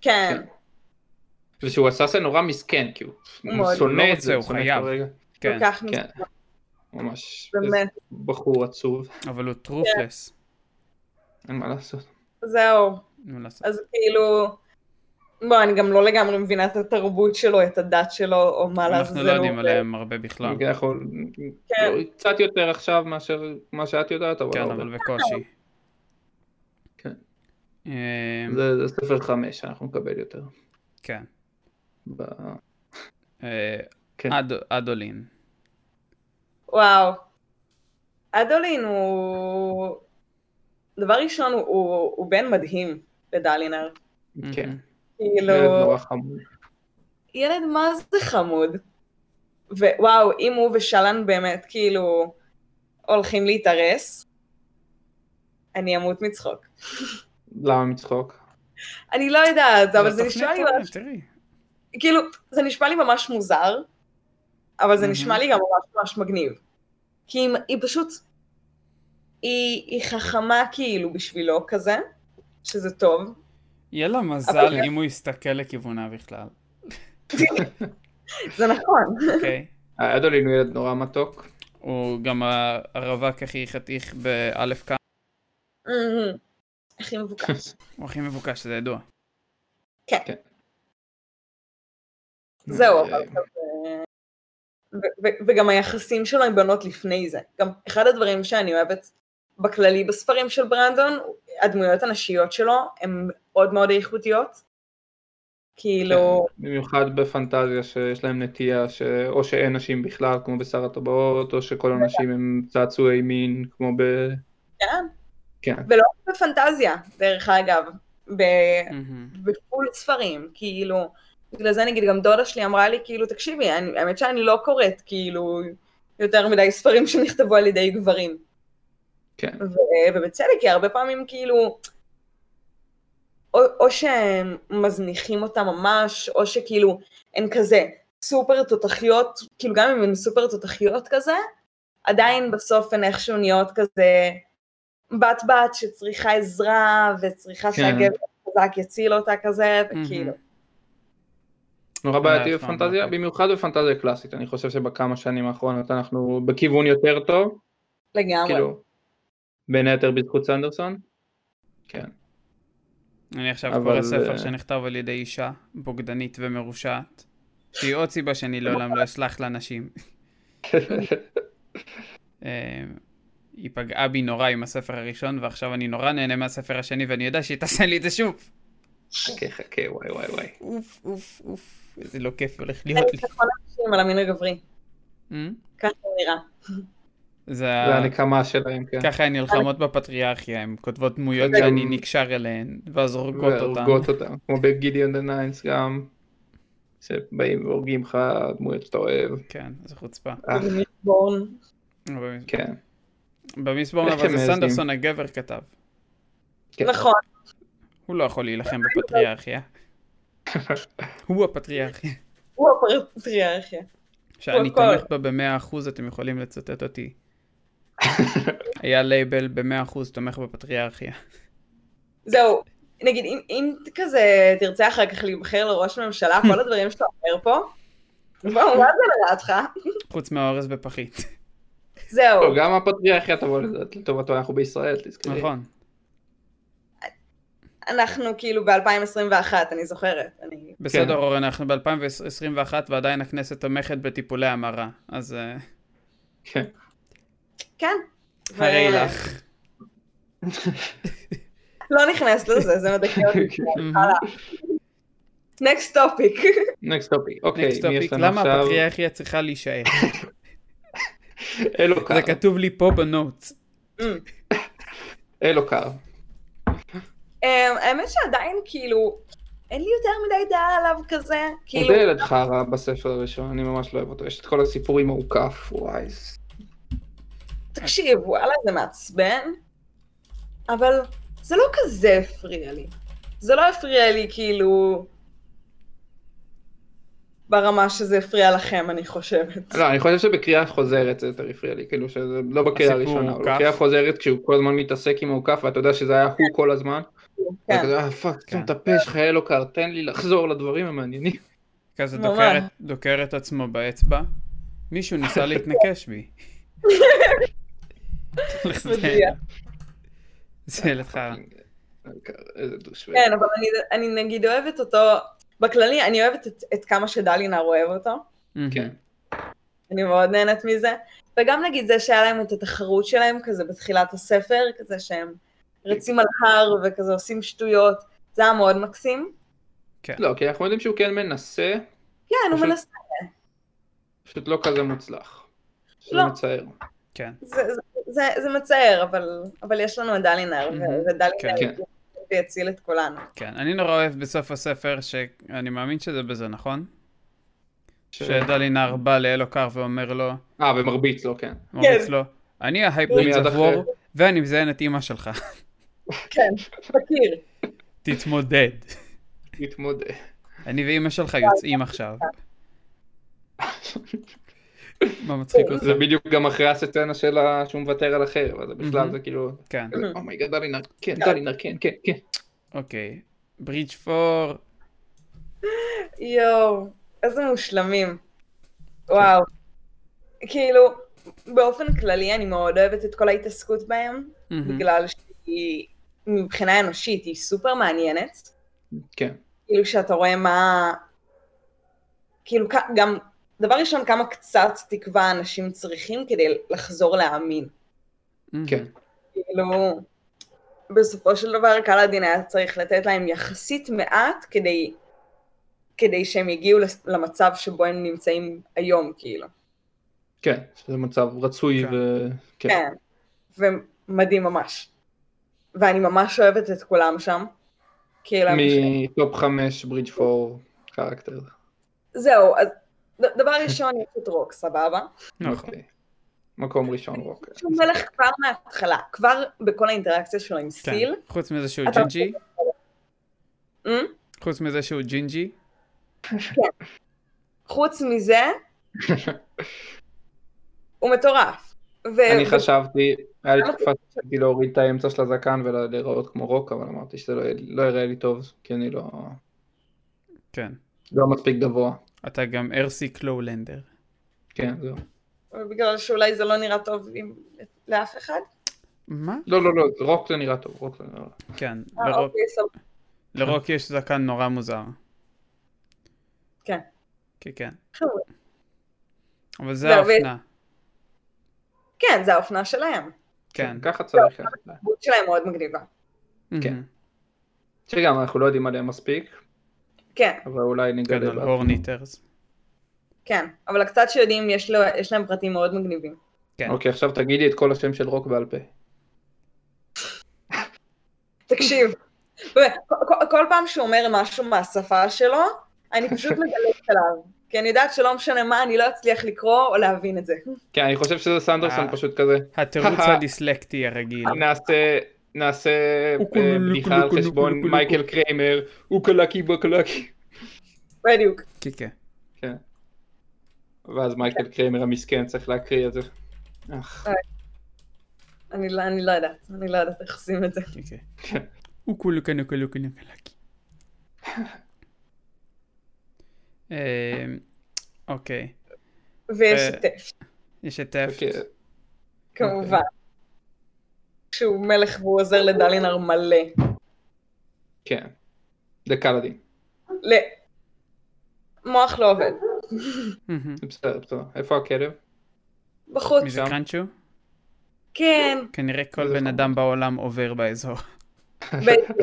Speaker 3: כן,
Speaker 2: כן. ושהוא עשה זה נורא מסכן, כי הוא
Speaker 3: מאוד.
Speaker 1: לא
Speaker 2: שונא את
Speaker 1: רוצה,
Speaker 2: זה,
Speaker 1: הוא
Speaker 2: שונא את
Speaker 1: חייב.
Speaker 2: הרגע.
Speaker 1: כן,
Speaker 3: כל כך
Speaker 2: כן. ממש
Speaker 3: באמת.
Speaker 2: איזה בחור עצוב,
Speaker 1: אבל הוא
Speaker 3: כן.
Speaker 1: טרופלס.
Speaker 2: אין מה לעשות.
Speaker 3: זהו,
Speaker 1: אין מה לעשות.
Speaker 3: אז כאילו, בוא, אני גם לא לגמרי מבינה את התרבות שלו, את הדת שלו, או מה לעזאזל.
Speaker 1: אנחנו לא יודעים
Speaker 3: הוא-
Speaker 1: עליהם הרבה בכלל.
Speaker 2: אנחנו
Speaker 3: כן.
Speaker 2: לא, קצת יותר עכשיו מאשר מה שאת יודעת, אבל
Speaker 1: כן,
Speaker 2: לא
Speaker 1: אבל
Speaker 2: הרבה.
Speaker 1: בקושי.
Speaker 2: כן.
Speaker 1: אה,
Speaker 2: זה- זה ספר חמש שאנחנו נקבל יותר.
Speaker 1: כן.
Speaker 2: ב-
Speaker 1: אה,
Speaker 2: כן.
Speaker 1: אד- אדולין.
Speaker 3: וואו. אדולין הוא... דבר ראשון, הוא, הוא, הוא בן מדהים לדלינר.
Speaker 2: כן,
Speaker 1: מהמם.
Speaker 3: כאילו,
Speaker 2: ילד נורא חמור.
Speaker 3: ילד מה זה חמוד. ווואו, אם הוא ושלן באמת, כאילו, הולכים להתארס, אני אמות מצחוק.
Speaker 2: למה מצחוק?
Speaker 3: אני לא יודעת, אבל זה
Speaker 1: התוכנית
Speaker 3: נשמע לי
Speaker 1: טובה,
Speaker 3: ממש
Speaker 1: תראי.
Speaker 3: כאילו, זה נשמע לי ממש מוזר, אבל זה
Speaker 1: מהמם.
Speaker 3: נשמע לי גם ממש ממש מגניב. כי היא, היא פשוט, היא, היא חכמה כאילו בשבילו כזה, שזה טוב.
Speaker 1: יהיה לה מזל
Speaker 3: כן.
Speaker 1: אם הוא יסתכל לכיוונה
Speaker 3: [LAUGHS]
Speaker 1: בכלל,
Speaker 3: זה נכון.
Speaker 1: אוקיי?
Speaker 2: האדולין הוא ילד נורא מתוק.
Speaker 1: הוא גם ה- הרווק הכי חתיך באלף קאם.
Speaker 3: מהמם. הכי מבוקש.
Speaker 1: הוא הכי מבוקש, זה ידוע.
Speaker 3: זהו,
Speaker 2: אה,
Speaker 3: אבל ו- ו- וגם היחסים שלו עם בנות לפני זה. גם אחד הדברים שאני אוהבת בכללי בספרים של ברנדון, הדמויות הנשיות שלו הן מאוד מאוד איכותיות. כאילו,
Speaker 2: במיוחד בפנטזיה שיש להם נטייה ש... או שאין נשים בכלל כמו בשר הטבעות או שכל הנשים הם צעצועי מין כמו ב...
Speaker 3: כן,
Speaker 2: כן.
Speaker 3: ולא רק בפנטזיה, דרך אגב, ב-
Speaker 1: מהמם.
Speaker 3: בפול ספרים, כאילו, בגלל זה נגיד גם דודה שלי אמרה לי, כאילו, תקשיבי, אני, האמת שאני לא קוראת, כאילו, יותר מדי ספרים שנכתבו על ידי גברים.
Speaker 2: כן.
Speaker 3: ו- ובצדק, כי הרבה פעמים כאילו, או, או שהם מזניחים אותה ממש, או שכאילו הן כזה סופר תותחיות, כאילו גם אם הן סופר תותחיות כזה, עדיין בסוף הן איכשהו נהיות כזה בת בת שצריכה עזרה, וצריכה
Speaker 2: כן.
Speaker 3: שהגבר חזק יציל אותה כזה, וכאילו,
Speaker 2: נורא
Speaker 1: אין לה
Speaker 2: בעייתי
Speaker 1: אף פעם
Speaker 2: בפנטזיה,
Speaker 1: בעייתי.
Speaker 2: במיוחד בפנטזיה קלאסית, אני חושב שבכמה שנים האחרונות אנחנו בכיוון יותר טוב,
Speaker 3: לגמרי.
Speaker 2: כאילו, בין היתר בזכות סנדרסון.
Speaker 3: [LAUGHS]
Speaker 2: כן,
Speaker 1: אני עכשיו
Speaker 2: אבל אה,
Speaker 1: קורא
Speaker 2: זה-
Speaker 1: ספר שנכתב על ידי אישה בוגדנית ומרושעת, שהיא עוד סיבה שאני לעולם לא אסלח לאנשים. אה, היא פגעה בי נורא עם הספר הראשון, ועכשיו אני נורא נהנה מהספר השני, ואני יודע שהיא תעשה לי את זה שוב.
Speaker 2: חכה חכה וואי וואי וואי.
Speaker 1: אוף, אוף, אוף, איזה לא כיף הולך
Speaker 3: אין
Speaker 1: להיות לי.
Speaker 3: ביטחון אנשים על המין הגברי,
Speaker 1: אה?
Speaker 3: ככה זה נראה.
Speaker 1: זה
Speaker 2: זה
Speaker 1: ה-
Speaker 2: הנקמה שלהם, כן.
Speaker 1: ככה הן נלחמות בפטריארכיה, הן כותבות דמויות
Speaker 2: וגם-
Speaker 1: שאני נקשר אליהן, ואז הורגות אותן.
Speaker 2: והורגות אותם, כמו בגידיון דה ניינס גם, שבאים והורגים לך דמויות שאתה אוהב.
Speaker 1: כן, זה חוצפה.
Speaker 2: אה,
Speaker 3: בורן.
Speaker 1: אבל-
Speaker 2: כן,
Speaker 1: במסבורן
Speaker 2: איך
Speaker 1: אבל
Speaker 2: הם
Speaker 1: זה
Speaker 2: מעזים?
Speaker 1: סנדרסון הגבר כתב.
Speaker 2: כן.
Speaker 3: נכון,
Speaker 1: הוא לא יכול להילחם בפטריארכיה. הוא הפטריארכיה.
Speaker 3: הוא הפרטריארכיה.
Speaker 1: שאני
Speaker 3: הוא הכל.
Speaker 1: תומך בה במאה אחוז, אתם יכולים לצטט אותי. היה לייבל במאה אחוז תומך בפטריארכיה.
Speaker 3: זהו, נגיד, אם, אם כזה תרצה אחר כך להיבחר לראש ממשלה,
Speaker 2: [LAUGHS]
Speaker 3: כל הדברים שאתה אומר פה, בואו, מה זה לדעתך?
Speaker 1: חוץ מהאורז בפחית.
Speaker 3: זהו,
Speaker 2: לא, גם הפטריארכיה תבוא לזה, לטובתו אנחנו בישראל, תזכרי. [LAUGHS]
Speaker 1: נכון.
Speaker 3: כן. אנחנו כאילו ב-2021, אני זוכרת. אני...
Speaker 1: בסדר אורן, אנחנו ב-2021 ועדיין הכנסת תומכת בטיפולי המרה. אז אה,
Speaker 2: כן.
Speaker 3: כן.
Speaker 1: הרי
Speaker 3: ו-
Speaker 1: לך.
Speaker 3: לא נכנס לזה, זה מדכא
Speaker 2: [LAUGHS]
Speaker 3: אותי. הלאה.
Speaker 1: Mm-hmm.
Speaker 3: נקסט טופיק. [LAUGHS]
Speaker 2: נקסט טופיק, אוקיי,
Speaker 1: נקסט
Speaker 2: מי יש
Speaker 1: טופיק,
Speaker 2: לנו
Speaker 1: למה
Speaker 2: עכשיו?
Speaker 1: הפטריארכיה צריכה להישאר?
Speaker 2: אלוקר,
Speaker 1: זה כתוב לי פה בנוטס.
Speaker 2: אלוקר.
Speaker 3: אמ, האמת שעדיין כאילו, אין לי יותר מדי דעה עליו כזה,
Speaker 2: הוא
Speaker 3: כאילו,
Speaker 2: די ילד חרא בספר הראשון, אני ממש לא אוהב אותו, יש את כל הסיפור עם העוקף, וואי. זה-
Speaker 3: תקשיב, וואלה זה מעצבן, אבל זה לא כזה הפריע לי. זה לא הפריע לי כאילו... ברמה שזה הפריע לכם, אני חושבת.
Speaker 2: לא, אני חושב שבקריאה חוזרת זה יותר הפריע לי, כאילו שזה לא בקריאה
Speaker 1: הסיפור
Speaker 2: הראשונה,
Speaker 1: העוקף.
Speaker 2: אבל בקריאה חוזרת כשהוא כל הזמן מתעסק עם העוקף ואתה יודע שזה היה הוא כל הזמן, אתה
Speaker 3: כן.
Speaker 2: כזה, אה פאק,
Speaker 1: כן.
Speaker 2: תן את הפה שלך אלוקר, תן לי לחזור לדברים המעניינים.
Speaker 1: כזה
Speaker 3: ממש.
Speaker 1: דוקר את- דוקר את עצמו באצבע. מישהו ניסה להתנקש בי.
Speaker 3: מדויק.
Speaker 1: זה ילד חרא.
Speaker 2: אוקיי. איזה דושווה.
Speaker 3: כן, אבל אני, אני נגיד אוהבת אותו, בכללי אני אוהבת את, את כמה שדלינר אוהב אותו,
Speaker 2: כן.
Speaker 3: אני מאוד נהנית מזה, וגם נגיד זה שהיה להם את התחרות שלהם כזה בתחילת הספר, כזה שהם רצים על הר וכזה עושים שטויות, זה היה מאוד מקסים.
Speaker 2: לא, כי אנחנו יודעים שהוא כן מנסה,
Speaker 3: כן, הוא
Speaker 2: פשוט-
Speaker 3: מנסה,
Speaker 2: פשוט לא כזה מוצלח. זה
Speaker 3: לא.
Speaker 2: מצער.
Speaker 1: כן.
Speaker 3: זה, זה, זה, זה מצער, אבל, אבל יש לנו את דלינר,
Speaker 1: Mhm,
Speaker 3: ו- ודלינר
Speaker 2: כן.
Speaker 3: יציל את כולנו.
Speaker 1: כן. אני נורא אוהב בסוף הספר, שאני מאמין שזה בזה, נכון? שדלינר בא לאלוקר ואומר לו,
Speaker 2: אה, ומרביץ לו, כן.
Speaker 1: מוריץ לו, אני ההייבריד
Speaker 2: ומיד אחרי-
Speaker 1: זבור, ואני מזיין את אימא שלך. [LAUGHS]
Speaker 3: כן, מכיר.
Speaker 1: תתמודד.
Speaker 2: מתמודד.
Speaker 1: [LAUGHS] אני ואימא שלך יוצאים עכשיו. מה מצחיק אותך?
Speaker 2: זה בדיוק גם אחרי הסצנה שלה שהוא מוותר על החרב, אז
Speaker 1: מהמם.
Speaker 2: בכלל זה כאילו,
Speaker 1: כן.
Speaker 2: אומייגה דלינר, כן, דלינר, כן, כן, כן.
Speaker 1: אוקיי. ברידג' פור.
Speaker 3: יואו, איזה מושלמים. וואו. כאילו, באופן כללי אני מאוד אוהבת את כל ההתעסקות בהם,
Speaker 1: מהמם.
Speaker 3: בגלל שהיא, מבחינה אנושית, היא סופר מעניינת.
Speaker 2: כן,
Speaker 3: כאילו שאתה רואה מה... כאילו כ- גם, דבר ראשון, כמה קצת תקווה אנשים צריכים כדי לחזור להאמין.
Speaker 1: מהמם.
Speaker 2: כן.
Speaker 3: כאילו, בסופו של דבר קלאדין היה צריך לתת להם יחסית מעט כדי, כדי שהם יגיעו לס- למצב שבו הם נמצאים היום, כאילו.
Speaker 2: כן, שזה מצב רצוי
Speaker 1: כן.
Speaker 2: ו... כן.
Speaker 3: כן. ומדהים ממש. ואני ממש אוהבת את כולם שם. כאילו, הם פשוט-
Speaker 2: מטופ 5 ברידג' 4 קרקטר.
Speaker 3: זהו, אז ד- דבר ראשון, יש את רוק, סבבה?
Speaker 1: נכון.
Speaker 2: אוקיי. מקום ראשון רוק.
Speaker 3: שהוא מלך כבר מההתחלה, כבר בכל האינטראקציה שלו עם
Speaker 1: כן.
Speaker 3: סטיל.
Speaker 1: חוץ מזה שהוא
Speaker 3: אתה-
Speaker 1: ג'ינג'י,
Speaker 3: אמ?
Speaker 1: חוץ מזה שהוא ג'ינג'י,
Speaker 3: חוץ
Speaker 2: [LAUGHS]
Speaker 3: מזה, הוא מטורף. ו- אה,
Speaker 2: אני חשבתי, היה לי
Speaker 3: למה-
Speaker 2: תקופה שרציתי להוריד את האמצע של הזקן ולהיראות כמו רוק, אבל אמרתי שזה לא יהיה- לא יראה לי טוב, כי אני לא
Speaker 1: כן.
Speaker 2: לא מספיק גבוה.
Speaker 1: אתה גם ארסי קלולנדר.
Speaker 2: כן, זהו.
Speaker 3: בגלל שאולי זה לא נראה טוב עם- לאף אחד.
Speaker 1: מה?
Speaker 2: לא, לא, לא, רוק זה נראה טוב, רוק זה נראה טוב.
Speaker 1: כן,
Speaker 3: אה,
Speaker 1: לרוק-
Speaker 3: אוקיי, סבבה.
Speaker 1: לרוק יש זקן נורא מוזר.
Speaker 3: כן.
Speaker 1: כן, כן.
Speaker 3: חבר'ה.
Speaker 1: אבל זה
Speaker 3: זה הרבה-
Speaker 1: האופנה.
Speaker 3: כן, זה האופנה שלהם.
Speaker 1: כן.
Speaker 2: ככה צריך. ככה.
Speaker 3: הדמות שלהם מאוד מגניבה.
Speaker 2: כן.
Speaker 1: מהמם.
Speaker 2: שגם אנחנו לא יודעים עליהם מספיק,
Speaker 3: כן,
Speaker 2: אבל אולי
Speaker 1: כן,
Speaker 2: נגלה.
Speaker 1: על
Speaker 2: בעתיד.
Speaker 1: הורניטרס.
Speaker 3: כן. אבל הקצת שיודעים, יש לו- יש להם פרטים מאוד מגניבים.
Speaker 1: כן.
Speaker 2: אוקיי, עכשיו תגידי את כל השם של רוק בעל פה.
Speaker 3: תקשיב, [LAUGHS] באמת, כל- כל- כל פעם שהוא אומר משהו מהשפה שלו, אני פשוט מגלגת עליו. כי אני יודעת שלא משנה מה, אני לא אצליח לקרוא או להבין את זה.
Speaker 2: כן, אני חושב שזה סנדרסון
Speaker 1: אה.
Speaker 2: פשוט כזה.
Speaker 1: התירוץ הדיסלקטי הרגיל.
Speaker 2: נעשה, נעשה אה, בדיחה על חשבון מייקל קריימר, הוא קלקי בקלקי.
Speaker 3: בדיוק.
Speaker 1: כן, כן.
Speaker 2: ואז מייקל קריימר המסכן צריך להקריא את זה. אך,
Speaker 3: אני לא- אני לא יודעת, אני לא יודעת איך עושים את זה.
Speaker 1: כן, כן. הוא כולו כנו כולו כנו כלקי. אה, אוקיי,
Speaker 3: ויש
Speaker 1: אה,
Speaker 3: את טף,
Speaker 1: יש את טף.
Speaker 2: אוקיי,
Speaker 3: כמובן. שהוא מלך והוא עוזר לדלינר מלא.
Speaker 2: כן. זה קלאדי.
Speaker 3: ל... מוח לא עובד.
Speaker 1: מהמם.
Speaker 2: זה בסדר, בסדר. איפה הכלב?
Speaker 3: בחוץ.
Speaker 1: מי זה
Speaker 2: שם.
Speaker 1: קרנצ'ו?
Speaker 3: כן.
Speaker 1: כנראה כל
Speaker 2: זה
Speaker 1: בן
Speaker 2: חמוד.
Speaker 1: אדם בעולם עובר באזור. [LAUGHS]
Speaker 3: ב-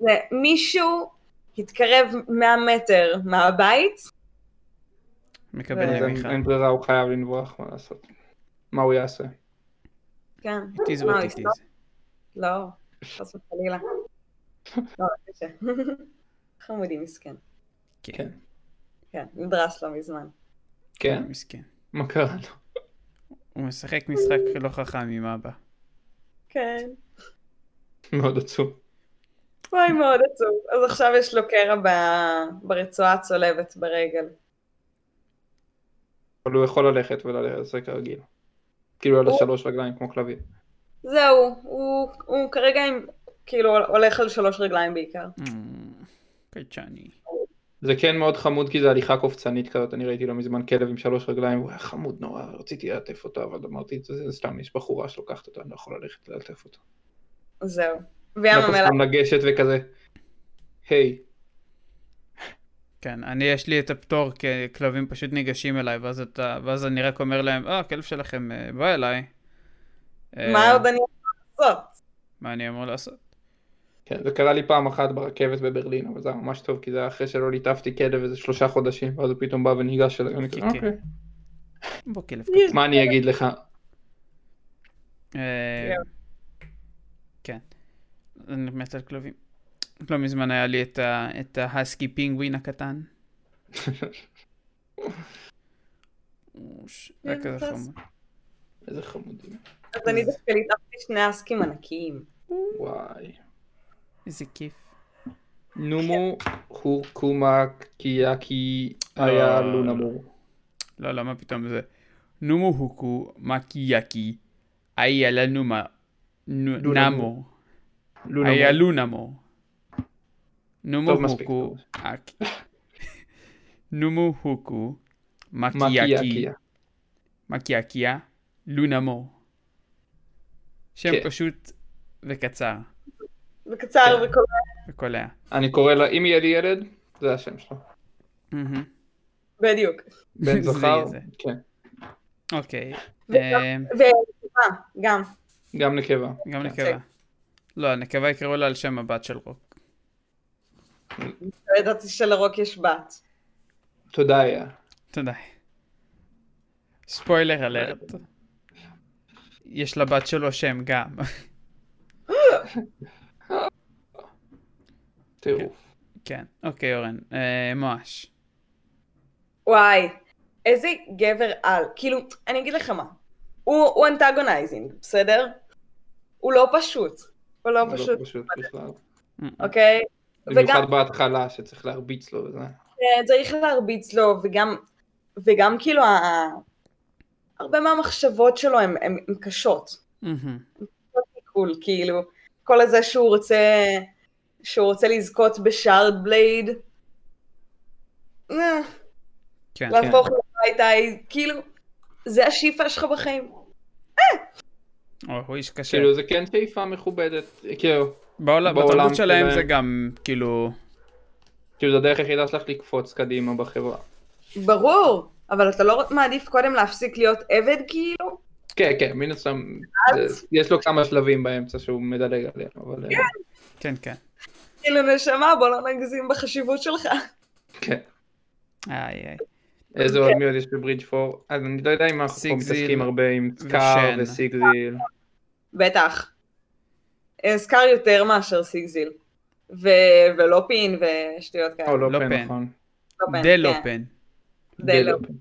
Speaker 3: זה- מישהו התקרב 100 מטר מהבית,
Speaker 1: מקבל
Speaker 3: אה,
Speaker 2: אז אין-
Speaker 1: נביחה.
Speaker 2: אין ברירה, הוא חייב לנבוח, מה לעשות? מה הוא יעשה?
Speaker 3: כן.
Speaker 1: It is
Speaker 2: אה,
Speaker 3: מה,
Speaker 1: what it
Speaker 3: לסתום?
Speaker 1: is.
Speaker 3: לא, חס וחלילה. לא, בבקשה. [LAUGHS] חמודי מסכן.
Speaker 1: כן,
Speaker 2: כן.
Speaker 3: כן, נדרס לא מזמן.
Speaker 2: כן?
Speaker 1: מסכן.
Speaker 2: מה קרה לו? [LAUGHS]
Speaker 1: הוא משחק משחק לא חכם עם אבא.
Speaker 3: כן.
Speaker 2: מאוד עצוב.
Speaker 3: וואי, מאוד עצוב. אז עכשיו יש לו קרע ב- ברצועה הצולבת ברגל.
Speaker 2: אבל הוא יכול ללכת וללכת כרגיל. כאילו על השלוש רגליים כמו כלבים.
Speaker 3: זהו, הוא, הוא כרגע עם, כאילו הולך על שלוש רגליים בעיקר.
Speaker 1: אמ, קייצ'ני.
Speaker 2: זה כן מאוד חמוד כי זה הליכה קופצנית כזאת, אני ראיתי לא מזמן כלב עם שלוש רגליים, הוא היה חמוד נורא, רציתי לעטף אותו, אבל אמרתי, זה זה סתם, יש בחורה שלוקחת אותו, אני לא יכול ללכת לעטף אותו.
Speaker 3: זהו.
Speaker 2: אני
Speaker 3: וים
Speaker 2: יכול
Speaker 3: המלח,
Speaker 2: סתם לגשת וכזה, היי,
Speaker 1: כן, אני יש לי את הפטור, כי כלבים פשוט ניגשים אליי, ואז אתה, ואז אני רק אומר להם, אה, הכלב שלכם אה, בא אליי. אה,
Speaker 3: מה עוד אני יכול לעשות?
Speaker 1: מה אני אמור לעשות?
Speaker 2: כן, זה קרה לי פעם אחת ברכבת בברלין, אבל זה היה ממש טוב, כי זה היה אחרי שלא ליטפתי כלב איזה שלושה חודשים, ואז הוא פתאום בא וניגש אליי, ואני כזה,
Speaker 1: אוקיי.
Speaker 2: אוקיי,
Speaker 1: בוא כלב.
Speaker 2: מה אני אגיד לך?
Speaker 1: אה, כן. אני מת על כלבים. לא מזמן היה לי את ה- את ההסקי פינגווין הקטן. אוש, זה היה כזה חמוד.
Speaker 2: איזה חמודים,
Speaker 3: אז אני דווקא ליטפתי שני אסקים ענקיים.
Speaker 2: וואי.
Speaker 1: איזה כיף.
Speaker 2: נומו חורקומה קיאקי
Speaker 1: אה,
Speaker 2: היה לונמור.
Speaker 1: לא, למה פתאום זה? נומו הוקו מקיאקי. היה לנו מה... נו-
Speaker 2: לונמו.
Speaker 1: נמו.
Speaker 2: לונמור.
Speaker 1: היה לונמו. נומו
Speaker 2: טוב, מספיק,
Speaker 1: הוקו.
Speaker 2: טוב.
Speaker 1: אק- [LAUGHS] נומו הוקו. מקיאקי.
Speaker 2: מקיאקיה.
Speaker 1: מקיאקיה. לונמו. שם
Speaker 2: כן.
Speaker 1: פשוט וקצר.
Speaker 3: בקצר
Speaker 2: כן.
Speaker 3: וכל...
Speaker 1: וקולע.
Speaker 2: אני קורא לה, אם יהיה לי ילד, זה השם שלו.
Speaker 1: מהמם.
Speaker 3: בדיוק.
Speaker 1: [LAUGHS]
Speaker 2: בן
Speaker 1: זה
Speaker 2: זכר,
Speaker 1: זה.
Speaker 2: כן.
Speaker 1: אוקיי.
Speaker 3: וגם-
Speaker 1: אמ,
Speaker 3: ונקבה, גם.
Speaker 2: גם נקבה.
Speaker 1: גם
Speaker 2: כן.
Speaker 1: נקבה. לא, נקבה יקראו לה על שם הבת של רוק.
Speaker 3: לא ידעתי שלרוק יש בת.
Speaker 2: תודה, יא.
Speaker 1: תודה. ספוילר אלרט. יש לבת שלו שם גם. [LAUGHS]
Speaker 2: טירוף.
Speaker 1: כן. אוקיי, אורן. אה, מואש.
Speaker 3: וואי, איזה גבר על. כאילו, אני אגיד לך מה. הוא, הוא אנטגונייזינג, בסדר? הוא לא פשוט. הוא לא
Speaker 2: זה
Speaker 3: פשוט,
Speaker 2: לא פשוט בכלל.
Speaker 3: אוקיי? וגם
Speaker 2: במיוחד בהתחלה שצריך להרביץ לו וזה.
Speaker 1: כן.
Speaker 3: אה, צריך להרביץ לו, וגם, וגם כאילו, ה- ה- הרבה מהמחשבות שלו הן- הן הן קשות.
Speaker 1: מהמם.
Speaker 3: קול, כאילו, כל הזה שהוא רוצה, שהוא רוצה לזכות בשארד בלייד, אה,
Speaker 1: כן.
Speaker 3: להפוך לביתה, כאילו, זה השאיפה שלך בחיים.
Speaker 1: או, הוא איש קשה.
Speaker 2: כאילו זה כן שאיפה מכובדת, כאילו,
Speaker 1: בעולם,
Speaker 2: בעולם
Speaker 1: בתרבות שלהם
Speaker 2: שלהם.
Speaker 1: זה גם, כאילו,
Speaker 2: כאילו זה הדרך היחידה שלך לקפוץ קדימה בחברה.
Speaker 3: ברור, אבל אתה לא מעדיף קודם להפסיק להיות עבד כאילו?
Speaker 2: כן, כן, מן הסתם,
Speaker 3: אז?
Speaker 2: זה- יש לו כמה שלבים באמצע שהוא מדלג עליהם, אבל... אה,
Speaker 1: כן, כן.
Speaker 3: כאילו, נשמה, בוא לא נגזים בחשיבות שלך.
Speaker 2: כן.
Speaker 1: איי, איי.
Speaker 2: איזה עוד מי עוד יש בברידג' פור? אז אני לא יודע אם אנחנו פה
Speaker 1: סיגזיל
Speaker 2: מתעסקים הרבה עם
Speaker 1: ושן.
Speaker 2: סקאר וסיגזיל.
Speaker 3: בטח. אזכר יותר מאשר סיגזיל. ו- ולופין ושטויות כאלה.
Speaker 2: או לא
Speaker 1: לא
Speaker 2: פן,
Speaker 1: פן.
Speaker 2: נכון.
Speaker 3: לופין,
Speaker 1: לא, דה
Speaker 3: כן,
Speaker 1: לופן.
Speaker 3: די לופין.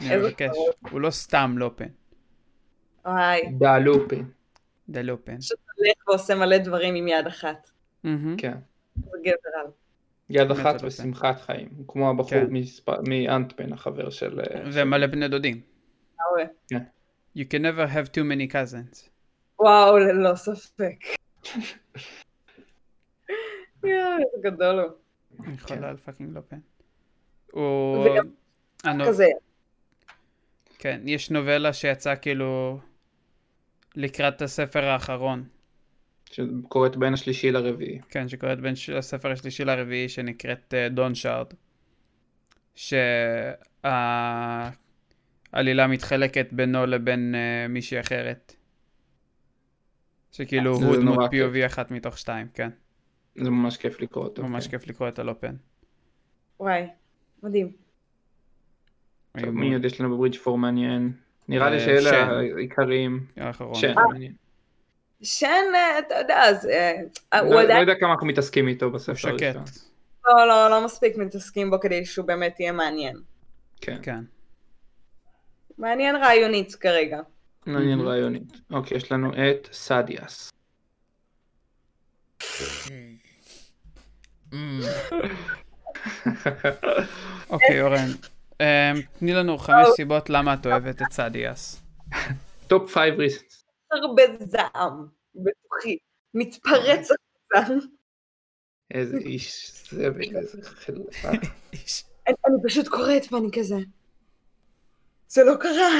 Speaker 1: אני
Speaker 3: איזה
Speaker 1: מבקש.
Speaker 3: חרוד.
Speaker 1: הוא לא סתם לופן.
Speaker 3: וואי,
Speaker 2: דה לופין,
Speaker 1: דה לופן.
Speaker 3: הולך ועושה מלא דברים עם יד אחת.
Speaker 1: מהמם.
Speaker 2: כן.
Speaker 3: זה גבר על.
Speaker 2: יד
Speaker 1: באמת
Speaker 2: אחת
Speaker 1: לא פן.
Speaker 2: ושמחת חיים, כמו הבחור
Speaker 1: כן.
Speaker 2: מספ- מאנטמן, החבר של... אה,
Speaker 1: ומלא בני דודים.
Speaker 3: לגמרי.
Speaker 1: You can never have too many cousins.
Speaker 3: וואו, ללא ספק. יואו, איזה גדול הוא.
Speaker 1: אני
Speaker 2: כן.
Speaker 1: חולה על פאקינג לופן. הוא...
Speaker 3: וגם
Speaker 2: לא-
Speaker 1: הנו-
Speaker 3: כזה,
Speaker 1: כן, יש נובלה שיצאה כאילו לקראת הספר האחרון,
Speaker 2: שקורית בין השלישי לרביעי.
Speaker 1: כן, שקורית בין ש- הספר השלישי לרביעי, שנקראת אה, דון שארד, שהעלילה מתחלקת בינו לבין אה, מישהי אחרת. שכאילו
Speaker 2: אה, זה
Speaker 1: הוא
Speaker 2: נורא
Speaker 1: דמות
Speaker 2: כיף. אוקיי.
Speaker 1: POV אחת מתוך שתיים, כן.
Speaker 2: זה ממש כיף לקרוא אותו.
Speaker 1: ממש
Speaker 2: כן.
Speaker 1: כיף לקרוא את הלופן.
Speaker 3: וואי, מדהים.
Speaker 2: טוב, מי עוד יש לנו בברידג' פור מעניין? נראה לי
Speaker 1: אה,
Speaker 2: שאלה
Speaker 1: שן.
Speaker 2: העיקריים.
Speaker 1: האחרון.
Speaker 2: שן,
Speaker 1: כן.
Speaker 2: מעניין.
Speaker 3: שן, אה, אתה יודע, אז אה, הוא
Speaker 2: לא לא
Speaker 3: עדיין
Speaker 2: יודע כמה אנחנו מתעסקים איתו
Speaker 1: הוא
Speaker 2: בספר
Speaker 1: שקט,
Speaker 2: הראשון.
Speaker 3: לא- לא לא מספיק מתעסקים בו כדי שהוא באמת יהיה מעניין.
Speaker 2: כן,
Speaker 1: כן.
Speaker 3: מעניין רעיונית כרגע.
Speaker 2: מעניין
Speaker 1: Mhm.
Speaker 2: רעיונית. אוקיי, יש לנו את [LAUGHS] סדיאס.
Speaker 1: אוקיי, אורן. אמ, תני לנו חמש סיבות למה את אוהבת את סעדיאס.
Speaker 2: טופ 5 ריסטס.
Speaker 3: הרבה זעם בתוכי, מתפרץ החוצה.
Speaker 2: איזה איש סבל, איזה חלפה.
Speaker 1: [LAUGHS]
Speaker 3: אני אני פשוט קוראת ואני כזה. זה לא קרה,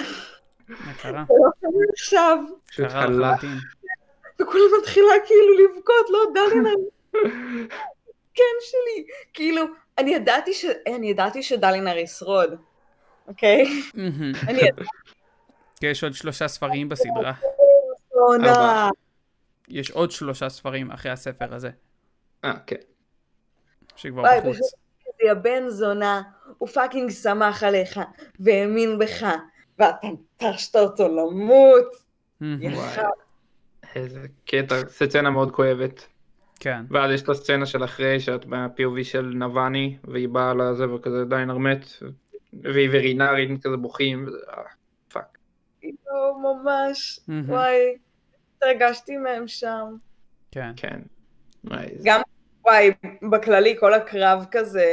Speaker 1: מה קרה?
Speaker 3: זה לא קרה עכשיו.
Speaker 2: פשוט
Speaker 1: קרה
Speaker 2: הלך.
Speaker 1: לחלוטין.
Speaker 3: וכולה מתחילה כאילו לבכות, לא, דליה, כן שלי. כאילו, אני ידעתי, ש... אני ידעתי שדלינר ישרוד, אוקיי?
Speaker 1: מהמם.
Speaker 2: [LAUGHS]
Speaker 3: אני ידעתי
Speaker 1: כי יש עוד שלושה ספרים בסדרה.
Speaker 3: עונה.
Speaker 2: אבל-
Speaker 1: יש עוד שלושה ספרים אחרי הספר הזה,
Speaker 2: אה, כן.
Speaker 1: שכבר
Speaker 3: וואי,
Speaker 1: בחוץ.
Speaker 3: פשוט- זה יא בן זונה, הוא פאקינג שמח עליך, והאמין בך, ואתה נטשת אותו למות.
Speaker 1: מהמם.
Speaker 2: וואי. איזה קטע, זו סצנה מאוד כואבת.
Speaker 1: כן.
Speaker 2: ואז יש את הסצנה של אחרי שאת מה-POV של נבני, והיא באה לזה וכזה דיינר מת, והיא ורינארין כזה בוכים, וזה, אה, פאק.
Speaker 3: לא, ממש,
Speaker 1: מהמם.
Speaker 3: וואי, התרגשתי מהם שם.
Speaker 1: כן.
Speaker 2: כן. וואי, זה-
Speaker 3: גם, וואי, בכללי כל הקרב כזה,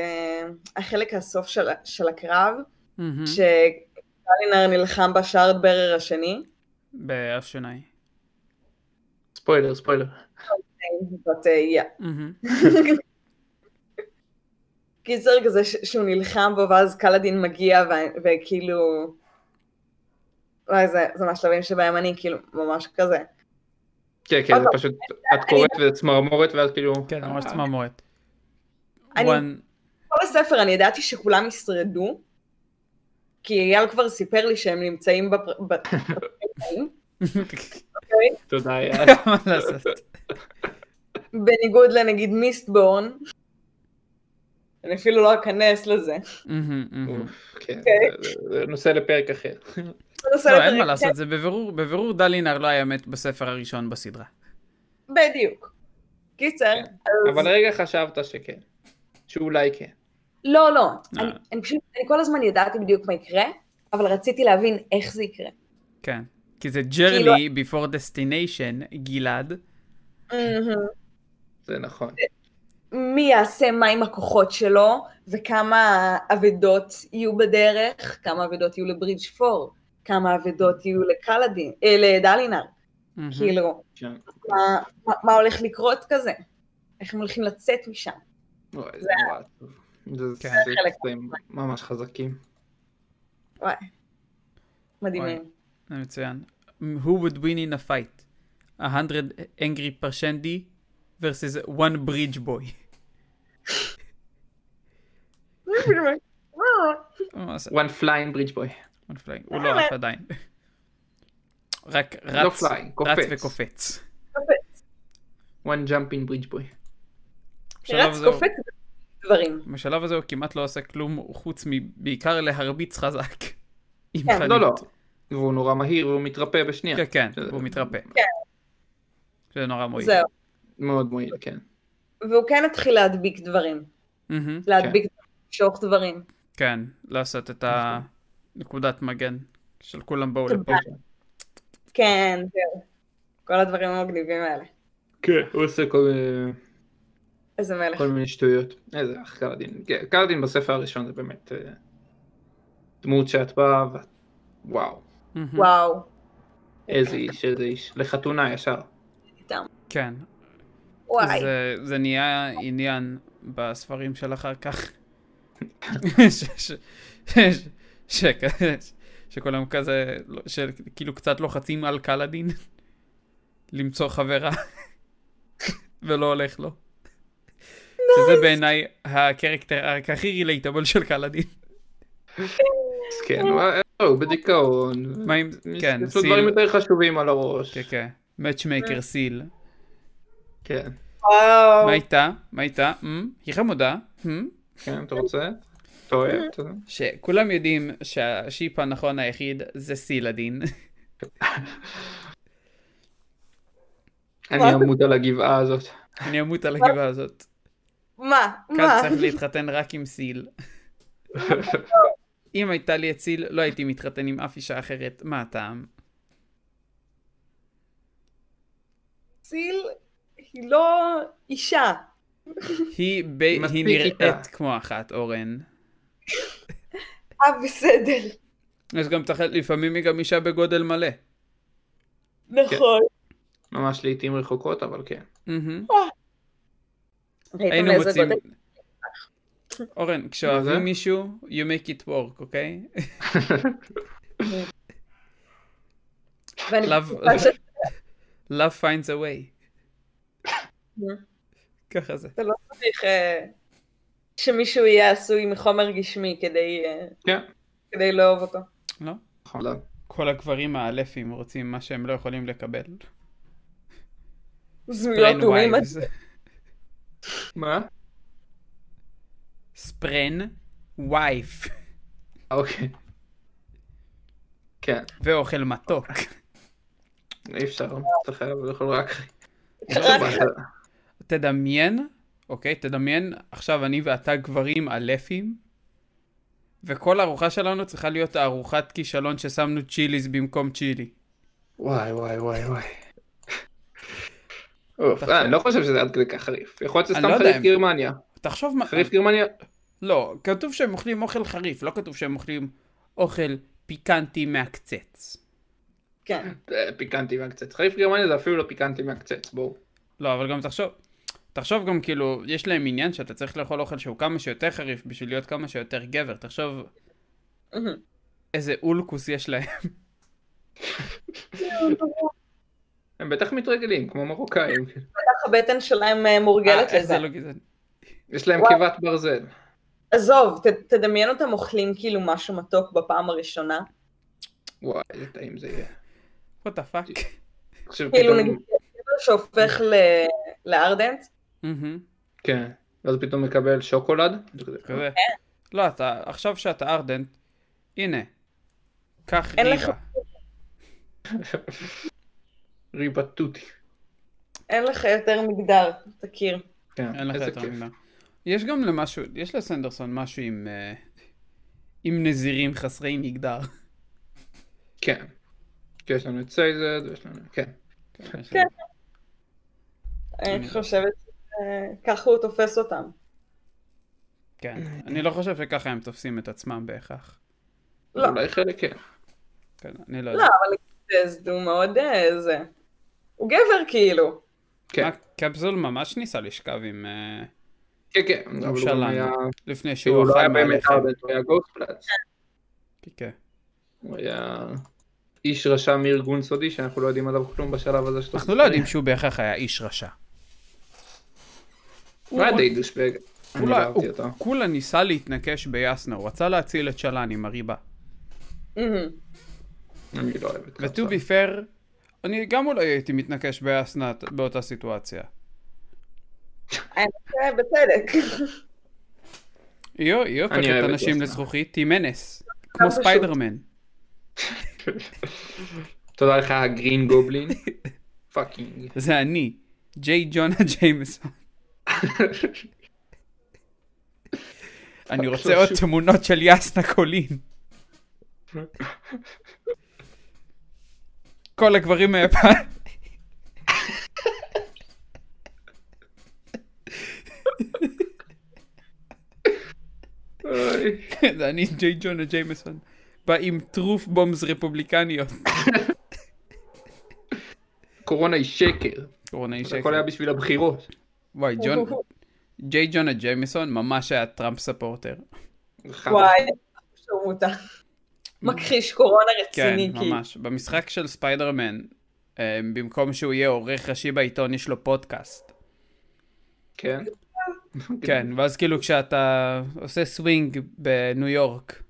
Speaker 3: החלק הסוף של, של הקרב,
Speaker 1: מהמם.
Speaker 3: כשקלינר נלחם בשארד ברר השני,
Speaker 1: באשונאי.
Speaker 2: ספוילר, ספוילר.
Speaker 3: זאת אה, יא.
Speaker 1: מהמם.
Speaker 3: קיצר כזה ש- שהוא נלחם בו, ואז קלאדין מגיע, ו- וכאילו... וואי, זה, זה מהשלבים שבהם אני כאילו ממש כזה.
Speaker 2: כן, כן,
Speaker 3: עוד
Speaker 2: זה
Speaker 3: לא.
Speaker 2: פשוט, את קוראת וזה צמרמורת, ואת כאילו...
Speaker 1: כן, ממש
Speaker 2: אה,
Speaker 1: צמרמורת.
Speaker 3: אני-
Speaker 1: [LAUGHS] One-
Speaker 3: כל הספר אני ידעתי שכולם ישרדו, כי אייל כבר סיפר לי שהם נמצאים בפר- ב- בפרקים הבאים.
Speaker 2: תודה, יאללה.
Speaker 1: מה לעשות?
Speaker 3: בניגוד לנגיד מיסטבורן, אני אפילו לא אכנס לזה.
Speaker 1: מהמם, מהמם.
Speaker 2: אוף, [LAUGHS] כן,
Speaker 3: אוקיי.
Speaker 2: זה- זה נושא לפרק אחר.
Speaker 1: לא,
Speaker 3: כן,
Speaker 1: אין מה לעשות, זה בבירור, בבירור דלינר לא היה מת בספר הראשון בסדרה.
Speaker 3: בדיוק. קיצר,
Speaker 2: כן.
Speaker 3: אז...
Speaker 2: אבל רגע חשבת שכן. שאולי כן.
Speaker 3: לא, לא.
Speaker 1: אה.
Speaker 3: אני, אני פשוט, אני כל הזמן ידעתי בדיוק מה יקרה, אבל רציתי להבין איך זה יקרה.
Speaker 1: כן. כי זה journey before destination, גלעד.
Speaker 3: מהמם.
Speaker 2: זה נכון.
Speaker 3: מי יעשה מה עם הכוחות שלו, וכמה אבדות יהיו בדרך, כמה אבדות יהיו לברידג' פור, כמה אבדות יהיו לקלדין, אה, לדלינר,
Speaker 1: Mm-hmm. מהמם.
Speaker 3: כאילו,
Speaker 2: כן.
Speaker 3: מה- מה- מה הולך לקרות כזה? איך הם הולכים לצאת משם?
Speaker 2: וואי, זה
Speaker 3: זה-
Speaker 2: נורא עצוב. זה- זה
Speaker 1: כן.
Speaker 3: חלק
Speaker 2: סרטים ממש חזקים.
Speaker 3: מדהימים.
Speaker 1: זה מצוין. Who would win in a fight? A hundred angry percendi versus one bridge boy.
Speaker 3: [LAUGHS]
Speaker 1: מה זה?
Speaker 2: one flying bridge boy.
Speaker 1: One flying. הוא לא עף עדיין. רק
Speaker 2: לא
Speaker 1: רץ,
Speaker 2: flying,
Speaker 1: רץ
Speaker 2: קופץ.
Speaker 1: וקופץ.
Speaker 2: one jumping bridge boy.
Speaker 1: בשלב
Speaker 3: רץ
Speaker 1: זה הוא-
Speaker 3: קופץ דברים.
Speaker 1: בשלב הזה הוא כמעט לא עושה כלום חוץ מבעיקר להרביץ חזק. [LAUGHS] עם
Speaker 3: כן.
Speaker 1: חנית.
Speaker 2: לא, לא. והוא נורא מהיר והוא מתרפא בשנייה.
Speaker 1: כן, כן,
Speaker 2: זה-
Speaker 1: הוא מתרפא. זה נורא מועיל.
Speaker 3: זהו.
Speaker 2: מאוד מועיל, כן.
Speaker 3: והוא כן התחיל להדביק דברים.
Speaker 1: מהמם.
Speaker 3: להדביק דברים, למשוך דברים.
Speaker 1: כן, לעשות את הנקודת מגן של כולם באו לפה.
Speaker 3: כן, זהו. כל הדברים המגניבים האלה.
Speaker 2: כן, הוא עושה כל מיני-
Speaker 3: איזה מלך.
Speaker 2: כל מיני שטויות. איזה אח קלדין. כן, קלדין בספר הראשון זה באמת אה, דמות שאת באה ואת... וואו.
Speaker 1: מהמם.
Speaker 3: וואו.
Speaker 2: איזה איש, איזה איש. לחתונה ישר.
Speaker 1: כן,
Speaker 3: וואי.
Speaker 1: זה, זה נהיה עניין בספרים של אחר כך. ש- ש- ש- שכזה- שכולם כזה, לא- שכאילו קצת לוחצים על קלאדין למצוא חברה, ולא הולך לו. שזה בעיניי הקרקטר הארק הכי רילייטבל של קלאדין.
Speaker 2: כן, אבל- לא, הוא בדיכאון.
Speaker 1: מה אם, כן,
Speaker 2: יש לו דברים
Speaker 1: סיל,
Speaker 2: יותר אה. חשובים על הראש.
Speaker 1: כן, כן, מאצ'מייקר סיל.
Speaker 2: כן.
Speaker 3: וואו.
Speaker 1: מה איתה? מה איתה? אמ? היא חמודה. אמ?
Speaker 2: כן, אתה רוצה? אתה אוהב? אתה-
Speaker 1: שכולם יודעים שהשיפ הנכון היחיד זה
Speaker 3: [LAUGHS]
Speaker 1: סילדין.
Speaker 2: אני אמות על הגבעה הזאת. [LAUGHS]
Speaker 1: אני אמות על הגבעה הזאת.
Speaker 3: מה?
Speaker 1: כאן
Speaker 3: מה?
Speaker 1: צריך להתחתן רק עם סיל. אם הייתה לי את סיל, לא הייתי מתחתן עם אף אישה אחרת. מה הטעם?
Speaker 3: סיל היא לא אישה.
Speaker 1: היא ב- היא
Speaker 2: מספיק
Speaker 1: נראית
Speaker 2: איתה.
Speaker 1: כמו אחת, אורן.
Speaker 3: אה, בסדר.
Speaker 1: יש גם תחת, לפעמים היא גם אישה בגודל מלא. כן.
Speaker 3: נכון.
Speaker 2: ממש לעיתים רחוקות, אבל כן.
Speaker 1: מהמם.
Speaker 3: ראיתם
Speaker 1: היינו
Speaker 3: לאיזה
Speaker 1: מוצאים...
Speaker 3: גודל?
Speaker 1: אורן,
Speaker 2: מה זה?
Speaker 1: כשאוהבים מישהו, you make it work,
Speaker 3: [LAUGHS]
Speaker 1: אוקיי?
Speaker 3: ואני
Speaker 1: Love-
Speaker 3: בטוחה ש-
Speaker 1: Love finds a way. ככה זה.
Speaker 3: אתה לא צריך אה, שמישהו יהיה עשוי מחומר גשמי כדי אה,
Speaker 2: כן.
Speaker 3: כדי לאהוב אותו.
Speaker 1: לא?
Speaker 2: נכון, לא.
Speaker 1: כל הגברים האלפים רוצים מה שהם לא יכולים לקבל.
Speaker 3: לא, זמיות טורים.
Speaker 2: מה?
Speaker 1: ספרן וייף.
Speaker 2: אה, אוקיי. כן,
Speaker 1: [LAUGHS] ואוכל מתוק.
Speaker 2: אי אפשר, אתה חייב לאכול רק...
Speaker 3: [LAUGHS] רק-
Speaker 1: תדמיין, אוקיי? תדמיין, עכשיו אני ואתה גברים אלפים, וכל הארוחה שלנו צריכה להיות הארוחת כישלון ששמנו צ'יליס במקום צ'ילי.
Speaker 2: וואי וואי וואי וואי. אוף, אה, אני לא חושב שזה עד כדי כך חריף. יכול להיות שזה
Speaker 1: אני
Speaker 2: סתם
Speaker 1: לא יודע
Speaker 2: חריף
Speaker 1: אם-
Speaker 2: גרמניה.
Speaker 1: תחשוב מה...
Speaker 2: חריף גרמניה,
Speaker 1: לא, כתוב שהם אוכלים אוכל חריף, לא כתוב שהם אוכלים אוכל פיקנטי מהקצץ. [LAUGHS]
Speaker 3: כן.
Speaker 2: אה, פיקנטי מהקצץ. חריף גרמניה זה אפילו לא פיקנטי מהקצץ, בואו.
Speaker 1: לא, אבל גם תחשוב, תחשוב גם כאילו, יש להם עניין שאתה צריך לאכול אוכל שהוא כמה שיותר חריף בשביל להיות כמה שיותר גבר. תחשוב
Speaker 3: מהמם.
Speaker 1: איזה אולקוס יש להם.
Speaker 2: הם בטח מתרגלים, כמו מרוקאים.
Speaker 3: כך הבטן שלהם אה, מורגלת
Speaker 1: אה, איך
Speaker 3: לזה.
Speaker 1: זה לא גזעני.
Speaker 2: יש להם
Speaker 3: וואו.
Speaker 2: קיבת ברזל.
Speaker 3: עזוב, ת- תדמיין אותם אוכלים כאילו משהו מתוק בפעם הראשונה.
Speaker 2: וואי, איזה טעים זה יהיה.
Speaker 1: what the fuck.
Speaker 2: כן. עכשיו
Speaker 3: כאילו
Speaker 2: פתאום...
Speaker 3: נגיד גבר שהופך ל- לארדנט,
Speaker 1: מהמם,
Speaker 2: כן. ואז פתאום מקבל שוקולד.
Speaker 1: כזה.
Speaker 2: אוקיי.
Speaker 1: לא, אתה, עכשיו שאתה ארדנט, הנה, קח
Speaker 3: אין לך-
Speaker 1: ריבה.
Speaker 2: ריבה תותי.
Speaker 3: אין לך יותר מגדר, תכיר.
Speaker 2: כן,
Speaker 1: אין לך
Speaker 2: איזה
Speaker 1: יותר
Speaker 2: כיף.
Speaker 1: מילה. יש גם למשהו, יש לסנדרסון משהו עם, אה, עם נזירים חסרי מגדר.
Speaker 2: כן. כי יש לנו את סייזד, ויש לנו... כן.
Speaker 3: כן. אני חושבת שככה הוא תופס אותם.
Speaker 1: כן.
Speaker 2: אה,
Speaker 1: אני לא חושב שככה הם תופסים את עצמם בהכרח.
Speaker 3: לא,
Speaker 2: אולי חלק כן.
Speaker 1: כן, אני לא
Speaker 3: לא,
Speaker 1: יודע.
Speaker 3: אבל זה- זה הוא מאוד אה, זה. הוא גבר כאילו.
Speaker 2: כן,
Speaker 1: מה, קפזול ממש ניסה לשכב עם... אה,
Speaker 2: כן, כן. אבל הוא גם
Speaker 1: שלנו.
Speaker 2: היה-
Speaker 1: לפני שהוא
Speaker 2: שהוא לא
Speaker 1: אכל
Speaker 2: היה באמת
Speaker 1: מהלחם.
Speaker 2: ארבן, הוא היה גוספלץ.
Speaker 1: כן, כן.
Speaker 2: הוא היה איש רשע מארגון סודי שאנחנו לא יודעים עליו כלום בשלב הזה שאתה...
Speaker 1: אנחנו לא יודעים שהוא בהכרח היה איש רשע.
Speaker 2: הוא היה די דושבג. אני לא
Speaker 1: כולה-
Speaker 2: אהבתי
Speaker 1: הוא
Speaker 2: אותו.
Speaker 1: כולה ניסה להתנקש ביאסנה, הוא רצה להציל את שלן עם הריבה.
Speaker 3: מהמם.
Speaker 2: אני לא אוהב את
Speaker 1: ו-to be fair, אני גם אולי הייתי מתנקש ביאסנה באותה סיטואציה.
Speaker 3: האמת שבצדק.
Speaker 1: היא היא
Speaker 2: אני אוהב
Speaker 1: הופכת
Speaker 2: את
Speaker 1: אנשים
Speaker 2: יאסנה.
Speaker 1: לזכוכית, היא מנס, כמו
Speaker 3: פשוט.
Speaker 1: ספיידרמן.
Speaker 2: תודה לך, גרין גובלין. פאקינג.
Speaker 1: זה אני, ג'יי ג'ונה ג'יימסון. אני רוצה עוד תמונות של יאסנה קולין. כל הגברים מהפעם.
Speaker 2: אוי.
Speaker 1: [LAUGHS] זה אני ג'יי ג'ונה ג'יימסון. בא עם טרוף בומס רפובליקניות.
Speaker 2: קורונה היא שקר.
Speaker 1: קורונה היא
Speaker 2: הכל היה
Speaker 1: שקר.
Speaker 2: בשביל הבחירות.
Speaker 1: וואי,
Speaker 3: [LAUGHS]
Speaker 1: ג'ון... ג'יי ג'ונה ג'יימסון ממש היה טראמפ ספורטר.
Speaker 3: וואי, שומעו אותה. מכחיש קורונה
Speaker 1: כן,
Speaker 3: רציני, כאילו.
Speaker 1: ממש. במשחק של ספיידרמן, אה, במקום שהוא יהיה עורך ראשי בעיתון, יש לו פודקאסט.
Speaker 2: כן.
Speaker 1: כן, ואז כאילו כשאתה עושה סווינג בניו יורק,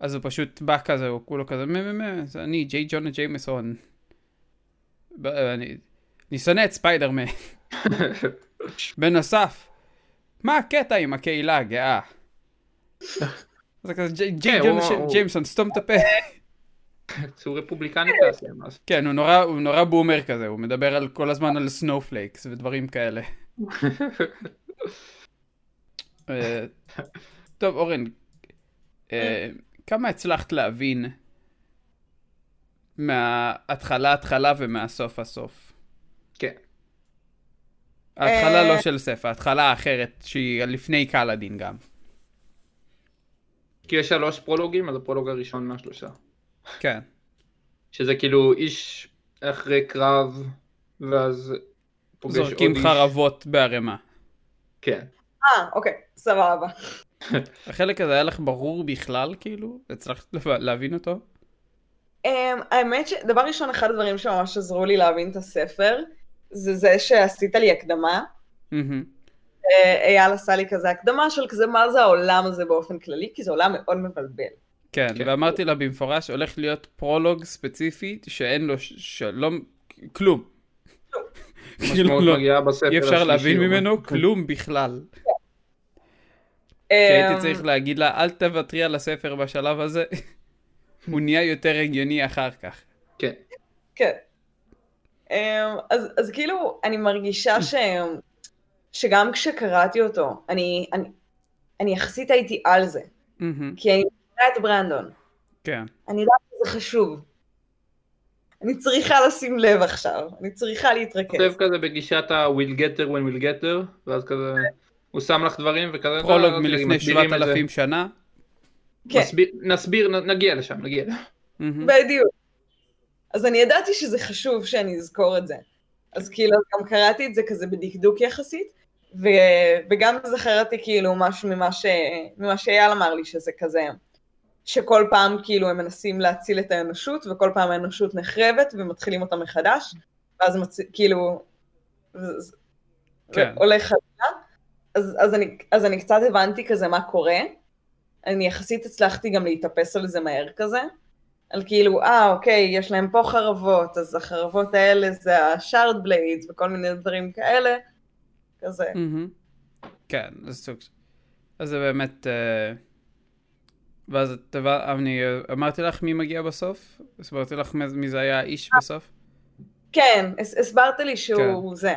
Speaker 1: אז הוא פשוט בא כזה, הוא כולו כזה, מה, מה, מה, זה אני, ג'יי ג'ונה ג'יימסון. ב- אני אני שונא את ספיידרמן. [LAUGHS] כן.
Speaker 2: [LAUGHS]
Speaker 1: בנוסף, מה הקטע עם הקהילה
Speaker 2: [LAUGHS]
Speaker 1: הגאה? זה כזה, "ג'יי- ג'יי
Speaker 2: כן,
Speaker 1: ג'ונה
Speaker 2: הוא- הוא-
Speaker 1: ג'יימסון, סתום את הפה.
Speaker 2: שהוא רפובליקני כזה. אז
Speaker 1: כן, הוא נורא, הוא נורא בומר כזה, הוא מדבר על, כל הזמן על סנופלייקס ודברים כאלה. אה, טוב, אורן, אה, כמה הצלחת להבין מההתחלה-התחלה ומהסוף-הסוף?
Speaker 2: כן.
Speaker 1: ההתחלה
Speaker 3: אה.
Speaker 1: לא של סף, ההתחלה האחרת, שהיא לפני קלאדין גם.
Speaker 2: [LAUGHS] כי יש שלוש פרולוגים, אז הפרולוג הראשון מהשלושה.
Speaker 1: כן,
Speaker 2: שזה כאילו איש אחרי קרב, ואז פוגש עוד איש.
Speaker 1: זורקים חרבות בערימה.
Speaker 2: כן.
Speaker 3: אה, אוקיי, סבבה.
Speaker 1: החלק הזה היה לך ברור בכלל, כאילו? הצלחת לב- להבין אותו?
Speaker 3: אמ, האמת שדבר ראשון, אחד הדברים שממש עזרו לי להבין את הספר, זה זה שעשית לי הקדמה.
Speaker 1: מהמם.
Speaker 3: אה, אייל עשה לי כזה הקדמה של כזה מה זה העולם הזה באופן כללי, כי זה עולם מאוד מבלבל.
Speaker 1: כן,
Speaker 2: כן.
Speaker 1: ואמרתי לה במפורש, הולך להיות פרולוג ספציפי שאין לו ש- שלום, כלום. [LAUGHS] כאילו
Speaker 2: משמעות
Speaker 1: לא,
Speaker 2: מגיעה בספר
Speaker 1: אי אפשר
Speaker 2: השלישי,
Speaker 1: להבין
Speaker 2: הוא אומר. אה,
Speaker 1: ממנו כלום בכלל. כי
Speaker 3: אמ,
Speaker 1: הייתי צריך להגיד לה, אל תוותרי על הספר בשלב הזה, [LAUGHS] הוא נהיה יותר הגיוני אחר כך.
Speaker 2: כן.
Speaker 3: כן. אמ, אז, אז כאילו, אני
Speaker 1: [LAUGHS]
Speaker 3: מרגישה ש, שגם כשקראתי אותו, אני, אני, אני יחסית הייתי על זה,
Speaker 1: מהמם,
Speaker 3: כי אני מכירה את ברנדון,
Speaker 1: כן,
Speaker 3: אני יודעת שזה חשוב. אני צריכה לשים לב עכשיו, אני צריכה להתרכז.
Speaker 2: כותב כזה בגישת ה-will get her when will get her, ואז כזה, הוא שם לך דברים וכזה,
Speaker 1: פרולוג
Speaker 2: "לא, לא,
Speaker 1: מלפני
Speaker 2: מסבירים את זה."
Speaker 1: 7,000 שנה.
Speaker 3: כן.
Speaker 2: מסביר- נסביר, נ- נגיע לשם,
Speaker 1: [LAUGHS]
Speaker 2: נגיע.
Speaker 1: מהמם,
Speaker 3: בדיוק. אז אני ידעתי שזה חשוב שאני אזכור את זה. אז כאילו, גם קראתי את זה כזה בדקדוק יחסית, ו... וגם זכרתי כאילו משהו ממה, ש... ממה שאייל אמר לי, שזה כזה, שכל פעם כאילו הם מנסים להציל את האנושות, וכל פעם האנושות נחרבת ומתחילים אותה מחדש, ואז מצ... כאילו, וזה-
Speaker 1: כן.
Speaker 3: הולך חזרה. אז, אז, אני, אז אני קצת הבנתי כזה מה קורה. אני יחסית הצלחתי גם להתאפס על זה מהר כזה. על כאילו, אה, אוקיי, יש להם פה חרבות, אז החרבות האלה זה השארד בליידס וכל מיני דברים כאלה. כזה.
Speaker 1: מהמם. כן, אז סוג של- אז זה באמת... אה, ואז את הבנת- אני אה, אמרתי לך מי מגיע בסוף? הסברתי לך מי- מי זה היה האיש בסוף?
Speaker 3: כן, הס- הסברת לי שהוא זה.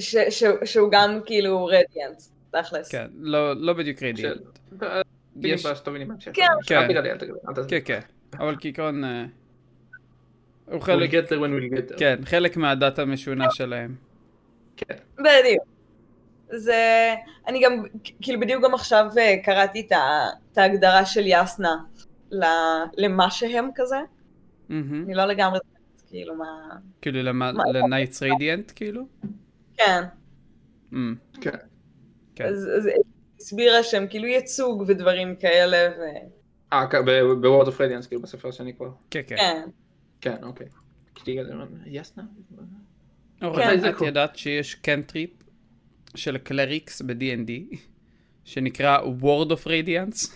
Speaker 3: ש, ש, שהוא גם כאילו רדיאנט, תכלס.
Speaker 1: כן, לא, לא בדיוק רדיאנט.
Speaker 2: של-
Speaker 1: יש-
Speaker 2: תגיד בהמשך.
Speaker 3: כן.
Speaker 1: כן.
Speaker 2: אל תגלה, אל תגלה, אל תגלה.
Speaker 1: כן, כן. אבל כעיקרון... אה, הוא
Speaker 2: We'll
Speaker 1: חלק,
Speaker 2: get there when we'll get there.
Speaker 1: כן, חלק מהדת המשונה שלהם.
Speaker 3: בדיוק. זה... אני גם, כאילו בדיוק גם עכשיו אה, קראתי את ה- את ההגדרה של יסנה ל- למה שהם כזה.
Speaker 1: מהמם.
Speaker 3: אני לא לגמרי יודעת, כאילו מה...
Speaker 1: כאילו למה-
Speaker 3: מה-
Speaker 1: לנייטס רדיאנט, כאילו?
Speaker 3: כן.
Speaker 1: אמ, כן.
Speaker 3: אז אז היא הסבירה שהם כאילו ייצוג ודברים כאלה, וכן.
Speaker 2: אה, כ- ב- ב-World of Radiance, כאילו בספר שאני כבר...
Speaker 1: כן, כן.
Speaker 2: כן, אוקיי. כשתהיה לזה, יסנה?
Speaker 1: אורן,
Speaker 2: כן. זה
Speaker 1: אוקיי, את
Speaker 2: cool.
Speaker 1: ידעת שיש קנטריפ של קלריקס ב-D&D, שנקרא Word of Radiance?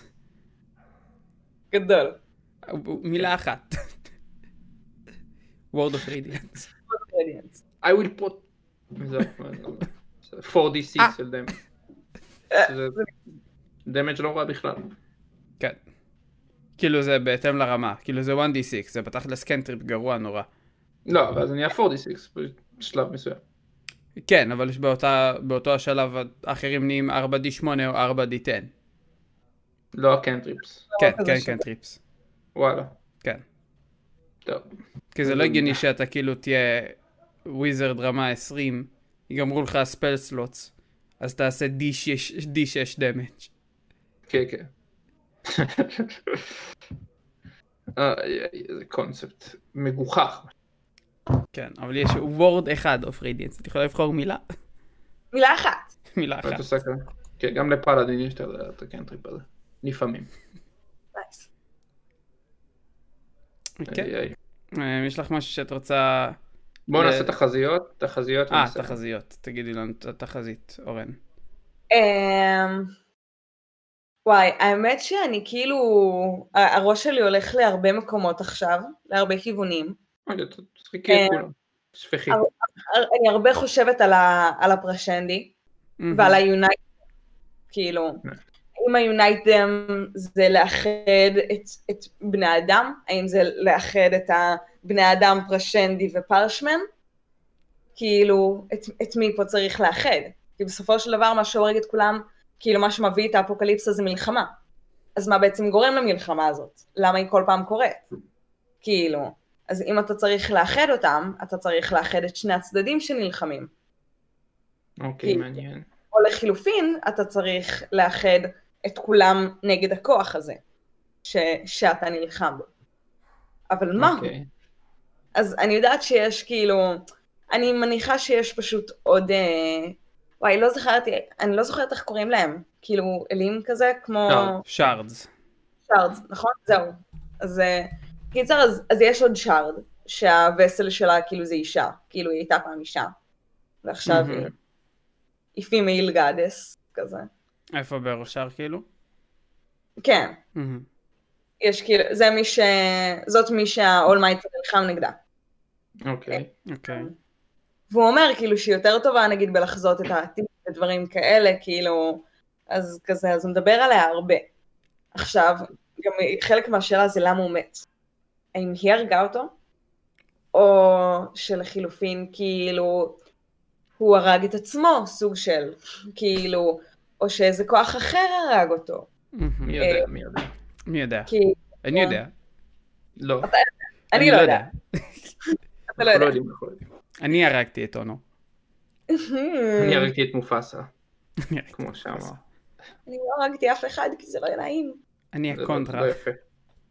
Speaker 3: גדול.
Speaker 1: מילה
Speaker 2: כן.
Speaker 1: אחת. Word of Radiance.
Speaker 2: I will put... לא זהו, זהו.
Speaker 1: אה.
Speaker 2: 4D6 של דמג'. שזה דמג' לא רע בכלל.
Speaker 1: כן. כאילו זה בהתאם לרמה, כאילו זה 1D6, זה בתכלס קנטריפ גרוע נורא.
Speaker 2: לא, ואז אני אהיה 4D6 בשלב מסוים.
Speaker 1: כן, אבל יש באותה, באותו השלב האחרים נהיים 4D8 או 4D10.
Speaker 2: לא הקנטריפס.
Speaker 1: כן,
Speaker 3: כזה
Speaker 1: כן,
Speaker 3: שזה-
Speaker 1: קנטריפס.
Speaker 2: וואלה.
Speaker 1: כן.
Speaker 2: טוב.
Speaker 1: כי זה לא הגיוני שאתה כאילו תהיה וויזרד רמה 20, ייגמרו לך הספל סלוטס, אז תעשה D6 D6 דמג'.
Speaker 2: כן, כן. אה, זה קונספט מגוחך.
Speaker 1: כן, אבל יש וורד אחד אוף רדיאנס, את יכולה לבחור מילה? [LAUGHS]
Speaker 3: מילה אחת.
Speaker 1: מילה
Speaker 2: את
Speaker 1: אחת.
Speaker 2: עושה כזה. כן, גם לפלאדין יש את הקנטריפ הזה. לפעמים.
Speaker 3: נייס.
Speaker 1: כן.
Speaker 2: איי, איי.
Speaker 1: אה, יש לך משהו שאת רוצה...
Speaker 2: בואו
Speaker 1: ל-
Speaker 2: נעשה תחזיות, תחזיות.
Speaker 1: אה,
Speaker 2: ונעשה-
Speaker 1: תחזיות. תגידי לנו את התחזית, אורן.
Speaker 3: אמ, וואי, האמת שאני כאילו, ה- הראש שלי הולך להרבה מקומות עכשיו, להרבה כיוונים.
Speaker 2: רגע, ת- תשחקי
Speaker 3: אה,
Speaker 2: את כולם. שפכי.
Speaker 3: אבל- הר- אני הרבה חושבת על, ה, על הפרשנדי ועל היונייט, כאילו,
Speaker 2: כן.
Speaker 3: אם היונייטם זה לאחד את, את בני האדם, האם זה לאחד את הבני האדם פרשנדי ופרשמן, כאילו, את, את מי פה צריך לאחד? כי בסופו של דבר מה שהורג את כולם, כאילו מה שמביא את האפוקליפסה זה מלחמה. אז מה בעצם גורם למלחמה הזאת? למה היא כל פעם קורית? כאילו, אז אם אתה צריך לאחד אותם, אתה צריך לאחד את שני הצדדים שנלחמים.
Speaker 2: אוקיי,
Speaker 3: כן.
Speaker 2: מעניין.
Speaker 3: או לחילופין, אתה צריך לאחד את כולם נגד הכוח הזה, ש, שאתה נלחם בו. אבל מה הוא?
Speaker 2: אוקיי.
Speaker 3: אז אני יודעת שיש כאילו, אני מניחה שיש פשוט עוד, אה, וואי, לא זכרתי, אני לא זוכרת איך קוראים להם, כאילו אלים כזה, כמו
Speaker 2: שארד.
Speaker 1: שארדס.
Speaker 3: שארד, נכון? זהו. אז אה, קיצר, אז, אז יש עוד שארד, שהווסל שלה כאילו זה אישה, כאילו היא הייתה פעם אישה, ועכשיו
Speaker 2: מהמם.
Speaker 3: היא- היא פימייל גאדס, כזה.
Speaker 1: איפה בראשר כאילו?
Speaker 3: כן,
Speaker 1: מהמם.
Speaker 3: יש כאילו, זה מי ש... זאת מי שהאולמייט נלחם נגדה. אה,
Speaker 2: אוקיי.
Speaker 1: אוקיי.
Speaker 3: והוא אומר כאילו שהיא יותר טובה נגיד בלחזות את העתיד ודברים כאלה, כאילו, אז כזה, אז הוא מדבר עליה הרבה. עכשיו, גם חלק מהשאלה זה למה הוא מת. האם היא הרגה אותו? או שלחילופין, כאילו, הוא הרג את עצמו, סוג של, כאילו, או שאיזה כוח אחר הרג אותו.
Speaker 1: מהמם.
Speaker 2: מי יודע, מי יודע.
Speaker 1: מי יודע?
Speaker 3: כי
Speaker 1: אני יודע.
Speaker 2: לא,
Speaker 3: אני לא יודעת, אתה לא
Speaker 2: אנחנו לא
Speaker 3: יודע.
Speaker 2: יודעים, אנחנו לא יודעים.
Speaker 1: אני הרגתי את אונו.
Speaker 3: אה. Hmm,
Speaker 2: אני הרגתי את מופסה,
Speaker 1: אני הרגתי
Speaker 2: כמו
Speaker 1: את
Speaker 2: שאמר.
Speaker 1: פרופסור.
Speaker 3: אני לא הרגתי אף אחד כי זה לא היה נעים.
Speaker 1: אני
Speaker 2: זה לא-
Speaker 1: הקונטרה.
Speaker 2: לא יפה.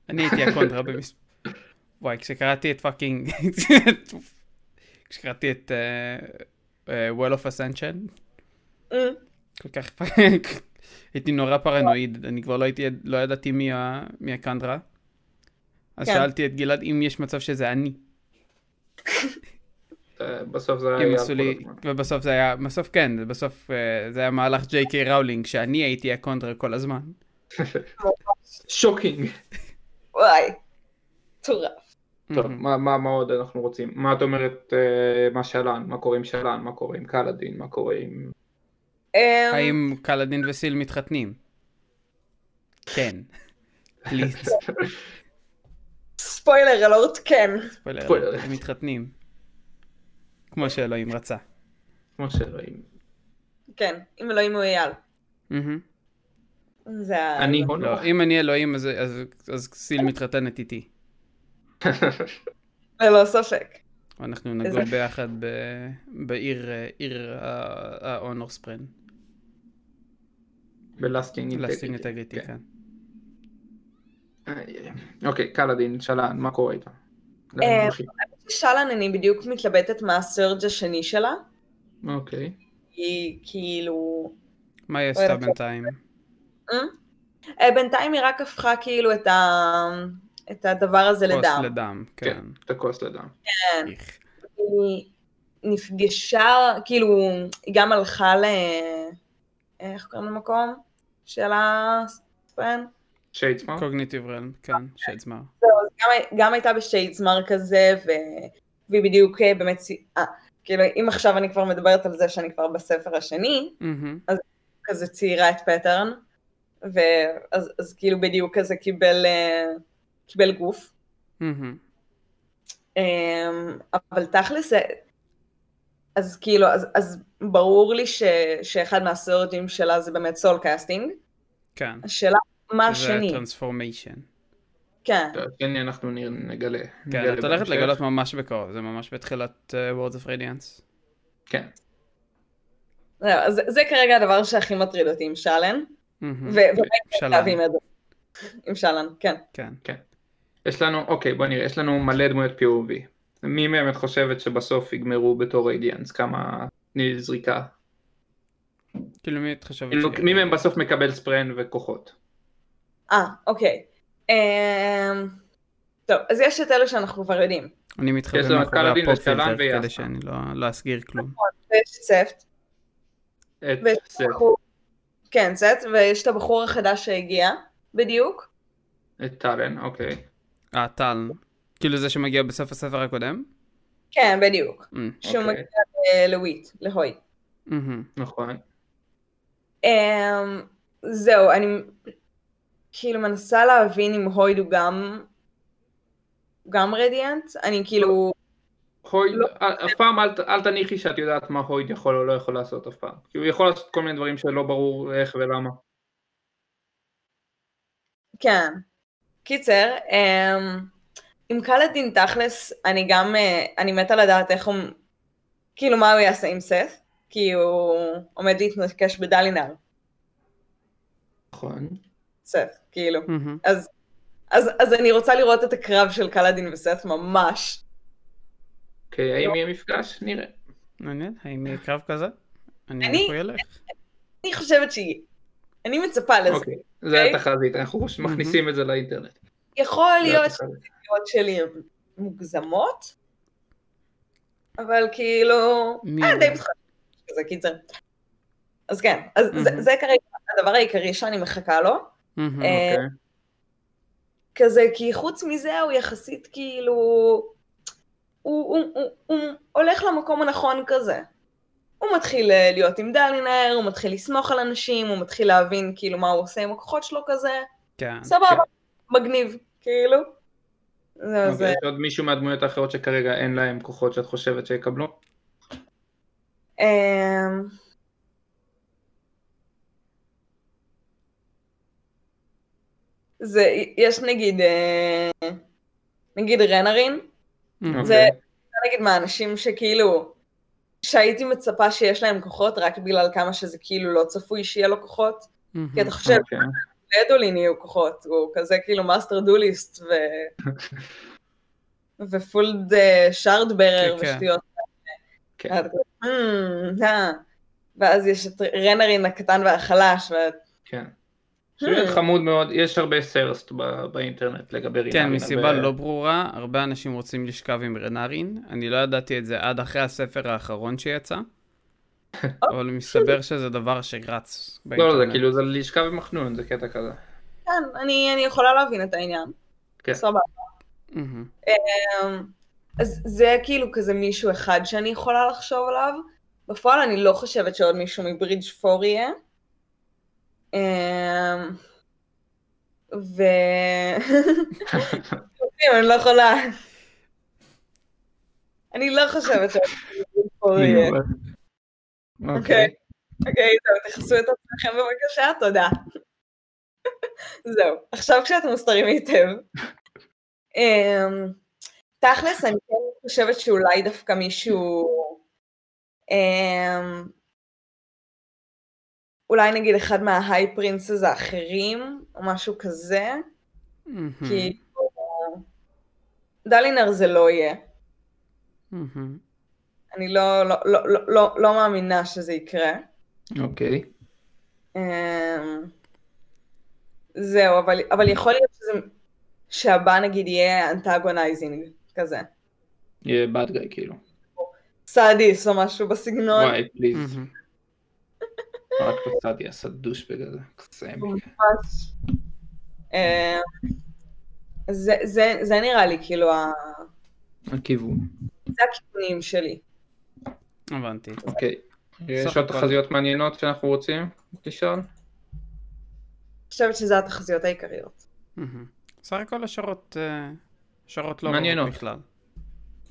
Speaker 1: אני הייתי הקונטרה במס... וואי, כשקראתי את פאקינג... כשקראתי את אה, וול אוף אסנשן,
Speaker 3: אמ,
Speaker 1: כל כך... הייתי נורא פרנואיד, אני כבר לא הייתי, לא ידעתי מי, ה... מי הקנדרה. אז
Speaker 3: כן.
Speaker 1: שאלתי את גלעד אם יש מצב שזה אני.
Speaker 2: אה, בסוף זה היה...
Speaker 1: הם עשו
Speaker 2: כל
Speaker 1: לי,
Speaker 2: הזמן.
Speaker 1: ובסוף זה היה, בסוף כן, בסוף אה, זה היה מהלך ג'יי קיי ראולינג, שאני הייתי הקונטרה כל הזמן.
Speaker 2: שוקינג.
Speaker 1: [LAUGHS]
Speaker 3: וואי, מטורף.
Speaker 2: טוב, מה- מה מה עוד אנחנו רוצים? מה את אומרת, אה, מה שלן? מה קורה עם שלן? מה קורה עם קלאדין? מה קורה עם...
Speaker 3: אמ,
Speaker 1: האם קלדין וסיל מתחתנים?
Speaker 2: [LAUGHS]
Speaker 1: כן. פליז.
Speaker 3: ספוילר אלורט כן.
Speaker 1: ספוילר,
Speaker 2: ספוילר.
Speaker 1: הם מתחתנים. כמו שאלוהים רצה.
Speaker 2: כמו שראים.
Speaker 3: לא, כן, אם אלוהים הוא אייל.
Speaker 1: מהמם.
Speaker 3: זה ה...
Speaker 2: אני
Speaker 3: זה-
Speaker 2: הונו.
Speaker 1: לא, אם אני אלוהים, אז- אז- אז סיל מתחתנת איתי.
Speaker 3: ללא ספק.
Speaker 1: אנחנו נגור
Speaker 3: איזה-
Speaker 1: ביחד ב- בעיר אה, עיר ה- ה-honor spren.
Speaker 2: בלאסטינג
Speaker 1: לסטין אינטגריטי,
Speaker 2: כן.
Speaker 1: כן.
Speaker 2: אוקיי, קלאדין, שלן, מה קורה איתה? לאן
Speaker 3: אה,
Speaker 2: הולכים?
Speaker 3: שלן, אני בדיוק מתלבטת מה הסרג' השני שלה.
Speaker 2: אוקיי.
Speaker 3: היא כאילו...
Speaker 1: מה היא
Speaker 3: לא
Speaker 1: עשתה
Speaker 3: יודעת.
Speaker 1: בינתיים?
Speaker 3: אה, בינתיים היא רק הפכה כאילו את, ה... את הדבר הזה
Speaker 1: כוס
Speaker 3: לדם.
Speaker 1: לדם, כן.
Speaker 2: את הכוס לדם.
Speaker 3: כן.
Speaker 1: איך.
Speaker 3: היא נפגשה, כאילו, היא גם הלכה ל... אה, איך קוראים למקום? של הספן?
Speaker 2: שיידסמארט?
Speaker 1: קוגניטיב רלם, כן, שדזמר.
Speaker 3: גם, גם הייתה בשיידסמר כזה, ו... והיא בדיוק אה, באמת... סי- אה, כאילו, אם עכשיו אני כבר מדברת על זה שאני כבר בספר השני,
Speaker 1: מהמם.
Speaker 3: כזה ציירה את פטרן, ואז אז כאילו בדיוק כזה קיבל, אה, קיבל גוף.
Speaker 1: מהמם.
Speaker 3: אמ, אבל תכלס, זה- אז כאילו, אז, אז ברור לי ש, שאחד מהסרג'ים שלה זה באמת סול קאסטינג.
Speaker 1: כן.
Speaker 3: השאלה, מה
Speaker 1: זה
Speaker 3: השני?
Speaker 1: טרנספורמיישן.
Speaker 3: כן,
Speaker 2: טוב, כן, אנחנו נ- נגלה.
Speaker 1: כן,
Speaker 2: נגלה
Speaker 1: את הולכת
Speaker 2: בהמשך.
Speaker 1: לגלות ממש בקרוב, זה ממש בתחילת אה, Words of Radiance.
Speaker 2: כן.
Speaker 3: זהו, אז זה, זה כרגע הדבר שהכי מטריד אותי עם שלן.
Speaker 1: מהמם.
Speaker 3: ובאמת
Speaker 1: שלם,
Speaker 3: להביא את זה. עם שלן, כן.
Speaker 1: כן.
Speaker 2: יש לנו, אוקיי, בוא נראה, יש לנו מלא דמויות POV. מי מהם את חושבת שבסוף יגמרו בתור רדיאנס? כמה תני לי זריקה?
Speaker 1: כאילו מי את חושבת
Speaker 2: כאילו,
Speaker 1: ש-
Speaker 2: מי מהם בסוף מקבל ספרן וכוחות?
Speaker 3: אה, אוקיי. אמ, טוב, אז יש את אלה שאנחנו כבר יודעים.
Speaker 1: אני מתחבא
Speaker 2: יש לנו את
Speaker 1: מאחורי
Speaker 2: קלאדין, את
Speaker 1: הפופילטר
Speaker 2: שלן ויאסנה.
Speaker 1: כדי שאני לא- לא אסגיר כלום.
Speaker 3: ויש את ספט.
Speaker 2: את
Speaker 3: ויש את
Speaker 2: סט,
Speaker 3: הבחור... כן, ספט, ויש את הבחור החדש שהגיע, בדיוק.
Speaker 2: את טאלן, אוקיי.
Speaker 1: אה, טל. כאילו זה שמגיע בסוף הספר הקודם?
Speaker 3: כן, בדיוק.
Speaker 1: אה,
Speaker 3: שהוא
Speaker 2: אוקיי,
Speaker 3: מגיע אה, לוויט, להוי.
Speaker 1: מהמם.
Speaker 2: נכון.
Speaker 3: אמ, זהו, אני כאילו מנסה להבין אם הויד הוא גם, הוא גם רדיאנט, אני כאילו,
Speaker 2: הויד,
Speaker 3: לא.
Speaker 2: אל- אף פעם אל ת- אל תניחי שאת יודעת מה הויד יכול או לא יכול לעשות אף פעם. כי הוא יכול לעשות כל מיני דברים שלא ברור איך ולמה.
Speaker 3: כן. קיצר, אמ, עם קלדין תכלס, אני גם, אה, אני מתה לדעת איך הוא, כאילו מה הוא יעשה עם סף, כי הוא עומד להתנקש בדלינר,
Speaker 2: נכון.
Speaker 3: סף, כאילו.
Speaker 1: מהמם.
Speaker 3: אז, אז אני רוצה לראות את הקרב של קלדין וסף ממש.
Speaker 2: אוקיי, האם יהיה מפגש? נראה.
Speaker 1: מעניין, האם יהיה קרב כזה? אני
Speaker 3: אני-
Speaker 1: מחויב לך.
Speaker 3: אני חושבת שהיא. אני מצפה לזה.
Speaker 2: אוקיי, זה
Speaker 3: אוקיי.
Speaker 2: התחזית, אנחנו מכניסים את זה לאינטרנט.
Speaker 3: יכול
Speaker 2: זה
Speaker 3: להיות
Speaker 2: התחזית.
Speaker 3: שהדעות שלי הן מוגזמות, אבל כאילו...
Speaker 1: מי לא?
Speaker 3: אה,
Speaker 1: יודע?
Speaker 3: די מצחיק. זה קיצר. אז כן, אז זה-
Speaker 1: מהמם.
Speaker 3: זה כרגע הדבר העיקרי שאני מחכה לו.
Speaker 1: מהמם.
Speaker 3: אה,
Speaker 2: אוקיי.
Speaker 3: כזה, כי חוץ מזה הוא יחסית כאילו... הוא, הוא, הוא, הוא הולך למקום הנכון כזה. הוא מתחיל אה, להיות עם דלינר, הוא מתחיל לסמוך על אנשים, הוא מתחיל להבין כאילו מה הוא עושה עם הכוחות שלו כזה.
Speaker 1: כן. אוקיי.
Speaker 3: סבבה, מגניב, כאילו. זהו,
Speaker 2: אז
Speaker 3: אה, זה...
Speaker 2: יש עוד מישהו מהדמויות האחרות שכרגע אין להם כוחות שאת חושבת שיקבלו?
Speaker 3: אמ, זה, יש נגיד, אה, נגיד רנרין,
Speaker 1: מהמם.
Speaker 3: זה
Speaker 2: אוקיי.
Speaker 3: נגיד מהאנשים שכאילו, שהייתי מצפה שיש להם כוחות רק בגלל כמה שזה כאילו לא צפוי שיהיה לו כוחות,
Speaker 1: מהמם.
Speaker 3: כי אתה חושב,
Speaker 2: אוקיי.
Speaker 3: לאדולין יהיו כוחות, הוא כזה כאילו מאסטר דוליסט ו...
Speaker 2: [LAUGHS]
Speaker 3: ופולד אה, שרדברר
Speaker 1: כן, כן.
Speaker 3: ושטויות.
Speaker 2: כן.
Speaker 3: ואת כזה, "Hmm, אה." ואז יש את רנרין הקטן והחלש, ואת...
Speaker 2: כן.
Speaker 3: "Hmm."
Speaker 2: שיר חמוד מאוד, יש הרבה סרסט ב- באינטרנט לגבי רינארין.
Speaker 1: כן, מסיבה
Speaker 2: אבל-
Speaker 1: לא ברורה, הרבה אנשים רוצים לשכב עם רנארין. אני לא ידעתי את זה עד אחרי הספר האחרון שיצא,
Speaker 3: אוקיי.
Speaker 1: אבל מסתבר שזה דבר שרץ
Speaker 2: לא, לא,
Speaker 1: באינטרנט.
Speaker 2: זה כאילו, זה לשכב עם מחנון, זה קטע כזה.
Speaker 3: כן, אני, אני יכולה להבין את העניין.
Speaker 2: כן.
Speaker 3: סבבה.
Speaker 1: מהמם.
Speaker 3: אמ, אז זה כאילו כזה מישהו אחד שאני יכולה לחשוב עליו. בפועל אני לא חושבת שעוד מישהו מברידג' פור יהיה. אמ, ו... [LAUGHS] אני לא יכולה. אני לא חושבת שעוד מישהו מברידג' פור יהיה.
Speaker 2: אוקיי.
Speaker 3: אוקיי, טוב, תכסו את עצמכם בבקשה, תודה. זהו, עכשיו כשאתם מסתרים היטב. אמ, תכלס, אני כן חושבת שאולי דווקא מישהו... אמ, אולי נגיד אחד מההיי פרינסס האחרים, או משהו כזה,
Speaker 1: Hmm.
Speaker 3: כי דלינר זה לא יהיה.
Speaker 1: מהמם.
Speaker 3: אני לא, לא, לא, לא, לא, לא מאמינה שזה יקרה.
Speaker 2: אוקיי.
Speaker 3: אמ, זהו, אבל, אבל יכול להיות שזה, שהבא נגיד יהיה אנטגונייזינג כזה.
Speaker 2: יהיה bad guy כאילו.
Speaker 3: סאדיס או משהו בסגנון.
Speaker 2: וואי, פליז.
Speaker 1: מהמם.
Speaker 2: רק פצעתי, עשה דושבג הזה. קסם.
Speaker 3: ממש. אמ, זה, זה, זה נראה לי כאילו ה...
Speaker 2: הכיוון.
Speaker 3: זה הכיוונים שלי.
Speaker 1: הבנתי.
Speaker 2: אוקיי.
Speaker 1: סך
Speaker 2: יש עוד
Speaker 1: הכל.
Speaker 2: תחזיות מעניינות שאנחנו רוצים לשאול?
Speaker 3: אני חושבת שזה התחזיות העיקריות.
Speaker 1: מהמם. סך הכל השערות, אה, השערות לא
Speaker 2: מעניינות.
Speaker 1: רעות בכלל.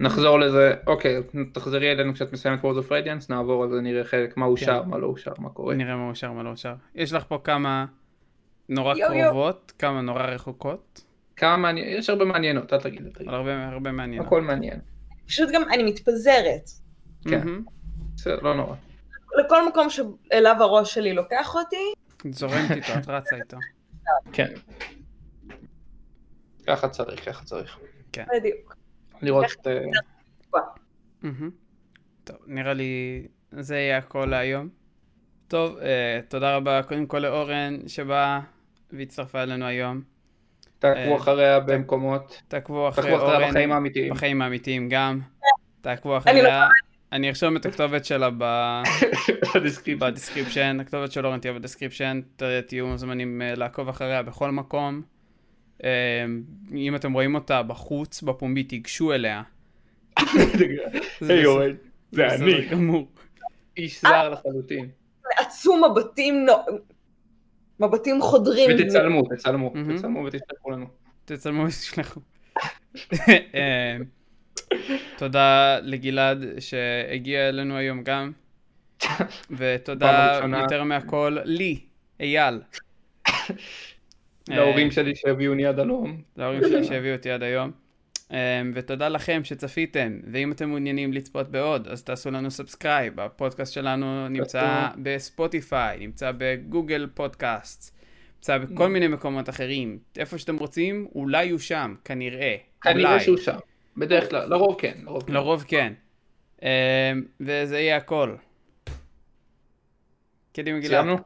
Speaker 2: נחזור לזה, אוקיי, תחזרי אלינו כשאת מסיימת World of Radiance, נעבור על זה, נראה חלק, מה אושר, מה לא אושר, מה קורה.
Speaker 1: כן. נראה מה אושר, מה לא אושר. יש לך פה כמה נורא
Speaker 3: יו, יו.
Speaker 1: קרובות, כמה נורא רחוקות,
Speaker 2: כמה מעניין, יש הרבה מעניינות, אל תגיד, אל תגיד.
Speaker 1: אבל הרבה הרבה מעניינות.
Speaker 2: הכל מעניין.
Speaker 3: פשוט גם אני מתפזרת.
Speaker 2: כן.
Speaker 1: מהמם.
Speaker 2: בסדר, לא נורא.
Speaker 3: לכל מקום שאליו הראש שלי לוקח אותי,
Speaker 1: את זורמת איתו, את רצה איתו.
Speaker 2: כן. ככה צריך, ככה צריך.
Speaker 3: בדיוק.
Speaker 2: לראות, אה,
Speaker 1: מהמם. טוב, נראה לי זה יהיה הכל להיום. טוב, אה, תודה רבה קודם כל לאורן שבאה והצטרפה אלינו היום.
Speaker 2: תעקבו
Speaker 1: אה,
Speaker 2: אחריה במקומות,
Speaker 1: תעקבו אחרי
Speaker 2: תעקבו אחריה
Speaker 1: אורן, אה,
Speaker 2: בחיים האמיתיים.
Speaker 1: בחיים האמיתיים גם. תעקבו
Speaker 3: אני לא
Speaker 1: אחריה. אני ארשום את הכתובת שלה ב- אה,
Speaker 2: [LAUGHS] בדיסקריפט.
Speaker 1: בדסקריפשן, הכתובת של אורן תהיה בדסקריפשן, ת- תהיו מוזמנים אה, לעקוב אחריה בכל מקום. אה, אם אתם רואים אותה בחוץ, בפומבי, תיגשו אליה. זה
Speaker 2: היי
Speaker 1: בסדר-
Speaker 2: אורן, זה
Speaker 1: בסדר
Speaker 2: אני.
Speaker 1: גמור.
Speaker 2: איש זר לחלוטין.
Speaker 3: עצו מבטים, נו- מבטים חודרים.
Speaker 2: ותצלמו, תצלמו,
Speaker 1: מהמם.
Speaker 2: תצלמו ותשלחו לנו.
Speaker 1: תצלמו
Speaker 2: [LAUGHS]
Speaker 1: ותשלחו. אה, תודה לגלעד שהגיע אלינו היום גם,
Speaker 2: פעם
Speaker 1: ותודה
Speaker 2: ראשונה.
Speaker 1: יותר מהכל לי, אייל. אה,
Speaker 2: [LAUGHS]
Speaker 1: אמ,
Speaker 2: להורים שלי שהביאוני עד הלום.
Speaker 1: להורים שלי שהביאו אותי עד היום. אמ, ותודה לכם שצפיתם, ואם אתם מעוניינים לצפות בעוד, אז תעשו לנו סאבסקרייב. הפודקאסט שלנו נמצא בספוטיפיי, נמצא בגוגל פודקאסט, נמצא בכל
Speaker 2: נכון.
Speaker 1: מיני מקומות אחרים. איפה שאתם רוצים, אולי הוא שם, כנראה.
Speaker 2: כנראה
Speaker 1: אולי.
Speaker 2: שהוא שם. בדרך כלל, לרוב כן, לרוב כן.
Speaker 1: לרוב כן. אמ, וזה יהיה הכל. קדימה גלעד.
Speaker 2: סיימנו?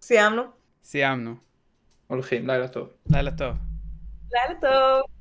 Speaker 3: סיימנו?
Speaker 1: סיימנו.
Speaker 2: הולכים, לילה טוב.
Speaker 1: לילה טוב.
Speaker 3: לילה טוב.